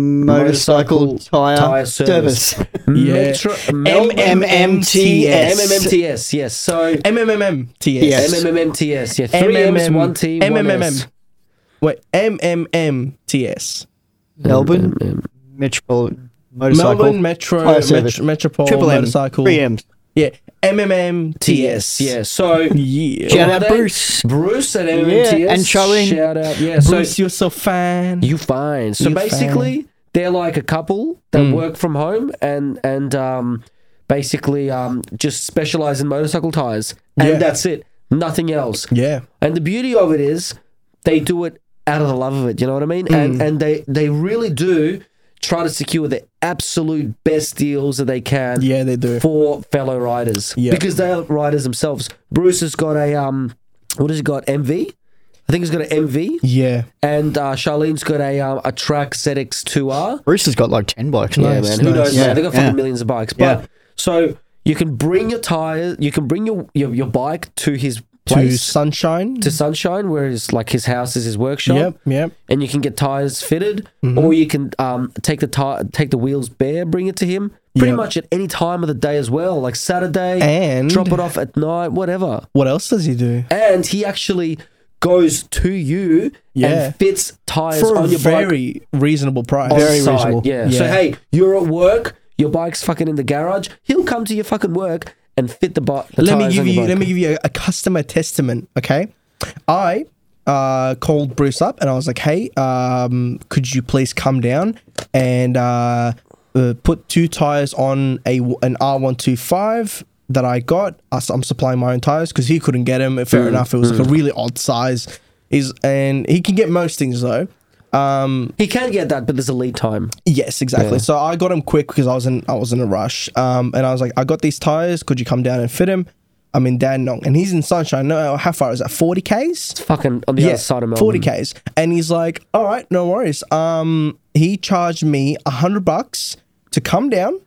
Motorcycle, Tire,
Tire Service.
Service.
Yeah.
Metro- Melbourne-
MMMTS.
MMMTS, yes. So
MMMM
Yes.
MMMTS, yeah. Three M's, one T, one S.
Wait, MMM TS.
Melbourne Metropolitan Motorcycle.
Melbourne Metro
Fire service.
Met- Metropole
Triple M.
Motorcycle.
3 M's.
Yeah. MMM
TS,
TS.
yeah. So
Yeah.
Shout
Are
out
they-
Bruce.
Bruce at MMTS.
and Charlene.
Shout out, yeah. So
Bruce, you're so fan.
You fine. So
You Hmm.
basically, they're like a couple that work from home and and um, basically um, just specialize in motorcycle tires, and
Yeah.
that's it. nothing else.
Yeah.
And the beauty of it is they do it out of the love of it. You know what I mean?
Hmm.
And and they they really do try to secure the absolute best deals that they can.
Yeah, they do.
for fellow riders.
Yeah.
because they are riders themselves. Bruce has got a um, what has he got? MV. I think he's got an MV,
Yeah.
and uh, Charlene's got a um, a Track ZX Two R.
Bruce has got like 10 bikes. now.
Yeah,
Nice,
man. Who
nice.
knows? man?
Yeah,
They got fucking
yeah.
millions of bikes.
Yeah.
But so you can bring your tires, you can bring your your, your bike to his
To
place
sunshine.
to Sunshine, where his like his house is his workshop.
Yep. Mm-hmm. Yep.
And you can get tires fitted, or you can um, take the tire, take the wheels bare, bring it to him. Pretty
Yep.
much at any time of the day as well, like Saturday,
And-
drop it off at night, whatever.
What else does he do?
And he actually goes to you
Yeah.
and fits tires
For a
on your bike
very reasonable price.
on
Very
site,
reasonable.
Yeah. So hey, you're at work, your bike's fucking in the garage. He'll come to your fucking work and fit the bike.
let me give you let me give you a, a customer testament okay i uh, called bruce up and i was like hey um, could you please come down and uh, uh, put two tires on a w- an r125 that i got Us- i'm supplying my own tires because he couldn't get them fair
Mm,
enough it was like a really odd size is and he can get most things though
He can get that, but there's a lead time.
Yes, exactly. So I got him quick because I was in I was in a rush. Um, and I was like, I got these tires. Could you come down and fit him? I'm in Danong, and he's in Sunshine. No, how far is that? Forty k's.
Fucking on the other side of Melbourne.
forty k's. And he's like, all right, no worries. Um, he charged me a hundred bucks to come down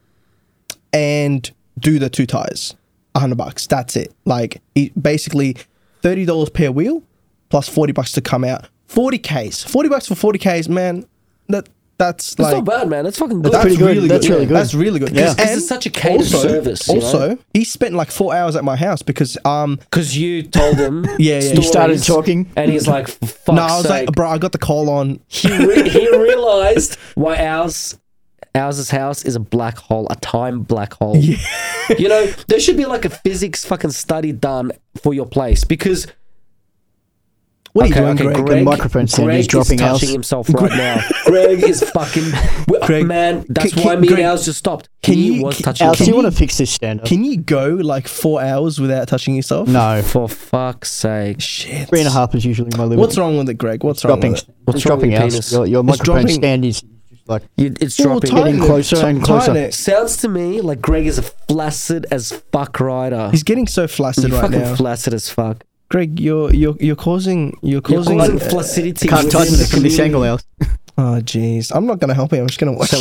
and do the two tires. A hundred bucks. That's it. Like he, basically thirty dollars per wheel plus forty bucks to come out. Forty k's. Forty bucks for forty k's, man. That that's
That's
like
not bad, man. That's fucking good.
pretty good. That's really good.
That's really good.
Yeah.
This is such a catered service, you know?
Also, he spent like four hours at my house because um.
Because you told him.
[LAUGHS] Yeah, yeah.
stories,
You
started talking.
and he's like, "For "Fuck's
No, I was
sake!"
like, bro, I got the call on.
he, re- he
[LAUGHS]
realized why ours, ours house is a black hole, a time black hole. you know, there should be like a physics fucking study done for your place because
What are you
Okay,
doing,
okay,
Greg?
Greg,
The microphone stand
Greg
is dropping
touching
out.
himself right now. Greg is [LAUGHS] fucking.
Greg,
man, that's
can-
why
can-
me
Greg,
and ours just stopped.
can
he
you-
was
can-
touching.
Alex,
him.
you want to fix this stand up?
Can you go like four hours without touching yourself?
No.
For fuck's sake!
Shit.
Three and a half is usually my limit.
What's wrong with it, Greg? What's wrong
dropping?
with it?
What's
it's
wrong with
dropping
your
out.
penis?
Your, your
It's
microphone
dropping-
stand is just like
You, it's
Well,
dropping.
tighten
Getting
it.
closer
Ti-
and closer.
tighten it.
Sounds to me like Greg is a flaccid as fuck rider.
He's getting so flaccid
You're
right
fucking
now.
flaccid as fuck.
Greg, you're you're you're causing you're
You're
causing.
causing flaccidity.
can't
within
tighten
the
it from this
community.
angle, Alex.
oh jeez, I'm not gonna help you. I'm just gonna watch.
So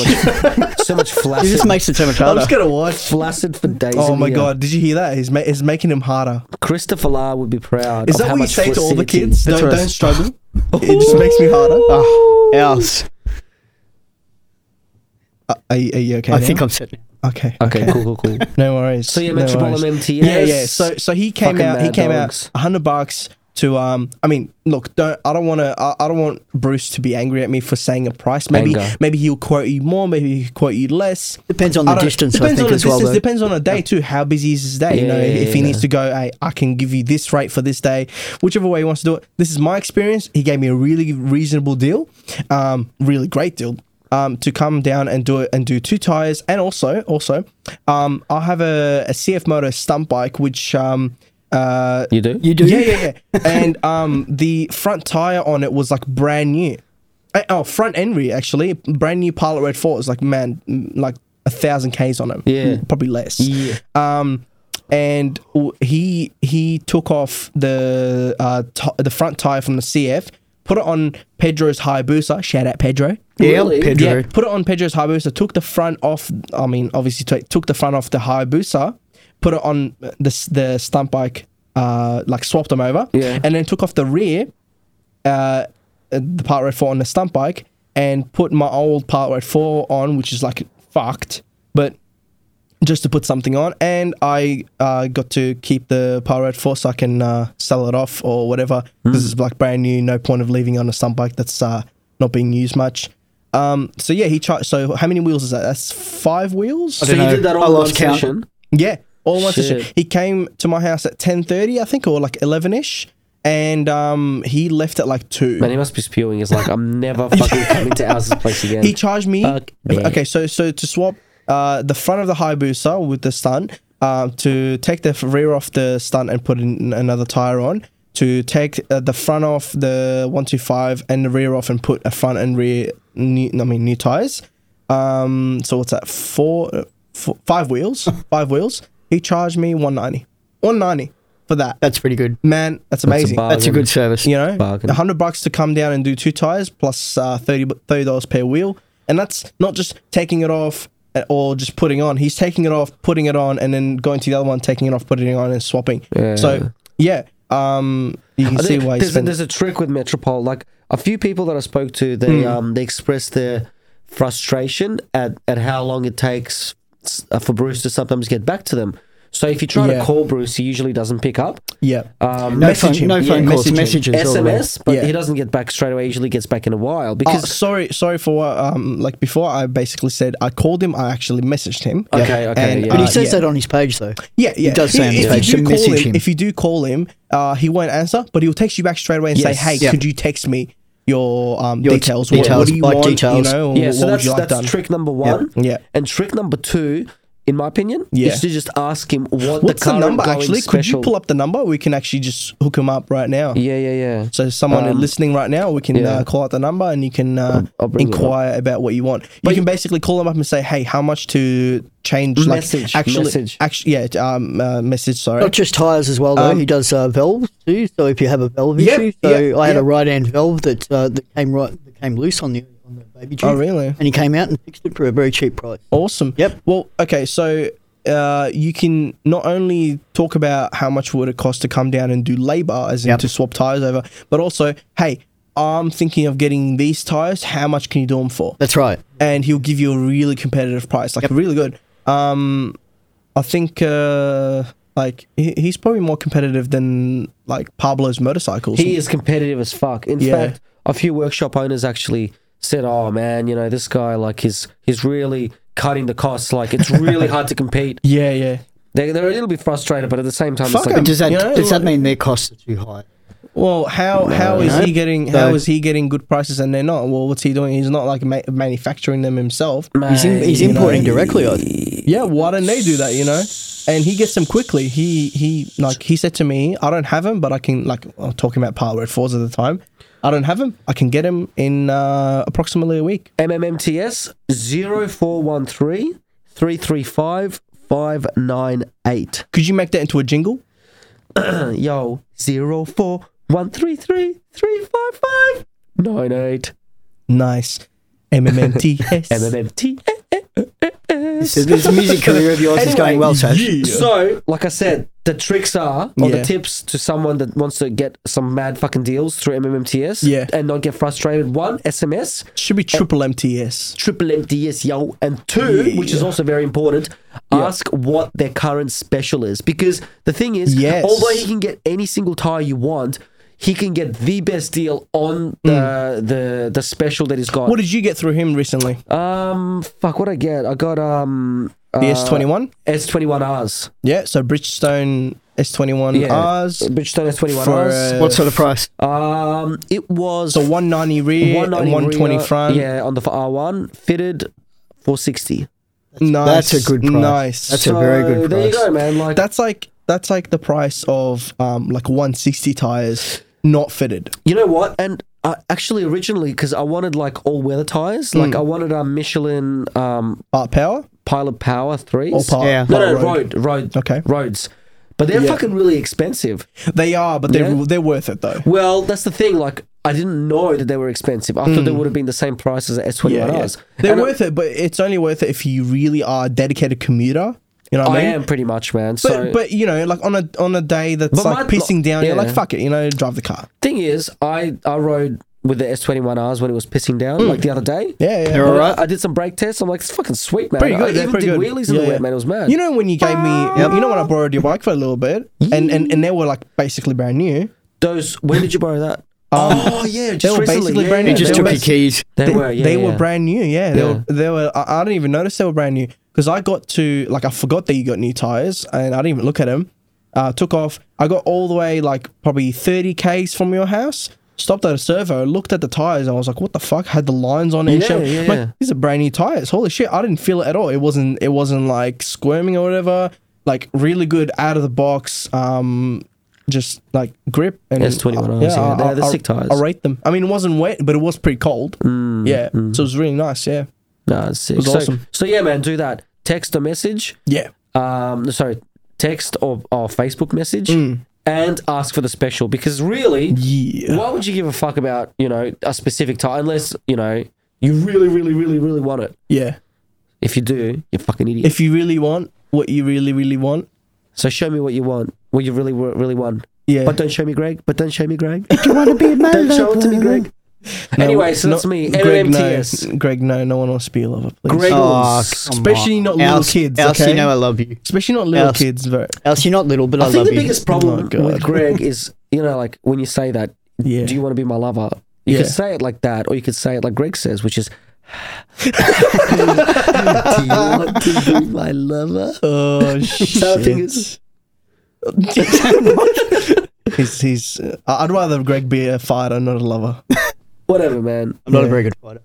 much, so much
It just
flaccid.
makes it so much
I'm
harder.
just gonna watch.
Flaccid for days.
Oh
in
my
the air.
god, did you hear that? He's ma- he's making him harder.
Christopher La would be proud.
Is
of
that
how
what you
much
say to all the
flaccidity.
kids?
That's
Don't,
right.
don't struggle.
[LAUGHS]
it just makes me harder.
Ah, Alex,
Are you, are you okay?
I
now?
think I'm set.
okay.
Okay, cool, cool, cool.
No worries. So
yeah,
no
Metropolitan
worries.
MTS.
Yeah, yeah. So so he came
Fucking
out. He
mad
came
dogs.
out. hundred bucks to um. I mean, look. Don't. I don't want to. I, I don't want Bruce to be angry at me for saying a price. Maybe
Anger.
maybe he'll quote you more. Maybe he'll quote you less.
Depends on the
I don't-
distance, I
Depends
think,
on the
as well.
distance.
though.
Depends on a day too. How busy is his day? you
Yeah,
know,
yeah,
if he
yeah,
needs to go, hey, I can give you this rate for this day, whichever way he wants to do it. This is my experience. He gave me a really reasonable deal, um, really great deal. Um, to come down and do it and do two tires, and also also, um, I have a, a CF Moto stunt bike, which um, uh,
You do?
You do.
yeah, yeah, yeah. and um, the front tire on it was like brand new. Uh, Oh, front end rear actually, brand new Pilot Red Four. It was like man, mm, like a thousand k's on it.
Yeah.
Mm, probably less.
Yeah.
Um, and w- he he took off the uh t- the front tire from the CF, put it on Pedro's Hayabusa. Shout out Pedro.
Really?
Pedro.
Yeah, put it on Pedro's Hayabusa. Took the front off. I mean, obviously t- took the front off the Hayabusa. Put it on the s- the stunt bike. Uh, like swapped them over.
Yeah.
And then took off the rear. Uh, uh, the part red four on the stunt bike and put my old part red four on, which is like fucked, but just to put something on. And I uh, got to keep the part red four so I can uh, sell it off or whatever. This is like brand new. No point of leaving on a stunt bike that's uh, not being used much. Um, so yeah, he charged. So how many wheels is that? That's five wheels.
So you
know.
did that
I
all in
lost
one
count.
session.
Yeah, all in one session.
Shit.
He came to my house at ten thirty, I think, or like eleven ish, and um, he left at like two.
Man, he must be spewing. He's like, I'm
[LAUGHS]
never fucking coming to Alice's place again.
He charged me.
Fuck
Okay,
that.
so so to swap uh, the front of the Hayabusa with the stunt, um, to take the rear off the stunt and put in another tire on, to take uh, the front off the 125 and the rear off and put a front and rear new, I mean new tires. Um, so what's that? Four, uh, four five [LAUGHS] wheels, five wheels. He charged me 190, 190 for that.
That's pretty good.
Man, that's amazing.
bar-
That's a
Bargain.
good service.
you know,
bargain.
a hundred bucks to come down and do two tires plus uh, 30 dollars per wheel, and that's not just taking it off at- or just putting on. He's taking it off, putting it on, and then going to the other one, taking it off, putting it on, and swapping.
Yeah.
So yeah, um, you can
I
see
think
why he
there's, a,
spent.
there's a trick with Metropole. Like a few people that I spoke to, they
Hmm.
um they expressed their frustration at at how long it takes s- uh, for Bruce to sometimes get back to them. So if you try
Yeah.
to call Bruce, he usually doesn't pick up.
yeah,
Um,
No
Message
phone,
him.
no
Yeah,
phone
message
calls,
him.
messages. all the way.
SMS, but
Yeah.
he doesn't get back straight away. He usually gets back in a while
Oh,
because
sorry, sorry for what, um, like before. I basically said I called him. I actually messaged him.
Okay, okay,
And,
yeah.
But he
uh,
says
yeah.
that on his page though.
Yeah, yeah.
does say on his
if,
page
you do
to
call
message
him,
him.
if you do call him, uh, he won't answer, but he'll text you back straight away and
Yes.
say, "Hey,
Yeah.
could you text me your um,
Your
details?
t-
What, what do
details,
you
like
want?
details."
You know, or
yeah,
Oh, what
so
would
that's
you like
that's
done?"
trick number one.
Yeah.
and trick number two, in my opinion,
Yeah.
is to just ask him
What's
what the,
the
current
number
going
actually? Could
Special.
you pull up the number? We can actually just hook him up right now.
Yeah, yeah, yeah.
So someone
Um,
listening right now, we can
yeah.
uh, call out the number and you can uh,
I'll bring it up.
inquire about what you want. you can basically call them up and say, "Hey, how much to change?" like
Message,
actually,
message.
actually, yeah, um, uh, message. Sorry,
Not just tires as well though.
Um,
he does uh, valves too. So if you have a valve
Yep,
issue, so
yep,
I had
yep.
a right hand valve that uh, that came right that came loose on the on the baby tube.
Oh, really?
And he came out and fixed it for a very cheap price.
Awesome.
Yep.
Well, okay, so uh, you can not only talk about how much would it cost to come down and do labor, as in
Yep.
to swap tires over, but also, hey, I'm thinking of getting these tires. How much can you do them for?
That's right.
And he'll give you a really competitive price, like really good. Um, I think uh, like he, he's probably more competitive than like Pablo's motorcycles.
He is competitive as fuck. In
Yeah.
fact, a few workshop owners actually said, "Oh man, you know this guy like he's he's really cutting the costs. Like it's really
[LAUGHS]
hard to compete.
Yeah, yeah.
They, they're a little bit frustrated, but at the same time,
Fuck
it's
him.
like
Does that
You know,
does
like-
that mean their costs are too high?
Well, how how is
No.
he getting how
No.
is he getting good prices and they're not? Well, what's he doing? He's not like ma- manufacturing them himself.
He's, in, he's
you know,
importing directly. I think.
Yeah, why don't they do that? You know, and he gets them quickly. He he like he said to me, I don't have him, but I can like I'm talking about Power Red Fours at the time. I don't have him. I can get him in uh, approximately a week.
MMMTS 0413 335 598.
Could you make that into a jingle?
Yo, 0413 355 98.
Nice.
[LAUGHS]
MMMTS.
MMMTS.
So this music career of yours is going well, Sash.
So, like I said, the tricks are, or
Yeah.
the tips to someone that wants to get some mad fucking deals through MMMTS
Yeah.
and not get frustrated. One, SMS,
Should be triple MTS.
triple MTS, yo. And two, which is also very important, ask what their current special is. Because the thing is,
Yes.
although he can get any single tire you want, he can get the best deal on the the, the special that he's got.
Mm. What did you get through him recently?
um, fuk, what I get? I got um
Uh,
The S21.
S twenty one Rs.
Yeah. So Bridgestone S21 R's.
Bridgestone S twenty one
for,
Rs.
uh,
What sort of price?
Um, it was
So 190 rear
190
and 120
rear,
front.
Yeah, on the R one fitted, four sixty. Uh,
Nice.
That's a good price.
Nice.
That's a very good
There you
price.
go, man. Like
that's like that's like the price of um like 160 tires not fitted.
You know what? And uh, actually, originally, because I wanted like all weather
Hmm.
tires, like I wanted a Michelin um,
Part power
Pilot Power threes.
or part,
Yeah.
no,
part
no,
road.
road, road,
Okay.
roads. But they're
Yeah.
fucking really expensive.
They are, but they're
Yeah.
they're worth it though.
Well, that's the thing. Like, I didn't know that they were expensive. I thought they would have been the same price as S twenty one Rs.
Hmm. They're worth it, but it's only worth it if you really are a dedicated commuter. You know what
I
I mean?
am pretty much, man.
But,
so,
but you know, like on a on a day that's
But
like
my-
pissing down, you're
yeah.
like, fuck it, you know, drive the car.
thing is, I I rode with the S twenty one Rs when it was pissing down, like the other day.
Hmm. Yeah, yeah.
They're all right.
I, I did some brake tests. I'm like, it's fucking sweet, man.
Pretty
I
good. they're
even
pretty
did
good.
wheelies in
Yeah,
the
yeah.
wet, man. It was mad.
You know when you gave me, you know when I borrowed your bike for a little bit, and, and and they were like basically brand new.
Those. When did you borrow that? oh yeah, just
Um, they were basically brand
He
new.
just
They
took
were
your keys.
They,
They,
were. Yeah,
they
yeah.
were brand new. Yeah, they
Yeah.
were. They were I, I didn't even notice they were brand new because I got to like I forgot that you got new tires and I didn't even look at them. Uh, took off. I got all the way like probably thirty k's from your house. Stopped at a servo, looked at the tires, and I was like, "What the fuck?" Had the lines on it. and
Yeah,
shit.
yeah,
I'm like,
yeah.
These are brand new tires. Holy shit! I didn't feel it at all. It wasn't. It wasn't like squirming or whatever. like really good out of the box, um, just like grip and
S21
uh,
Rs, yeah. They're the sick tires. Mm,
I rate them. I mean, it wasn't wet, but it was pretty cold. yeah, so it was really nice. Yeah,
No, it's sick.
was
so,
awesome.
so yeah, man, do that. Text a message.
yeah,
Um, sorry, text or, or Facebook message,
Hmm.
and ask for the special because really,
yeah.
why would you give a fuck about you know a specific time unless you know you really, really, really, really want it?
yeah.
If you do, you're a fucking idiot.
If you really want what you really really want,
so show me what you want, what you really, wa- really want.
yeah.
But uh, don't show me, Greg. But don't show me, Greg.
You want to
[LAUGHS]
be a man?
don't
like
show it to me,
that?
Greg.
No,
anyway, so
not-
that's me.
Greg,
LMTS.
no, Greg, no, no one wants to be a lover, please.
Greg
Oh,
rules.
come
Especially
on.
not little
Else-
kids,
Else,
okay?
you know I love you.
especially not little
Else-
kids, bro.
Else, you're not little, but I,
I think
love
the
you.
biggest problem
Oh, God.
with Greg is, you know, like when you say that,
Yeah.
do you want to be my lover? You
Yeah.
could say it like that, or you could say it like Greg
[LAUGHS]
says, which is, [LAUGHS] do you want to be my lover?
[LAUGHS] Oh
So I think
shit!
it's,
[LAUGHS] he's he's. Uh, I'd rather Greg be a fighter, not a lover.
whatever, man.
I'm not a very good fighter.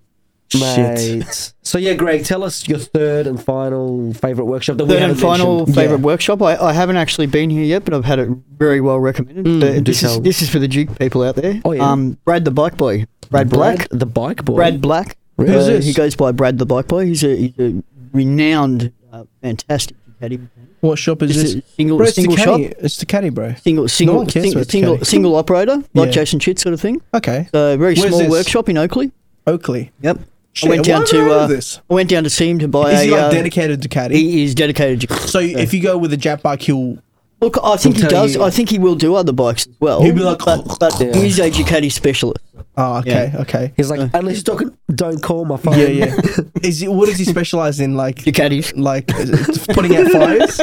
Shit.
Mate. So yeah, Greg, tell us your third and final favorite workshop that we
Third
haven't
and final
mentioned.
favorite workshop. I, I haven't actually been here yet, but I've had it very well recommended. Uh, this,
tell.
is, this is for the Duke people out there.
Oh, yeah.
Um, Brad the Bike Boy. Brad Black.
the bike boy.
Brad Black. Uh,
Really? Who's
this?
He goes by Brad the Bike Boy. He's a, he's a renowned, uh, fantastic caddy.
What shop is
Just
this?
a single-
bro, it's
single
Ducati.
shop?
It's Ducati, bro.
Single, single,
one cares
single,
about
single,
caddy.
single operator, like
Yeah.
Jason Chit sort of thing.
Okay,
So very
Where's
small
this?
workshop in Oakley.
Oakley.
Yep.
Shit,
I went
I
down
wonder
to
how
uh,
this-
I went down to see him to buy
Is he
a.
like
uh,
dedicated Ducati?
he is dedicated. to-
so if you go with a Jap bike, he'll
Look, I think he
tell
does.
you-
I think he will do other bikes as well.
He'll be like,
but,
[LAUGHS]
but
Yeah.
he's a Ducati specialist.
Oh, okay, okay.
He's like, unless you don't, don't call my phone.
Uh, Yeah,
[LAUGHS]
yeah.
[LAUGHS]
is he, what does he specialize in? Like,
Ducatis.
like is
[LAUGHS]
it putting out fires?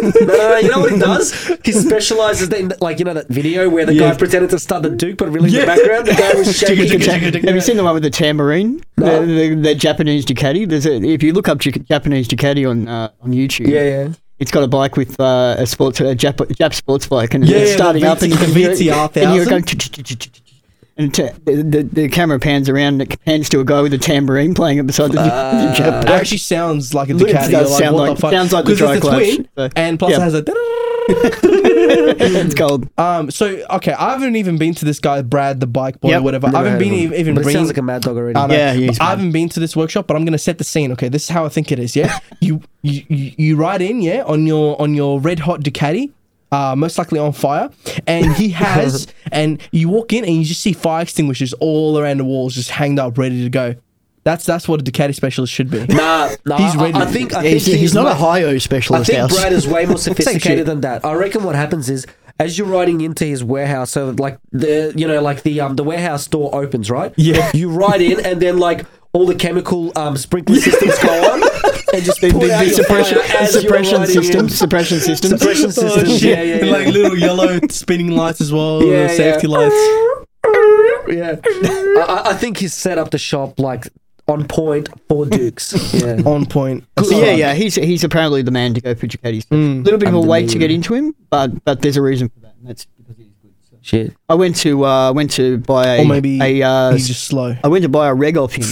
No, no, no, you know what he does? He specializes in, like, you know, that video where the guy pretended to start the Duke, but really in the background, the guy
[LAUGHS]
was shaking.
Have you seen the one with the tambourine? The, the, the Japanese Ducati. There's a, if you look up Ju- Japanese Ducati on uh, on YouTube,
Yeah, yeah.
it's got a bike with uh, a sports a Jap, Jap sports bike, and
Yeah,
it's
yeah,
starting
the
up, and you
VT
can hear it,
VTR
and you're
1000.
going. And t- the, the, the camera pans around and it pans to a guy with a tambourine playing it beside the, [LAUGHS] the Jap
It
bike.
actually sounds like a
Look, it
Ducati.
does
You're like,
sound
what
like-
the fuck?
sounds like the
'Cause
dry
it's a
clutch,
twin,
so-
and plus
yeah.
it has a.
[LAUGHS] it's gold.
Um. So okay, I haven't even been to this guy Brad the bike boy
Yep.
or whatever.
Never
I haven't
heard
been
of him.
even, even
But it
bringing. Ah,
sounds like a mad dog already.
I know,
Yeah, he
but
is
I
mad.
haven't been to this workshop, but I'm gonna set the scene. Okay, this is how I think it is. Yeah, you you you, you ride in, yeah, on your on your red hot Ducati, uh, most likely on fire, and he has, and you walk in and you just see fire extinguishers all around the walls, just hanged up, ready to go. That's that's what a Ducati specialist should be.
nah, nah,
He's
I- I,
ready.
I think, I think
He's, he's not
way-
a high-o
I
specialist.
think
house.
Brad is way more
shit.
sophisticated than that. I reckon what happens is as you're riding into his warehouse, so like the you know like the um the warehouse door opens, right?
Yeah.
You ride in, and then like all the chemical um sprinkler systems go on, and just
The,
put
the,
out
the
your
suppression,
fire as you're
suppression
riding in.
system, suppression system, [LAUGHS]
Suppression
Oh,
system. Yeah, yeah, yeah.
Like little yellow spinning lights as well,
Yeah,
uh, safety
yeah.
lights.
yeah. I, I- I think he's set up the shop like on point for Dukes. Yeah.
On point.
So yeah, yeah, he's he's apparently the man to go for Ducati's. A
Mm.
little bit of a wait to get into him, but but there's a reason for that, and that's because he's good. So.
Shit.
I went to uh, went to buy a,
Or maybe
a uh,
he's just slow.
I went to buy a reg off him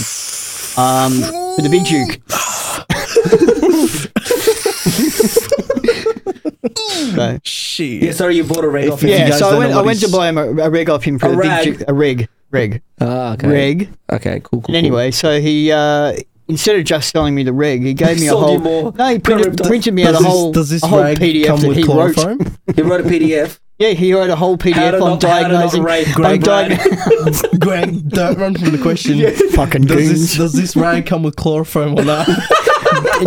um, for the Big
[LAUGHS]
Duke. so,
Shit.
Yeah. Sorry, you bought a rag off.
you
yeah,
guys
so I
don't
went
know
I
what
went to
he's-
buy him a, a reg off him for
A
the
rag.
Big Duke. A reg, reg,
Ah, okay.
reg.
Okay. Cool. cool,
And
cool.
anyway, so he uh, instead of just selling me the reg, he gave me a
Sold
whole
you more.
no, he
Got
printed,
ripped off.
printed me out
does
a
this,
whole
does this
a whole
rag
PDF
come
that
with
he
chloroform?
wrote.
you wrote a PDF.
Yeah, he wrote a whole
How to
PDF on
not- how to not
diagnosing. [LAUGHS]
rate
on
Greg Brad.
Greg, don't run from the
[LAUGHS]
question.
Fucking
Does
goons.
this, does this
[LAUGHS]
rag come with chloroform or not?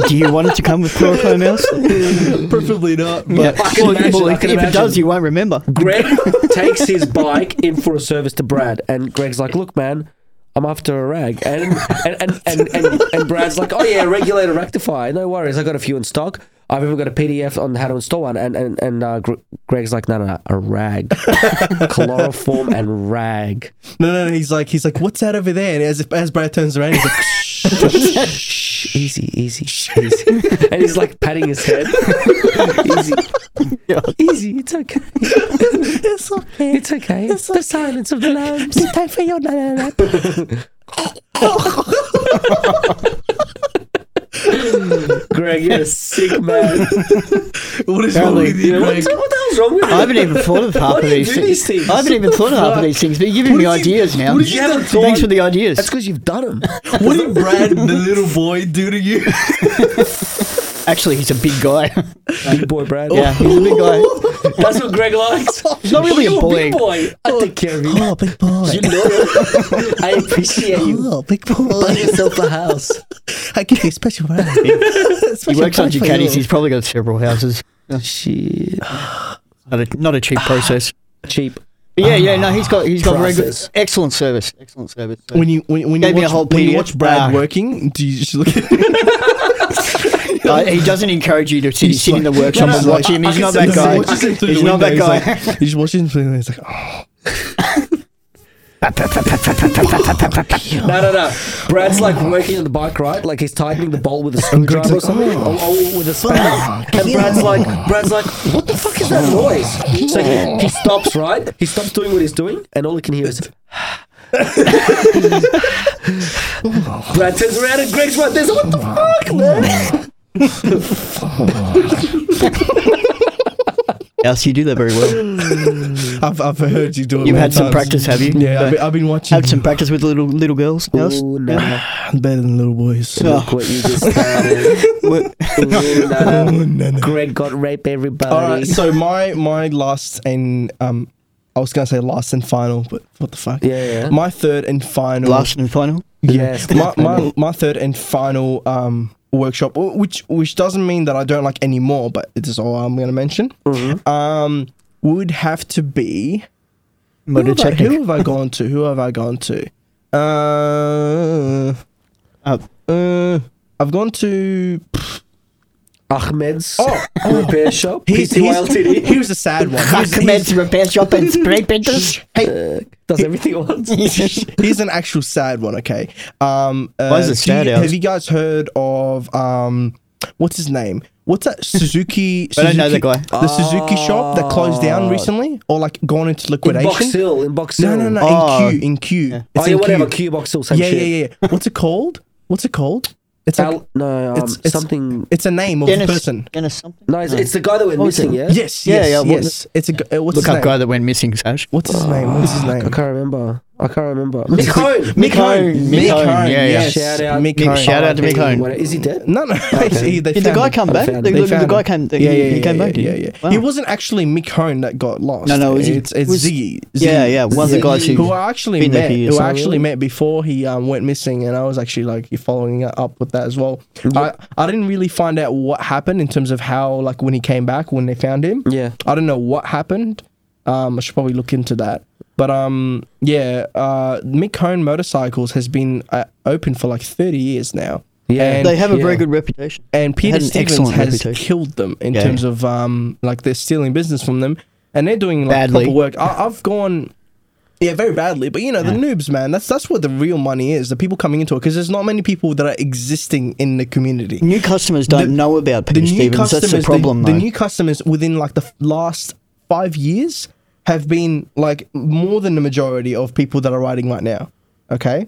Do you want it to come with chloroform
[LAUGHS]
else?
Preferably not. But
Yeah.
I can
Well,
imagine,
well,
I
if,
can
if it does,
imagine.
you won't
[LAUGHS]
remember.
Greg takes his bike in for a service to Brad, and Greg's like, "Look, man, I'm after a rag," and and and and, and, and Brad's like, "Oh yeah, regulator rectifier, no worries, I got a few in stock. I've even got a PDF on how to install one." And and and uh, Gr- Greg's like, "No, no, no, a rag, [LAUGHS] chloroform and rag."
no, no, no. He's like, he's like, what's that over there? And as if, as Brad turns around,
[LAUGHS]
he's like,
Shh, easy, easy, easy. and he's like patting his head. easy. Easy, it's okay. it's okay. It's okay. It's the silence of the lambs. Time for your [LAUGHS] Greg, you're a sick man.
What is wrong with
You know, what, what the hell's wrong with you?
I haven't even thought of
[LAUGHS]
half
Why
of
do you
these
do
things.
these things?
I haven't even thought of half of these things, but you're giving me ideas now.
you haven't thought-
Thanks for the ideas.
That's because you've done them.
What did Brad, the little boy, do to
[LAUGHS]
you? [LAUGHS]
Actually, he's a big
[LAUGHS]
guy.
Big boy, Brad.
yeah, he's a big
[LAUGHS]
guy.
That's what Greg likes.
He's not really a boy.
boy. I take care of you.
Oh, big boy.
[LAUGHS]
You know it. I appreciate you.
Oh, big boy. Buy yourself a
[LAUGHS]
house. I give you a special
[LAUGHS]
round.
He works on Ducatis. He's probably got several houses.
Shit.
Not a, not a cheap process.
Cheap.
But yeah, yeah. No, he's got he's got very good,
Process.
excellent service. Excellent service. So-
When you when, when you
Gave me a
watch,
whole
when you
PDF.
watch Brad
Ah.
working, do you just look at
Uh, he doesn't encourage you to sit,
He's
sit in the
like-
workshop
No, no,
and watch him.
I-
He's
I
not
can
that
see- I
guy.
can see him through
[LAUGHS] He's
the
not that
window, he's
guy.
like- [LAUGHS] you just watch him through the window, he's like, oh,
No, no, no. Brad's like working on the bike, right? Like he's tightening the bolt with a screwdriver or
Greg's like,
something, or, or with a spanner. And Brad's like, Brad's like, what the fuck is that noise? So he, he stops, right? He stops doing what he's doing, and all he can hear is. [SIGHS] Brad turns around and Greg's right there. So what the fuck, man?
Yes, you do that very well.
I've, I've heard you do it.
You've
many
had some
times."
practice, have you?
Yeah, I've, been- I've been watching.
Had some practice with little little girls. Yes.
Ooh, no.
[LAUGHS] better than little boys.
Oh.
Look what you just started. Ooh, no, no.
Oh, no, no.
Greg got raped, everybody.
All right, so my my last and um, I was gonna say last and final, but what the fuck?
Yeah, yeah.
My third and final.
Last and final.
yes.
my, my my third and final um workshop, w- which which doesn't mean that I don't like any more, but it is all I'm gonna mention.
Mm-hmm.
Um, would have to be who
Motor
have, I,
technic.
who have I gone to? Who have I gone to? Uh,
Uh,
uh, I've gone to.
Ahmed's
Oh,
repair shop.
here's, here's, [LAUGHS]
PTYLTD.
here's a sad one. Here's- here's-
Ahmed's repair shop and spray [LAUGHS] painters. Uh,
hey,
Does everything at
[LAUGHS]
once.
here's an actual sad one. Okay. Um, uh,
Why is it
do you-
sad, Alex?
Have you guys heard of um, what's his name? What's that Suzuki?
I don't know
Suzuki-
that
The Suzuki shop that closed down recently, or like gone into
In Box
liquidation?
Hill, in Box
No,
Hill.
no, no.
Oh.
In Q, in Q.
Oh,
It's
yeah,
in
whatever.
Q.
Q Box Hill, same
Yeah,
shit.
yeah, yeah, yeah. What's it called? What's it called? It's like,
Al- no, um,
it's- it's-
something.
it's a name of a
Dennis.
person.
Dennis something.
No, it's, it's the guy that went
What was
missing,
it?
yeah?
Yes,
Yeah,
yes,
yeah, what-
yes. It's a gu- uh, what's
Look
his
up Ah,
name?
guy that went missing, Sash.
What's his name? What's his name?
I can't remember. I can't remember. Mick
Mick Hone. Mick Hone, yeah, yeah.
Shout out.
Mick
Mick-
Hone.
shout out to Mick Hone.
Is he dead?
No, no. he- [LAUGHS] they
Did the
found
guy
him.
come back? The,
found him.
the-
They
the
found
guy
him.
came.
yeah,
he,
yeah,
he came
yeah,
back.
Yeah,
did he?
yeah.
Wow.
He wasn't actually Mick Hone that got lost.
No, no, it was-
it's it's
was-
Ziggy.
Yeah,
Ziggy.
yeah, one of the guys who-
who I actually
been there
met,
for years.
who
Oh,
I actually
really?
met before he um, went missing, and I was actually like following up with that as well. I I didn't really find out what happened in terms of how like when he came back when they found him.
Yeah.
I don't know what happened. Um, I should probably look into that. But um, yeah, uh, Mick Hone Motorcycles has been uh, open for like thirty years now.
Yeah.
and,
They have a very
Yeah.
good reputation.
and Peter
had an
Stevens
excellent
has
reputation.
killed them in
Yeah.
terms of um, like they're stealing business from them, and they're doing like
Badly.
proper work. I, I've gone. Yeah, very badly. But you know, the noobs, man. That's that's what the real money is. The people coming into it, because there's not many people that are existing in the community.
New customers don't
The-
know about Peter Stevens. That's the
the-
problem,
the,
though.
new customers within like the f- last five years have been like more than the majority of people that are riding right now. Okay,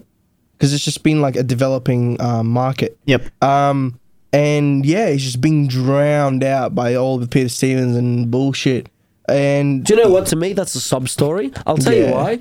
because it's just been like a developing uh, market.
Yep.
Um, and yeah, he's just being drowned out by all the Peter Stevens and bullshit. And
Do you know what? To me, that's a sub story. I'll tell
Yeah.
you why.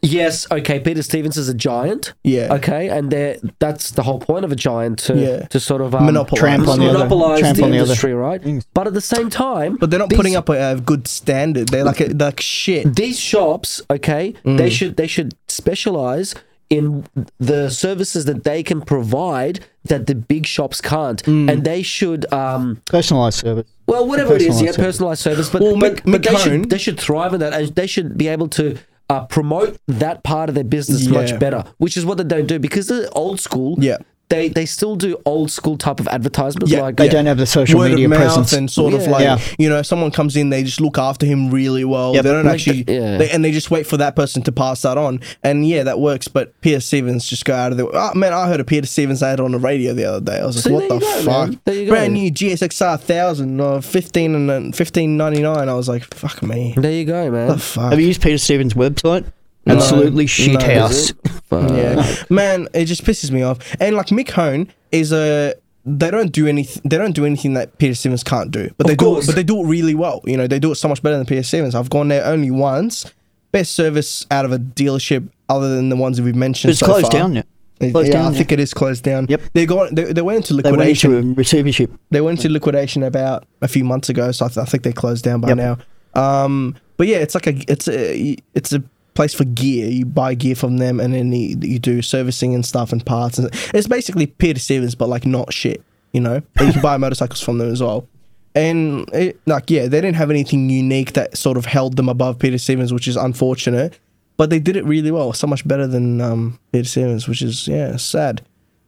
Yes, okay. Peter Stevens is a giant.
Yeah.
Okay, and they're- that's the whole point of a giant to
Yeah.
to sort of um,
Monopolize.
Tramp on the other.
monopolize
Tramp
the
on the other.
industry, right? But at the same time,
but they're not
these-
putting up a, a good standard. They're like a, they're like shit.
these shops, okay,
Mm.
they should they should specialize in the services that they can provide that the big shops can't,
Mm.
and they should um
Personalized service.
well whatever it is, yeah,
Personalised service.
personalized service, but
Well,
but,
Mc-
but they
McCone-
should they should thrive in that, and they should be able to. Uh, promote that part of their business
Yeah.
much better, which is what they don't do because they're old school.
Yeah.
they they still do old school type of advertisements.
Yeah,
like
They don't have the social
Word
media
of mouth
presence.
and sort of
Yeah.
like
Yeah.
you know, if someone comes in, they just look after him really well.
Yep.
They don't
Like
actually,
the- yeah.
they, and they just wait for that person to pass that on. And yeah, that works. But Peter Stevens just go out of the. Oh, man, I heard a Peter Stevens ad on the radio the other day. I was like,
See,
what the
there you go,
fuck?
man. There you go.
Brand new GSXR thousand or fifteen and then fifteen ninety nine. I was like, fuck me.
There you go, man.
The fuck.
Have you used Peter Stevens' website? Absolutely shit
No.
house.
Fuck.
yeah, man, it just pisses me off. And like Mick Hone is a they don't do anything. They don't do anything that PS7s can't do. But they do. It,
course.
but they do it really well. You know, they do it so much better than PS7s. I've gone there only once. Best service out of a dealership, other than the ones that we've mentioned.
It's
so
closed
far.
down now.
It-
Closed
yeah,
down,
I think it is closed down.
Yep.
They got. They, they went into
They went
liquidation.
into a receivership.
They went into liquidation about a few months ago, so I, th- I think they're closed down by
Yep.
now. Um, but yeah, it's like a it's a it's a place for gear. You buy gear from them, and then you, you do servicing and stuff and parts. And it's basically peer to sevens, but like not shit. You know, and you can buy [LAUGHS] motorcycles from them as well. And it, like yeah, they didn't have anything unique that sort of held them above Peter Stevens, which is unfortunate. But they did it really well, so much better than um, Peter Stevens, which is yeah sad.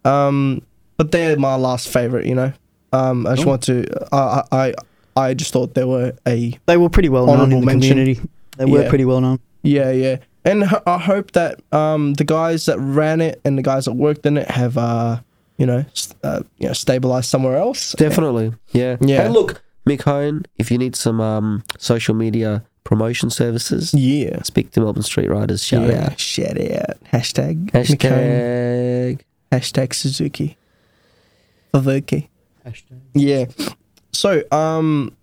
Um, but they're my last favorite. You know, um, I just want to. I I I- I just thought they were a
They were pretty well known
Honourable
in the
mention.
community. They were
Yeah.
pretty well known.
yeah yeah, and h- I hope that um the guys that ran it and the guys that worked in it have uh you know s uh, you know stabilized somewhere else.
Definitely. Yeah.
Yeah.
Hey, look, Mick Hone, if you need some um, social media promotion services,
Yeah.
speak to Melbourne Street Riders. Shout
yeah.
out.
Shout out. Hashtag. Mikan.
Hashtag.
Hashtag Suzuki. Suzuki. Yeah. So um,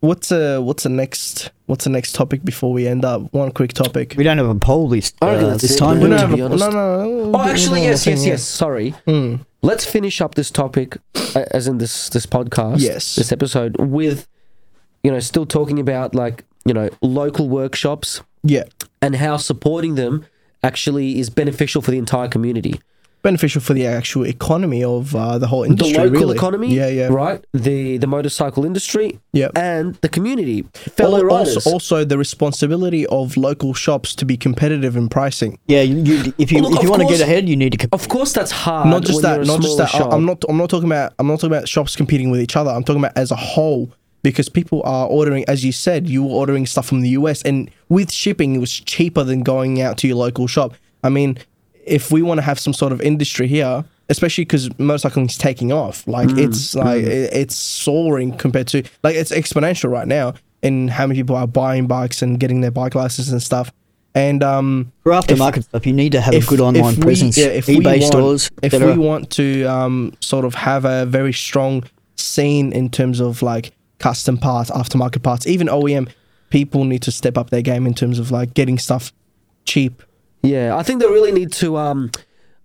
what's uh what's the next what's the next topic before we end up? One quick topic.
We don't have a poll list
I reckon
uh,
that's
this
it,
time.
yeah.
We don't have
do we?
to be
a,
honest.
no, no, no.
Oh, actually, yes, yes, yes. Sorry.
Mm.
Let's finish up this topic, uh, as in this this podcast,
Yes.
this episode, with you know still talking about like you know local workshops
Yeah.
and how supporting them actually is beneficial for the entire community.
beneficial for the actual economy of uh, the whole
the
industry.
local
really.
economy,
Yeah, yeah.
right. The the motorcycle industry,
Yep.
and the community, fellow
Al-
riders.
also, also, the responsibility of local shops to be competitive in pricing.
Yeah, you, you, if you
Well, look,
if you
of
want to get
course-
ahead, you need to. Comp-
Of course, that's hard.
not just
when
that.
you're a
Not just
smaller
that. I- I'm
shop.
not. I'm not talking about. I'm not talking about shops competing with each other. I'm talking about as a whole because people are ordering, as you said, you were ordering stuff from the US, and with shipping, it was cheaper than going out to your local shop. I mean, if we want to have some sort of industry here. Especially because motorcycling is taking off, like
Mm,
it's like it- it's soaring compared to like it's exponential right now in how many people are buying bikes and getting their bike licenses and stuff. And um,
for aftermarket stuff, you need to have a good online
we-
presence,
yeah, if we
eBay
want-
stores,
If
etc.
we want to um, sort of have a very strong scene in terms of like custom parts, aftermarket parts, even OEM, people need to step up their game in terms of like getting stuff cheap.
Yeah, I think they really need to. Um,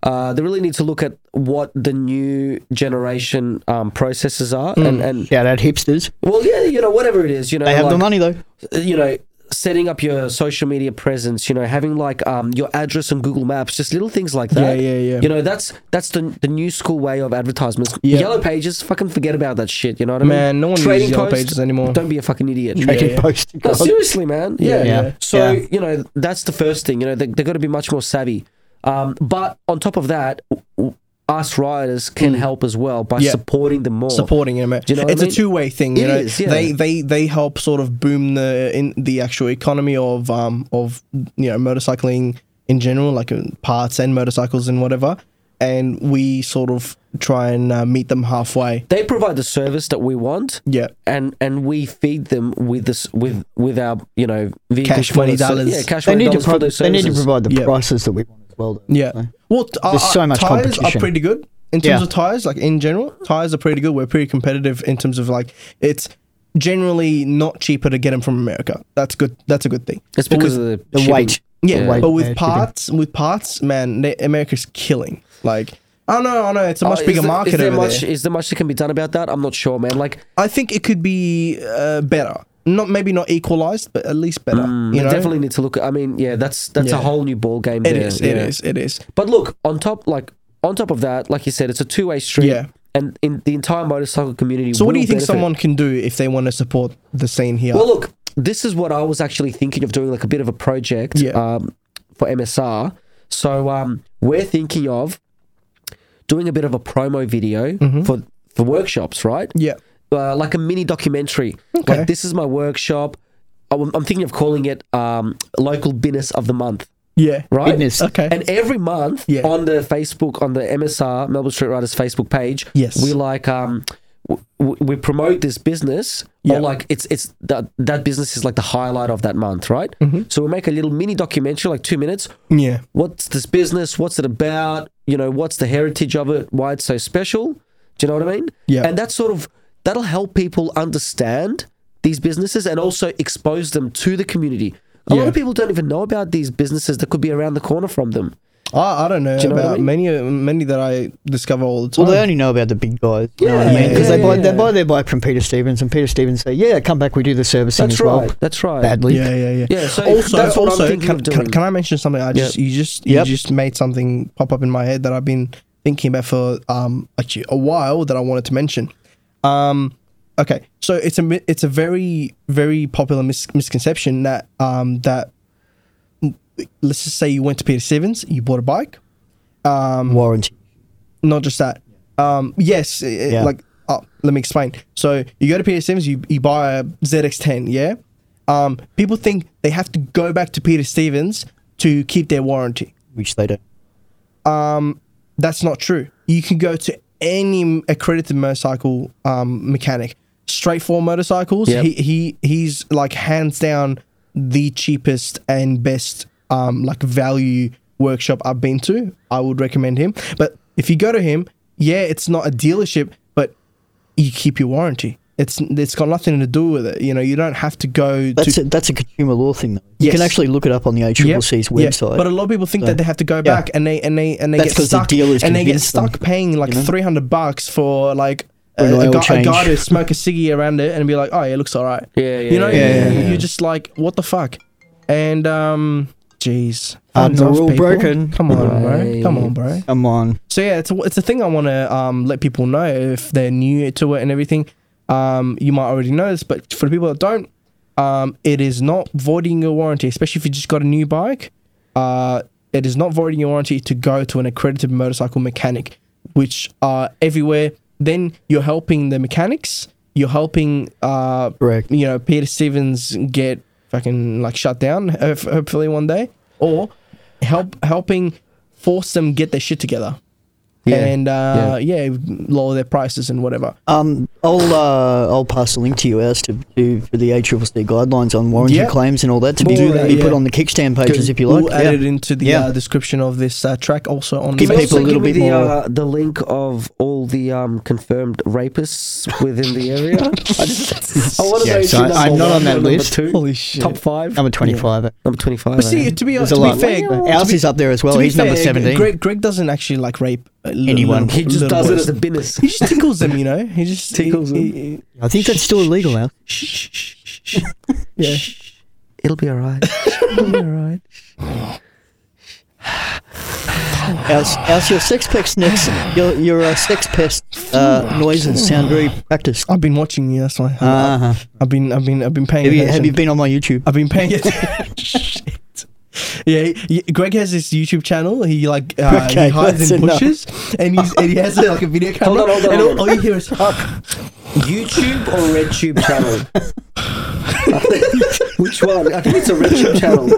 uh, they really need to look at what the new generation um, processes are,
Mm.
and, and
Shout out hipsters.
well, yeah, you know, whatever it is, you know,
They have the
like,
money though.
You know, setting up your social media presence, you know, having like um, your address on Google Maps, just little things like that.
Yeah, yeah, yeah.
You know, that's that's the the new school way of advertisements.
Yeah.
Yellow pages, fucking forget about that shit. You know what I mean?
Man, no one uses Yellow
Post,
Pages anymore.
Don't be a fucking idiot.
They
[LAUGHS]
can
yeah.
post to
No,
God.
seriously, man. Yeah.
Yeah.
Yeah.
So,
Yeah.
you know, that's the first thing. You know, they, they've got to be much more savvy. Um, but on top of that, w- w- us riders can help as well by
Mm. Yeah.
supporting them more.
Supporting it, man.
Do you know what I
it's
mean?
a two-way thing. You
It
know,
is, yeah.
they they they help sort of boom the in the actual economy of um of you know motorcycling in general, like uh, parts and motorcycles and whatever. And we sort of try and uh, meet them halfway.
They provide the service that we want.
Yeah.
And and we feed them with this with with our you know vehicle
Cash
for
money
those-
dollars.
Yeah, cash
They
money
need to
dollars
pro-
for those
they need to
services.
provide the
Yeah.
prices that we want as well. Though,
Yeah.
So.
Well, t-
There's
uh,
so much
tires are
competition.
pretty good in terms
Yeah.
of tires, like in general. Tires are pretty good. We're pretty competitive in terms of like it's generally not cheaper to get them from America. That's good. That's a good thing.
It's
But
because
with-
of the,
The
shipping.
weight.
yeah,
the weight
but
they're
with
shipping.
parts, with parts, man, they, America's killing. Like. I know, I know. It's a
Oh,
much
is
bigger
there-
market
is there
over
much,
there.
Is there much that can be done about that? I'm not sure, man. Like
I think it could be uh, better. Not maybe not equalized, but at least better. Mm. you
they
know,
Mm, definitely need to look. At, I mean, yeah, that's that's a
Yeah.
whole new ball game.
It
there.
is, It
yeah.
is. It is.
But look, on top like on top of that, like you said, it's a two way street.
Yeah.
And in the entire motorcycle community.
So, what do
will
you think
benefit.
someone can do if they want to support the scene here?
Well, look, this is what I was actually thinking of doing, like a bit of a project
Yeah.
um, for MSR. So um, we're thinking of doing a bit of a promo video for for workshops, right?
Mm-hmm. yeah,
uh, like a mini documentary.
Okay.
Like this is my workshop. I'm, I'm thinking of calling it um, local business of the month,
yeah,
right?
Business.
Okay.
And every month
Yeah.
on the Facebook, on the MSR Melbourne Street Riders Facebook page,
Yes.
we like um, w- w- we promote this business.
Yeah.
Or like it's it's that that business is like the highlight of that month, right?
Mm-hmm.
So we make a little mini documentary, like two minutes,
yeah.
what's this business? What's it about? You know, what's the heritage of it? Why it's so special? Do you know what I mean?
Yeah.
And that sort of that'll help people understand these businesses and also expose them to the community. A lot
Yeah.
of people don't even know about these businesses that could be around the corner from them.
I, I don't know,
you know what I
about
mean?
many uh, many that I discover all the time.
Well, they only know about the big guys. you know
Yeah,
what I mean? Because
yeah,
they buy
yeah.
they buy their bike from Peter Stevens, and Peter Stevens say, "Yeah, come back, we do the servicing
That's
as well."
right. That's right.
Badly.
yeah, yeah, yeah.
Yeah, so
also,
that's what I'm
also,
thinking
can,
of
can-
doing.
Can, I mention something? I just you just you
Yep.
just made something pop up in my head that I've been thinking about for um actually a while that I wanted to mention. Um, okay, so it's a mi- it's a very very popular mis- misconception that um that let's just say you went to Peter Stevens, you bought a bike,
Um, Warranty.
not just that. Um, yes, i- i-
Yeah.
like uh, let me explain. So you go to Peter Stevens, you, you buy a ZX10, yeah. Um, people think they have to go back to Peter Stevens to keep their warranty.
which they don't.
That's not true. You can go to any accredited motorcycle um, mechanic. Straight for motorcycles,
Yep.
he, he he's like hands down the cheapest and best um, like value workshop I've been to. I would recommend him. But if you go to him, yeah, it's not a dealership, but you keep your warranty. It's it's got nothing to do with it. You know, you don't have to go
That's
to
a, that's a consumer law thing though. You
Yes.
can actually look it up on the ACCC's
Yep, yep.
website.
But a lot of people think
So-
that they have to go back and they and they and they
That's
get
'cause the
stuck
dealers
and they get
convince them,
stuck paying like
you know?
three hundred bucks for like a,
For an
a,
oil
guy, a
change. [LAUGHS]
guy to smoke a ciggy around it and be like, oh, yeah, it looks all right.
Yeah, yeah,
you know,
yeah,
you-
yeah, yeah.
you're just like, what the fuck, and um, jeez, Hands
Hard to
off,
rule
people.
broken.
Come on, bro.
Right.
Come on, bro.
Come on.
So yeah, it's a, it's a thing I want to um, let people know if they're new to it and everything. Um, you might already know this, but for the people that don't, um, it is not voiding your warranty, especially if you just got a new bike. Uh, it is not voiding your warranty to go to an accredited motorcycle mechanic, which are everywhere. Then you're helping the mechanics. You're helping, uh,
Correct.
you know, Peter Stevens get fucking like shut down. ho- Hopefully one day, or help helping force them get their shit together and uh, yeah. lower their prices and whatever.
Um, I'll uh, I'll pass a link to you as to, to for the ACCC guidelines on warranty
Yep.
claims and all that to be,
We'll do that,
be put
yeah.
on the kickstand pages if you like.
We'll
Yeah.
add it into the
Yeah.
uh, description of this uh, track also on
Give
Can you
people a
also
little
give
bit
me the,
more-
Uh, the link of all the um, confirmed rapists within the [LAUGHS] area. I, just, I want to
Yeah,
know.
so I-
number
I'm not
one,
on that
number
list.
Two,
Holy shit.
Top five.
Number twenty five.
Number twenty-five.
But
eh?
see, to be, to
There's a
be
lot.
fair,
Ours is up there as well.
to be
He's number
fair,
seventeen.
Greg, Greg doesn't actually like rape uh, li-
Anyone.
little-
[LAUGHS] he just
little
does it
boys.
as a business.
He just tickles them, you know. He just
[LAUGHS] Tickles
he-
them.
he-
I think that's still illegal now.
yeah.
It'll be all right. It'll be all [LAUGHS] right.
As, as your sex pest next, your your uh, sex pest uh, noises sound very practiced.
I've been watching you. That's why.
Uh-huh.
I've been, I've been, I've been paying.
Have you
attention.
have you been on my YouTube?
I've been
[LAUGHS]
paying attention. [LAUGHS] Yeah, he- he- Greg has this YouTube channel. He like uh,
Okay,
he hides
that's
in
enough.
bushes, and, he's, and he has like a
[LAUGHS]
video camera.
on, hold on,
and
hold
all, all you hear is [LAUGHS]
YouTube or RedTube channel? Which one? I think it's a RedTube channel.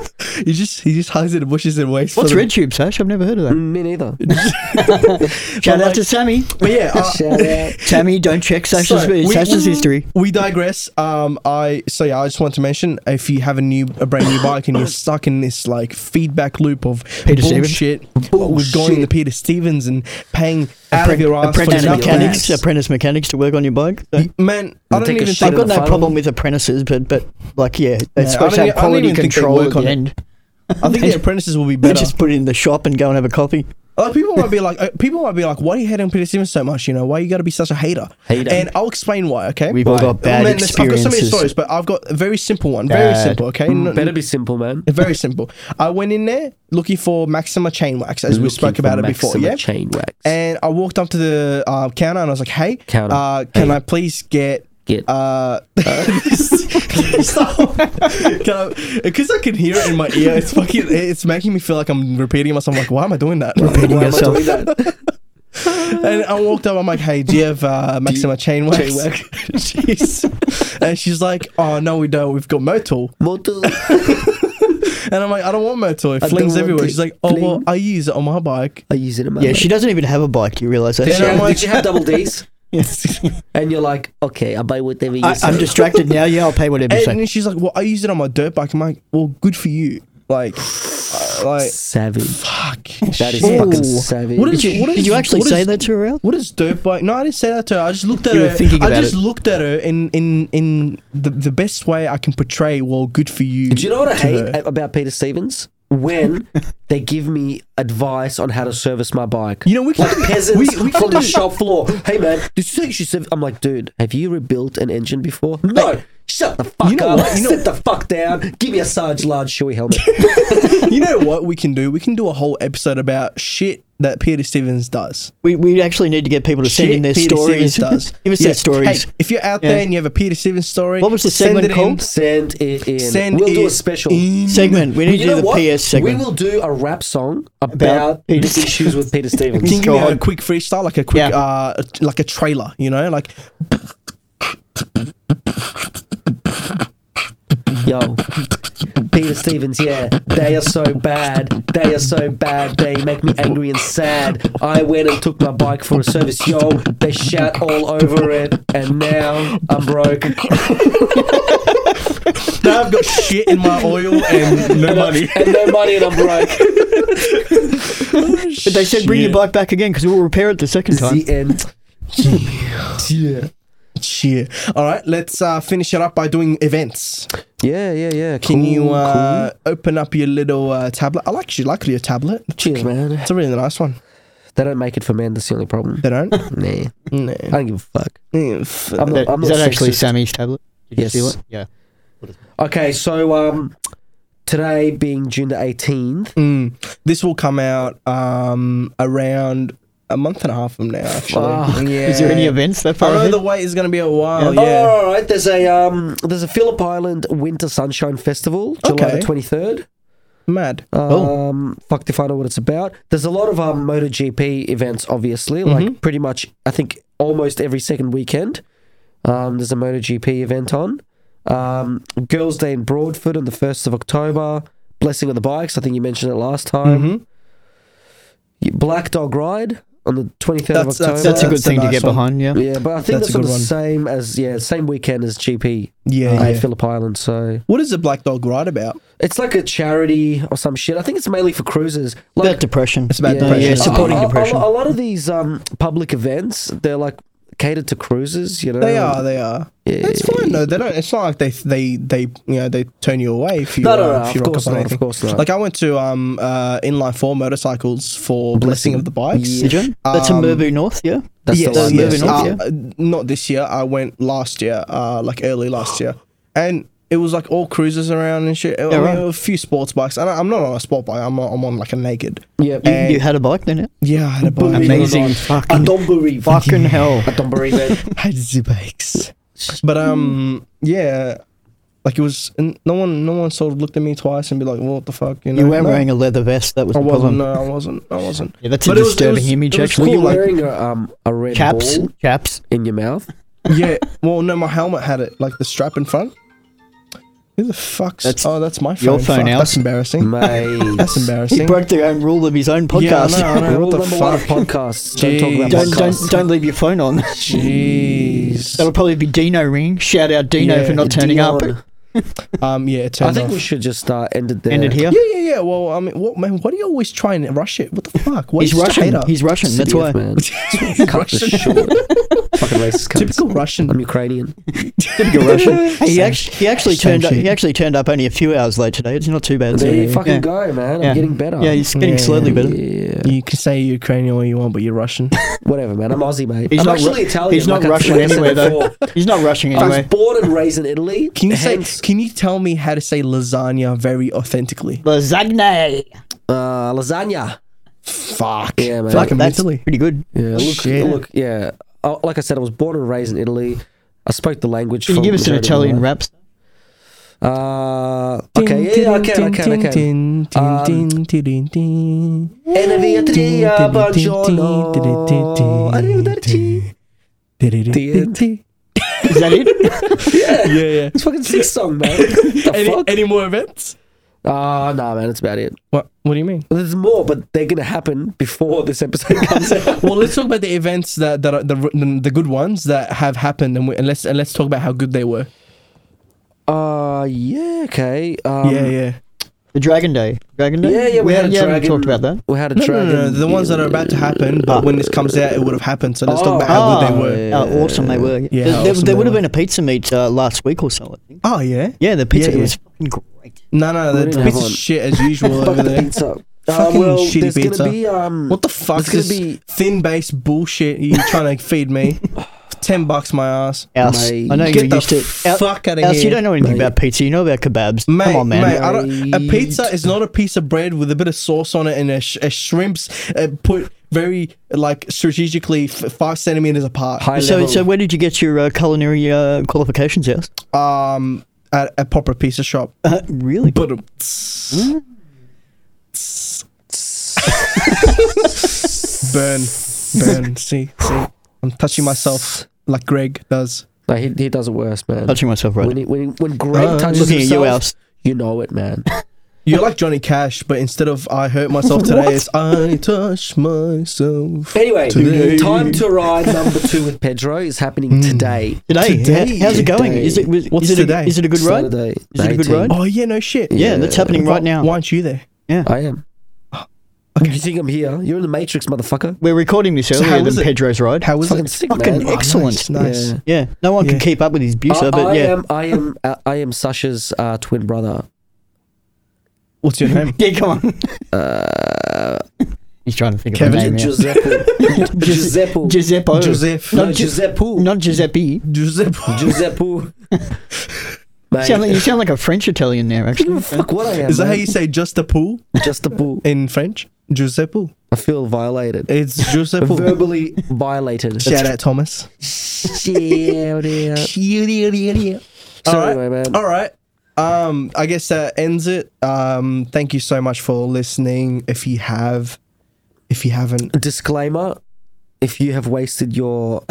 he just he just hides in the bushes and waits.
What's
for the-
RedTube, Sash? I've never heard of that.
[LAUGHS] Me neither.
Mm, Shout out
like-
to Sammy.
But [LAUGHS] yeah, uh,
Shout out.
Sammy, don't check Sash's,
So, we-
Sash's
we-
history.
we digress. Um, I so yeah, I just want to mention if you have a new, a brand new bike
[COUGHS]
and you're stuck in this like feedback loop of
Peter Stevens.
bullshit, with going to Peter Stevens and paying out of your ass for
apprentice
another
mechanics,
brand.
apprentice mechanics to work on your bike.
Man, I don't
take a
even
shit
think
I've got
the
no
final-
problem with apprentices, but but like yeah, they're
Yeah, I
supposed to
don't e-
have
I don't
quality
even think they
control
work
at
on
the
it.
end.
I think the apprentices will be
They
better.
just put it in the shop and go and have a coffee.
Like people might be like, uh, people might be like, why are you hating Peter Stevens so much? You know, why you got to be such a hater?
Hater.
And I'll explain why. Okay.
We've all
Why?
got bad
there's- I've got so many
experiences.
stories, but I've got a very simple one. Very
Bad.
simple. Okay. No-
Mm, Better be simple, man.
[LAUGHS] very simple. I went in there looking for Maxima chain wax, as we
Looking
spoke
for
about it before.
Maxima
Yeah. Eh,
Chain wax.
And I walked up to the uh, counter and I was like, "Hey,
Counter.
Uh, can
Hey.
I please get
Get. [LAUGHS]
[LAUGHS] uh, stop. Because I can hear it in my ear. It's fucking. It's making me feel like I'm repeating myself. like, why am I doing
[LAUGHS]
that? Why
Repeating
am I
yourself.
doing that? [LAUGHS] and I walked up. I'm like, hey, do you have uh, Maxima chain wax? [LAUGHS] Jeez. and she's like, oh no, we don't. We've got Motul.
Motor.
And I'm like, I don't want Motul. It
I don't
flings
want
everywhere.
it.
She's like, oh well,
Fling.
I use it on my bike.
I use it in my
Yeah,
life.
she doesn't even have a bike. You realise that?
Did you,
I'm
have,
like-
did you have double D's?
[LAUGHS]
Yeah.
And you're like, okay, I'll buy whatever you
I,
say.
I'm distracted now. Yeah, I'll pay whatever you
And then
say.
she's like, well, I use it on my dirt bike. I'm like, well, good for you. Like, uh, like
Savage.
fuck.
That is
shit.
fucking savage.
What is,
Did you-
what is,
did you actually
what
say
is-
that to her, Al?
What is dirt bike? No, I didn't say that to her. I just looked at
You
her.
were thinking
I
about
just
it.
looked at her in in in the, the best way I can portray. Well, good for you.
Do you know what I
to
hate
her.
a- about Peter Stevens?
[LAUGHS]
When they give me advice on how to service my bike.
You know, [LAUGHS] we can
like
do-
peasants
we- we can
from the
do-
shop floor. Hey man, this is how you should serve. I'm like, dude, have you rebuilt an engine before? No. Shut the fuck
You know
up.
what? You know-
Sit the fuck down. Give me a Sarge large
[LAUGHS]
showy helmet.
you know what we can do? We can do a whole episode about shit that Peter Stevens does.
We, we actually need to get people to send
Shit
in their
Peter
stories.
Stevens does.
[LAUGHS] Give us
Yeah.
their stories.
Hey, if you're out there
Yeah.
and you have a Peter Stevens story,
What was the
send
segment
it in.
called?
Send it in.
Send
we'll do a
it
special.
in.
segment. We need to do the PS segment.
We will do a rap song about,
Peter
the
Stevens.
issues with Peter
Can you
Stevens.
give me a
God.
quick freestyle, like a quick,
Yeah.
uh, like a trailer? You know, like
Yo, Peter Stevens, yeah, they are so bad. They are so bad. They make me angry and sad. I went and took my bike for a service, yo. They shat all over it, and now I'm broke.
now I've got shit in my oil and no money.
and no money, and I'm broke.
But they said bring your bike back again because we'll repair it the second time.
The end. [LAUGHS] Yeah.
Shit. All right, let's uh, finish it up by doing events.
Yeah, yeah, yeah.
Can
Cool,
you uh, open up your little uh, tablet? I actually like your tablet.
cool. Cheers, man.
It's a really nice one.
They don't make it for men. That's the only problem.
They don't.
[LAUGHS] Nah, I
no.
don't give a fuck.
Mm,
I'm
That-
not, I'm
is
not
that actually
sexist.
Sammy's tablet? Did
Yes.
you see what? Yeah.
Okay, so um, today being June the eighteenth,
mm. This will come out um, around a month and a half from now. Actually,
Fuck.
yeah.
Is there any events that far
I know
ahead?
the wait is going to be a while.
Oh,
Yeah.
all right. There's a um, there's a Phillip Island Winter Sunshine Festival, July
Okay.
the twenty third.
Mad.
Um, fuck if I know what it's about. There's a lot of um, MotoGP events, obviously.
Mm-hmm.
Like pretty much, I think almost every second weekend, um, there's a MotoGP event on. Um, Girls' Day in Broadford on the first of October. Blessing on the bikes. I think you mentioned it last time. Black Dog Ride on the twenty third of
Mm-hmm. That's-
October.
that's-
That's a good
That's a
thing to
nice
get
one.
behind, yeah.
Yeah, but I think
That's
that's,
a
on
good
the
one.
same as yeah, same weekend as GP.
Yeah,
uh,
yeah.
Phillip Island. So
What is the Black Dog Ride about?
it's like a charity or some shit. I think it's mainly for cruisers. Like
About depression.
It's about
yeah,
depression.
Yeah, supporting
a, a- a-
depression.
A, lot of these um, public events, they're like catered to cruisers. You know,
They are. They are. It's fine though. They don't. It's not like they they they you know they turn you away if you
No, no,
uh,
no,
if
of
you rock
course
up on
not, of
anything.
course not.
Like I went to um uh inline four motorcycles for blessing, of the bikes.
Yeah.
Did you? That's
Um,
in Merbu North, yeah?
That's
yes,
the one.
yes.
Moving on,
Uh, uh, Not this year. I went last year, uh, like early last year, and it was like all cruisers around and shit. I mean,
right.
A few sports bikes, and I, I'm not on a sport bike. I'm on, I'm on like a naked.
Yeah,
You,
yeah.
And-
you had a bike then, yeah?
Yeah, I had a bike.
Amazing. Fucking,
Donbury.
fucking hell.
[LAUGHS]
Donbury, man.
I did the bikes. But um, yeah, like it was. And no one, no one sort of looked at me twice and be like, "What the fuck?" You know.
You weren't
No,
wearing a leather vest, that was
I
the
wasn't.
problem.
No, I wasn't. I wasn't.
Yeah, that's a
But it was- it
disturbing
was-
image,
it was
Were
actually.
you
cool, like-
wearing a, um, a red
Caps,
ball
caps.
in your mouth?
yeah. Well, no, my helmet had it, like the strap in front. Who the fuck's?
That's
oh, that's my phone.
your phone,
Fuck, [LAUGHS]
Al.
That's embarrassing.
Mate.
That's
[LAUGHS]
He
embarrassing.
broke the own rule of his own
Yeah, I
podcast.
know, I know.
Rule
What the
number one of
fuck?
podcasts. Don't talk
[LAUGHS]
about
don't,
podcasts.
don't, don't leave your
[LAUGHS]
phone on.
Jeez.
That'll probably be Dino ring. Shout out Dino
Yeah,
for not turning
Dion.
up.
[LAUGHS] Um. Yeah. It turned
I think
off.
we should just uh, end it there.
Ended here.
Yeah, yeah, yeah. Well, I mean, what, man? Why do you always try and rush it? What the fuck? Why
He's
you such a
Russian.
hater?
He's Russian. That's
CDF,
why.
[LAUGHS] man. Cut the short. Fucking racist. cunts.
typical Russian.
I'm Ukrainian. [LAUGHS]
Hey, he, actually, he actually
same
turned up.
shit.
He actually turned up only a few hours late today. It's not too bad.
There
so-
you fucking
yeah.
go, man.
Yeah.
I'm getting better.
Yeah, he's getting
Yeah.
slowly better.
Yeah.
You can say Ukrainian all you want, but you're
[LAUGHS]
Russian.
Whatever, man. I'm Aussie, mate.
He's
I'm
not
actually
Ru-
Italian.
He's not
like I
Russian
said
anyway, though.
before.
He's not Rushing
I
[LAUGHS]
was
anyway.
born and raised in Italy.
Can you
hence,
say? Can you tell me how to say lasagna very authentically?
Lasagna.
uh, lasagna?
Fuck.
Yeah, man.
Fuck, I'm
That's
Italy.
pretty good.
Yeah, look,
Shit.
look, yeah. Uh, like I said, I was born and raised in Italy. I spoke the language.
Can you
for
give us an
majority of my
Italian
life.
rap?
Uh, okay, Um, yeah, I can, I can, I can. E via Tria, buongiorno. Arrivederci.
Arrivederci.
Is that
[LAUGHS]
it?
Yeah, yeah.
It's fucking six song, man. the
Any,
fuck?
any more events?
Ah, nah, man, that's about it.
What? What do you mean?
There's more, but they're gonna happen before this episode [LAUGHS] comes out.
well, let's talk about the events that that are the the, the good ones that have happened, and, we, and let's and let's talk about how good they were.
Uh, Ah, yeah, okay. Um,
yeah, yeah.
The Dragon Day. Dragon Day?
Yeah, yeah, we had a
haven't- haven't
dragon-
talked about that.
We had a
No, no,
dragon. Ah.
no, no, the ones that are about to happen, but when this comes out, it would have happened. So let's talk about how good they
Oh,
were.
How awesome they were.
Yeah,
there
how
there,
awesome they
there would have
were.
been a pizza meet uh, last week or so, I think.
Oh yeah,
Yeah, the pizza
yeah.
it was fucking great.
No, no, the,
didn't
the
have
piece of
one.
shit as
[LAUGHS]
usual over there.
Pizza. Um,
Fucking
well,
shitty
there's
pizza.
gonna be um.
What the fuck?
It's gonna
This
be-
thin based bullshit.
[LAUGHS]
You trying to feed me? Ten bucks my ass.
Ouse.
Mate.
I know
Get
you're
the
used to Ouse-
fuck outta
Ouse,
here,
you don't know anything about pizza. You know about kebabs.
Mate,
Come on, man.
mate, I don't, a pizza is not a piece of bread with a bit of sauce on it and a, sh- a shrimps uh, put very like strategically f- five centimeters apart.
High
So,
level.
so where did you get your uh, culinary uh, qualifications, Ouse?
Um, at a proper pizza shop.
Uh, really?
But burn, burn. [LAUGHS] See, see. I'm touching myself like Greg does.
no, he, he does it worse, man.
Touching myself right
When,
now.
he, when, he- when Greg
Uh,
touches
Looking at you,
himself,
Ouse.
you know it, man.
You're like Johnny Cash, but instead of I hurt myself today, it's I touch myself.
Anyway,
Today. Hmm.
time to ride number two with Pedro is happening today.
Today,
Today.
how- how's it going?
Today.
Is it was,
What's
is it
today?
A, is it a good ride?
Saturday,
Is it a good
18th.
ride?
Oh yeah, no shit.
Yeah, that's happening right now.
Why aren't you there?
I am. Okay. You think I'm here? You're in the Matrix, motherfucker.
We're recording this
how
earlier
was
than
it?
Pedro's ride.
How was
Fucking
it?
sick,
Fucking
man.
Oh,
excellent.
Nice. nice.
yeah, no one
Yeah.
can keep up with his
I,
busa, but
I
yeah,
am. I am. Uh, I am Sasha's uh, twin brother.
What's your
[LAUGHS]
name?
yeah, come on. Uh, He's trying to think
Kevin
of a name. yeah.
Giuseppe.
[LAUGHS]
Giuseppe.
Giuseppe.
Giuseppe.
No,
Not Giuseppe.
Giuseppe.
Not Giuseppe.
Giuseppe.
Giuseppe.
Sound like, you
Mate,
sound like a French Italian there, actually.
fuck what I
[LAUGHS]
am.
Is that how
man.
you say just a pool
Just a bull.
in French? Giuseppe.
I feel violated.
It's
[LAUGHS]
Giuseppe.
Verbally violated.
Shout out Thomas.
[LAUGHS]
[LAUGHS]
so anyway, man.
All right. Um, I guess that ends it. Um, thank you so much for listening. If you have, if you haven't,
Disclaimer: If you have
[LAUGHS]
wasted your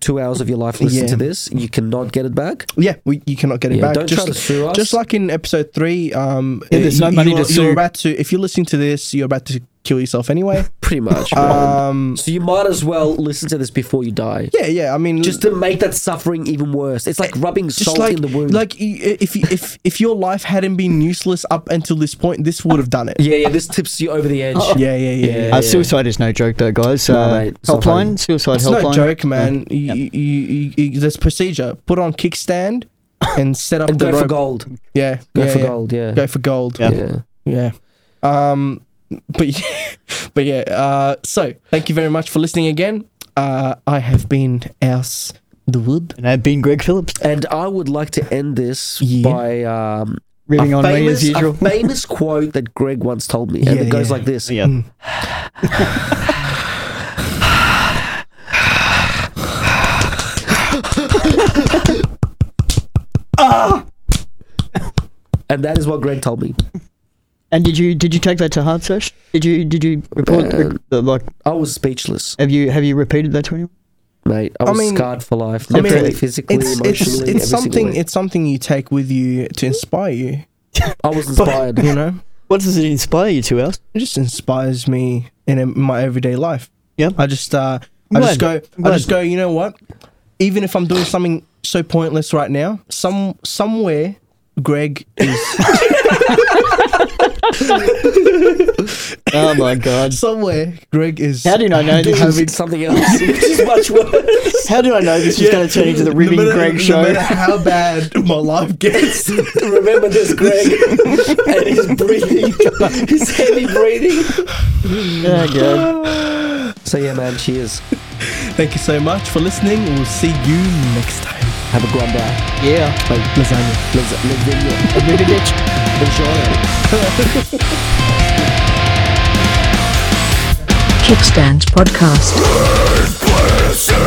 two hours of your life listening
Yeah.
to this, you cannot get it back.
yeah, we, you cannot get it
Yeah,
back.
don't try to sue us.
Just like in episode three, um,
Yeah, there's no
you-
money to
you're,
sue.
You're about to. If you're listening to this, you're about to kill yourself anyway.
Pretty much.
Um,
so you might as well listen to this before you die.
yeah, yeah. I mean,
Just to make that suffering even worse. It's like rubbing
just
salt
like
in the wound.
like y- if you- if if your life hadn't been useless up until this point, this would have done it.
yeah, yeah. This tips you over the edge.
Yeah, yeah, yeah. yeah.
Uh, suicide is no joke, though, guys.
No,
uh,
mate, it's not funny.
helpline, suicide
It's
helpline.
no joke, man. You, you, you, you, there's procedure. Put on kickstand and set up
And
the
[COUGHS] go for
rope.
gold.
Yeah,
Go
yeah,
for
yeah.
gold. Yeah.
Go for gold.
Yeah.
yeah.
Yeah. Um, but [LAUGHS] but yeah. Uh, so thank you very much for listening again. Uh, I have been Else the Wood.
And I've been Greg Phillips,
And I would like to end this
Yeah.
by um,
ribbing
a
on me
famous,
as
a
usual.
famous [LAUGHS] quote that Greg once told me, and
Yeah,
it goes
yeah.
like this:
Yeah.
And that is what Greg told me.
And did you did you take that to heart, Sash? Did you did you report
Uh,
the, like
I was speechless,
have you have you repeated that to anyone?
mate. I
I
was
mean-
scarred for life,
I mean,
mentally, physically,
It's
emotionally.
it's
every
it's
single
something
way.
it's something you take with you to inspire you.
I
[LAUGHS]
was inspired.
You know,
What does it inspire you to, Else?
it just inspires me in, in my everyday life.
Yeah.
I just uh, I
I'm
just go.
glad. I'm
I just
glad.
go. You know what? Even if I'm doing something so pointless right now, some somewhere, Greg
[LAUGHS]
is
Oh [LAUGHS] my god.
somewhere. Greg is.
How did I [LAUGHS] know this
I mean,
was,
something else, [LAUGHS] which is much worse.
how did I know this was going to turn into the ribbing
no matter,
Greg
no
show?
matter
[LAUGHS]
how bad my life gets,
Remember this, [LAUGHS] Greg, and his breathing, his heavy breathing.
Oh, God.
So yeah, man. Cheers.
thank you so much for listening. We'll see you next time.
Have a grand day.
Yeah.
Lasagna.
Let's let's do it. Enjoy it.
Kickstand Podcast.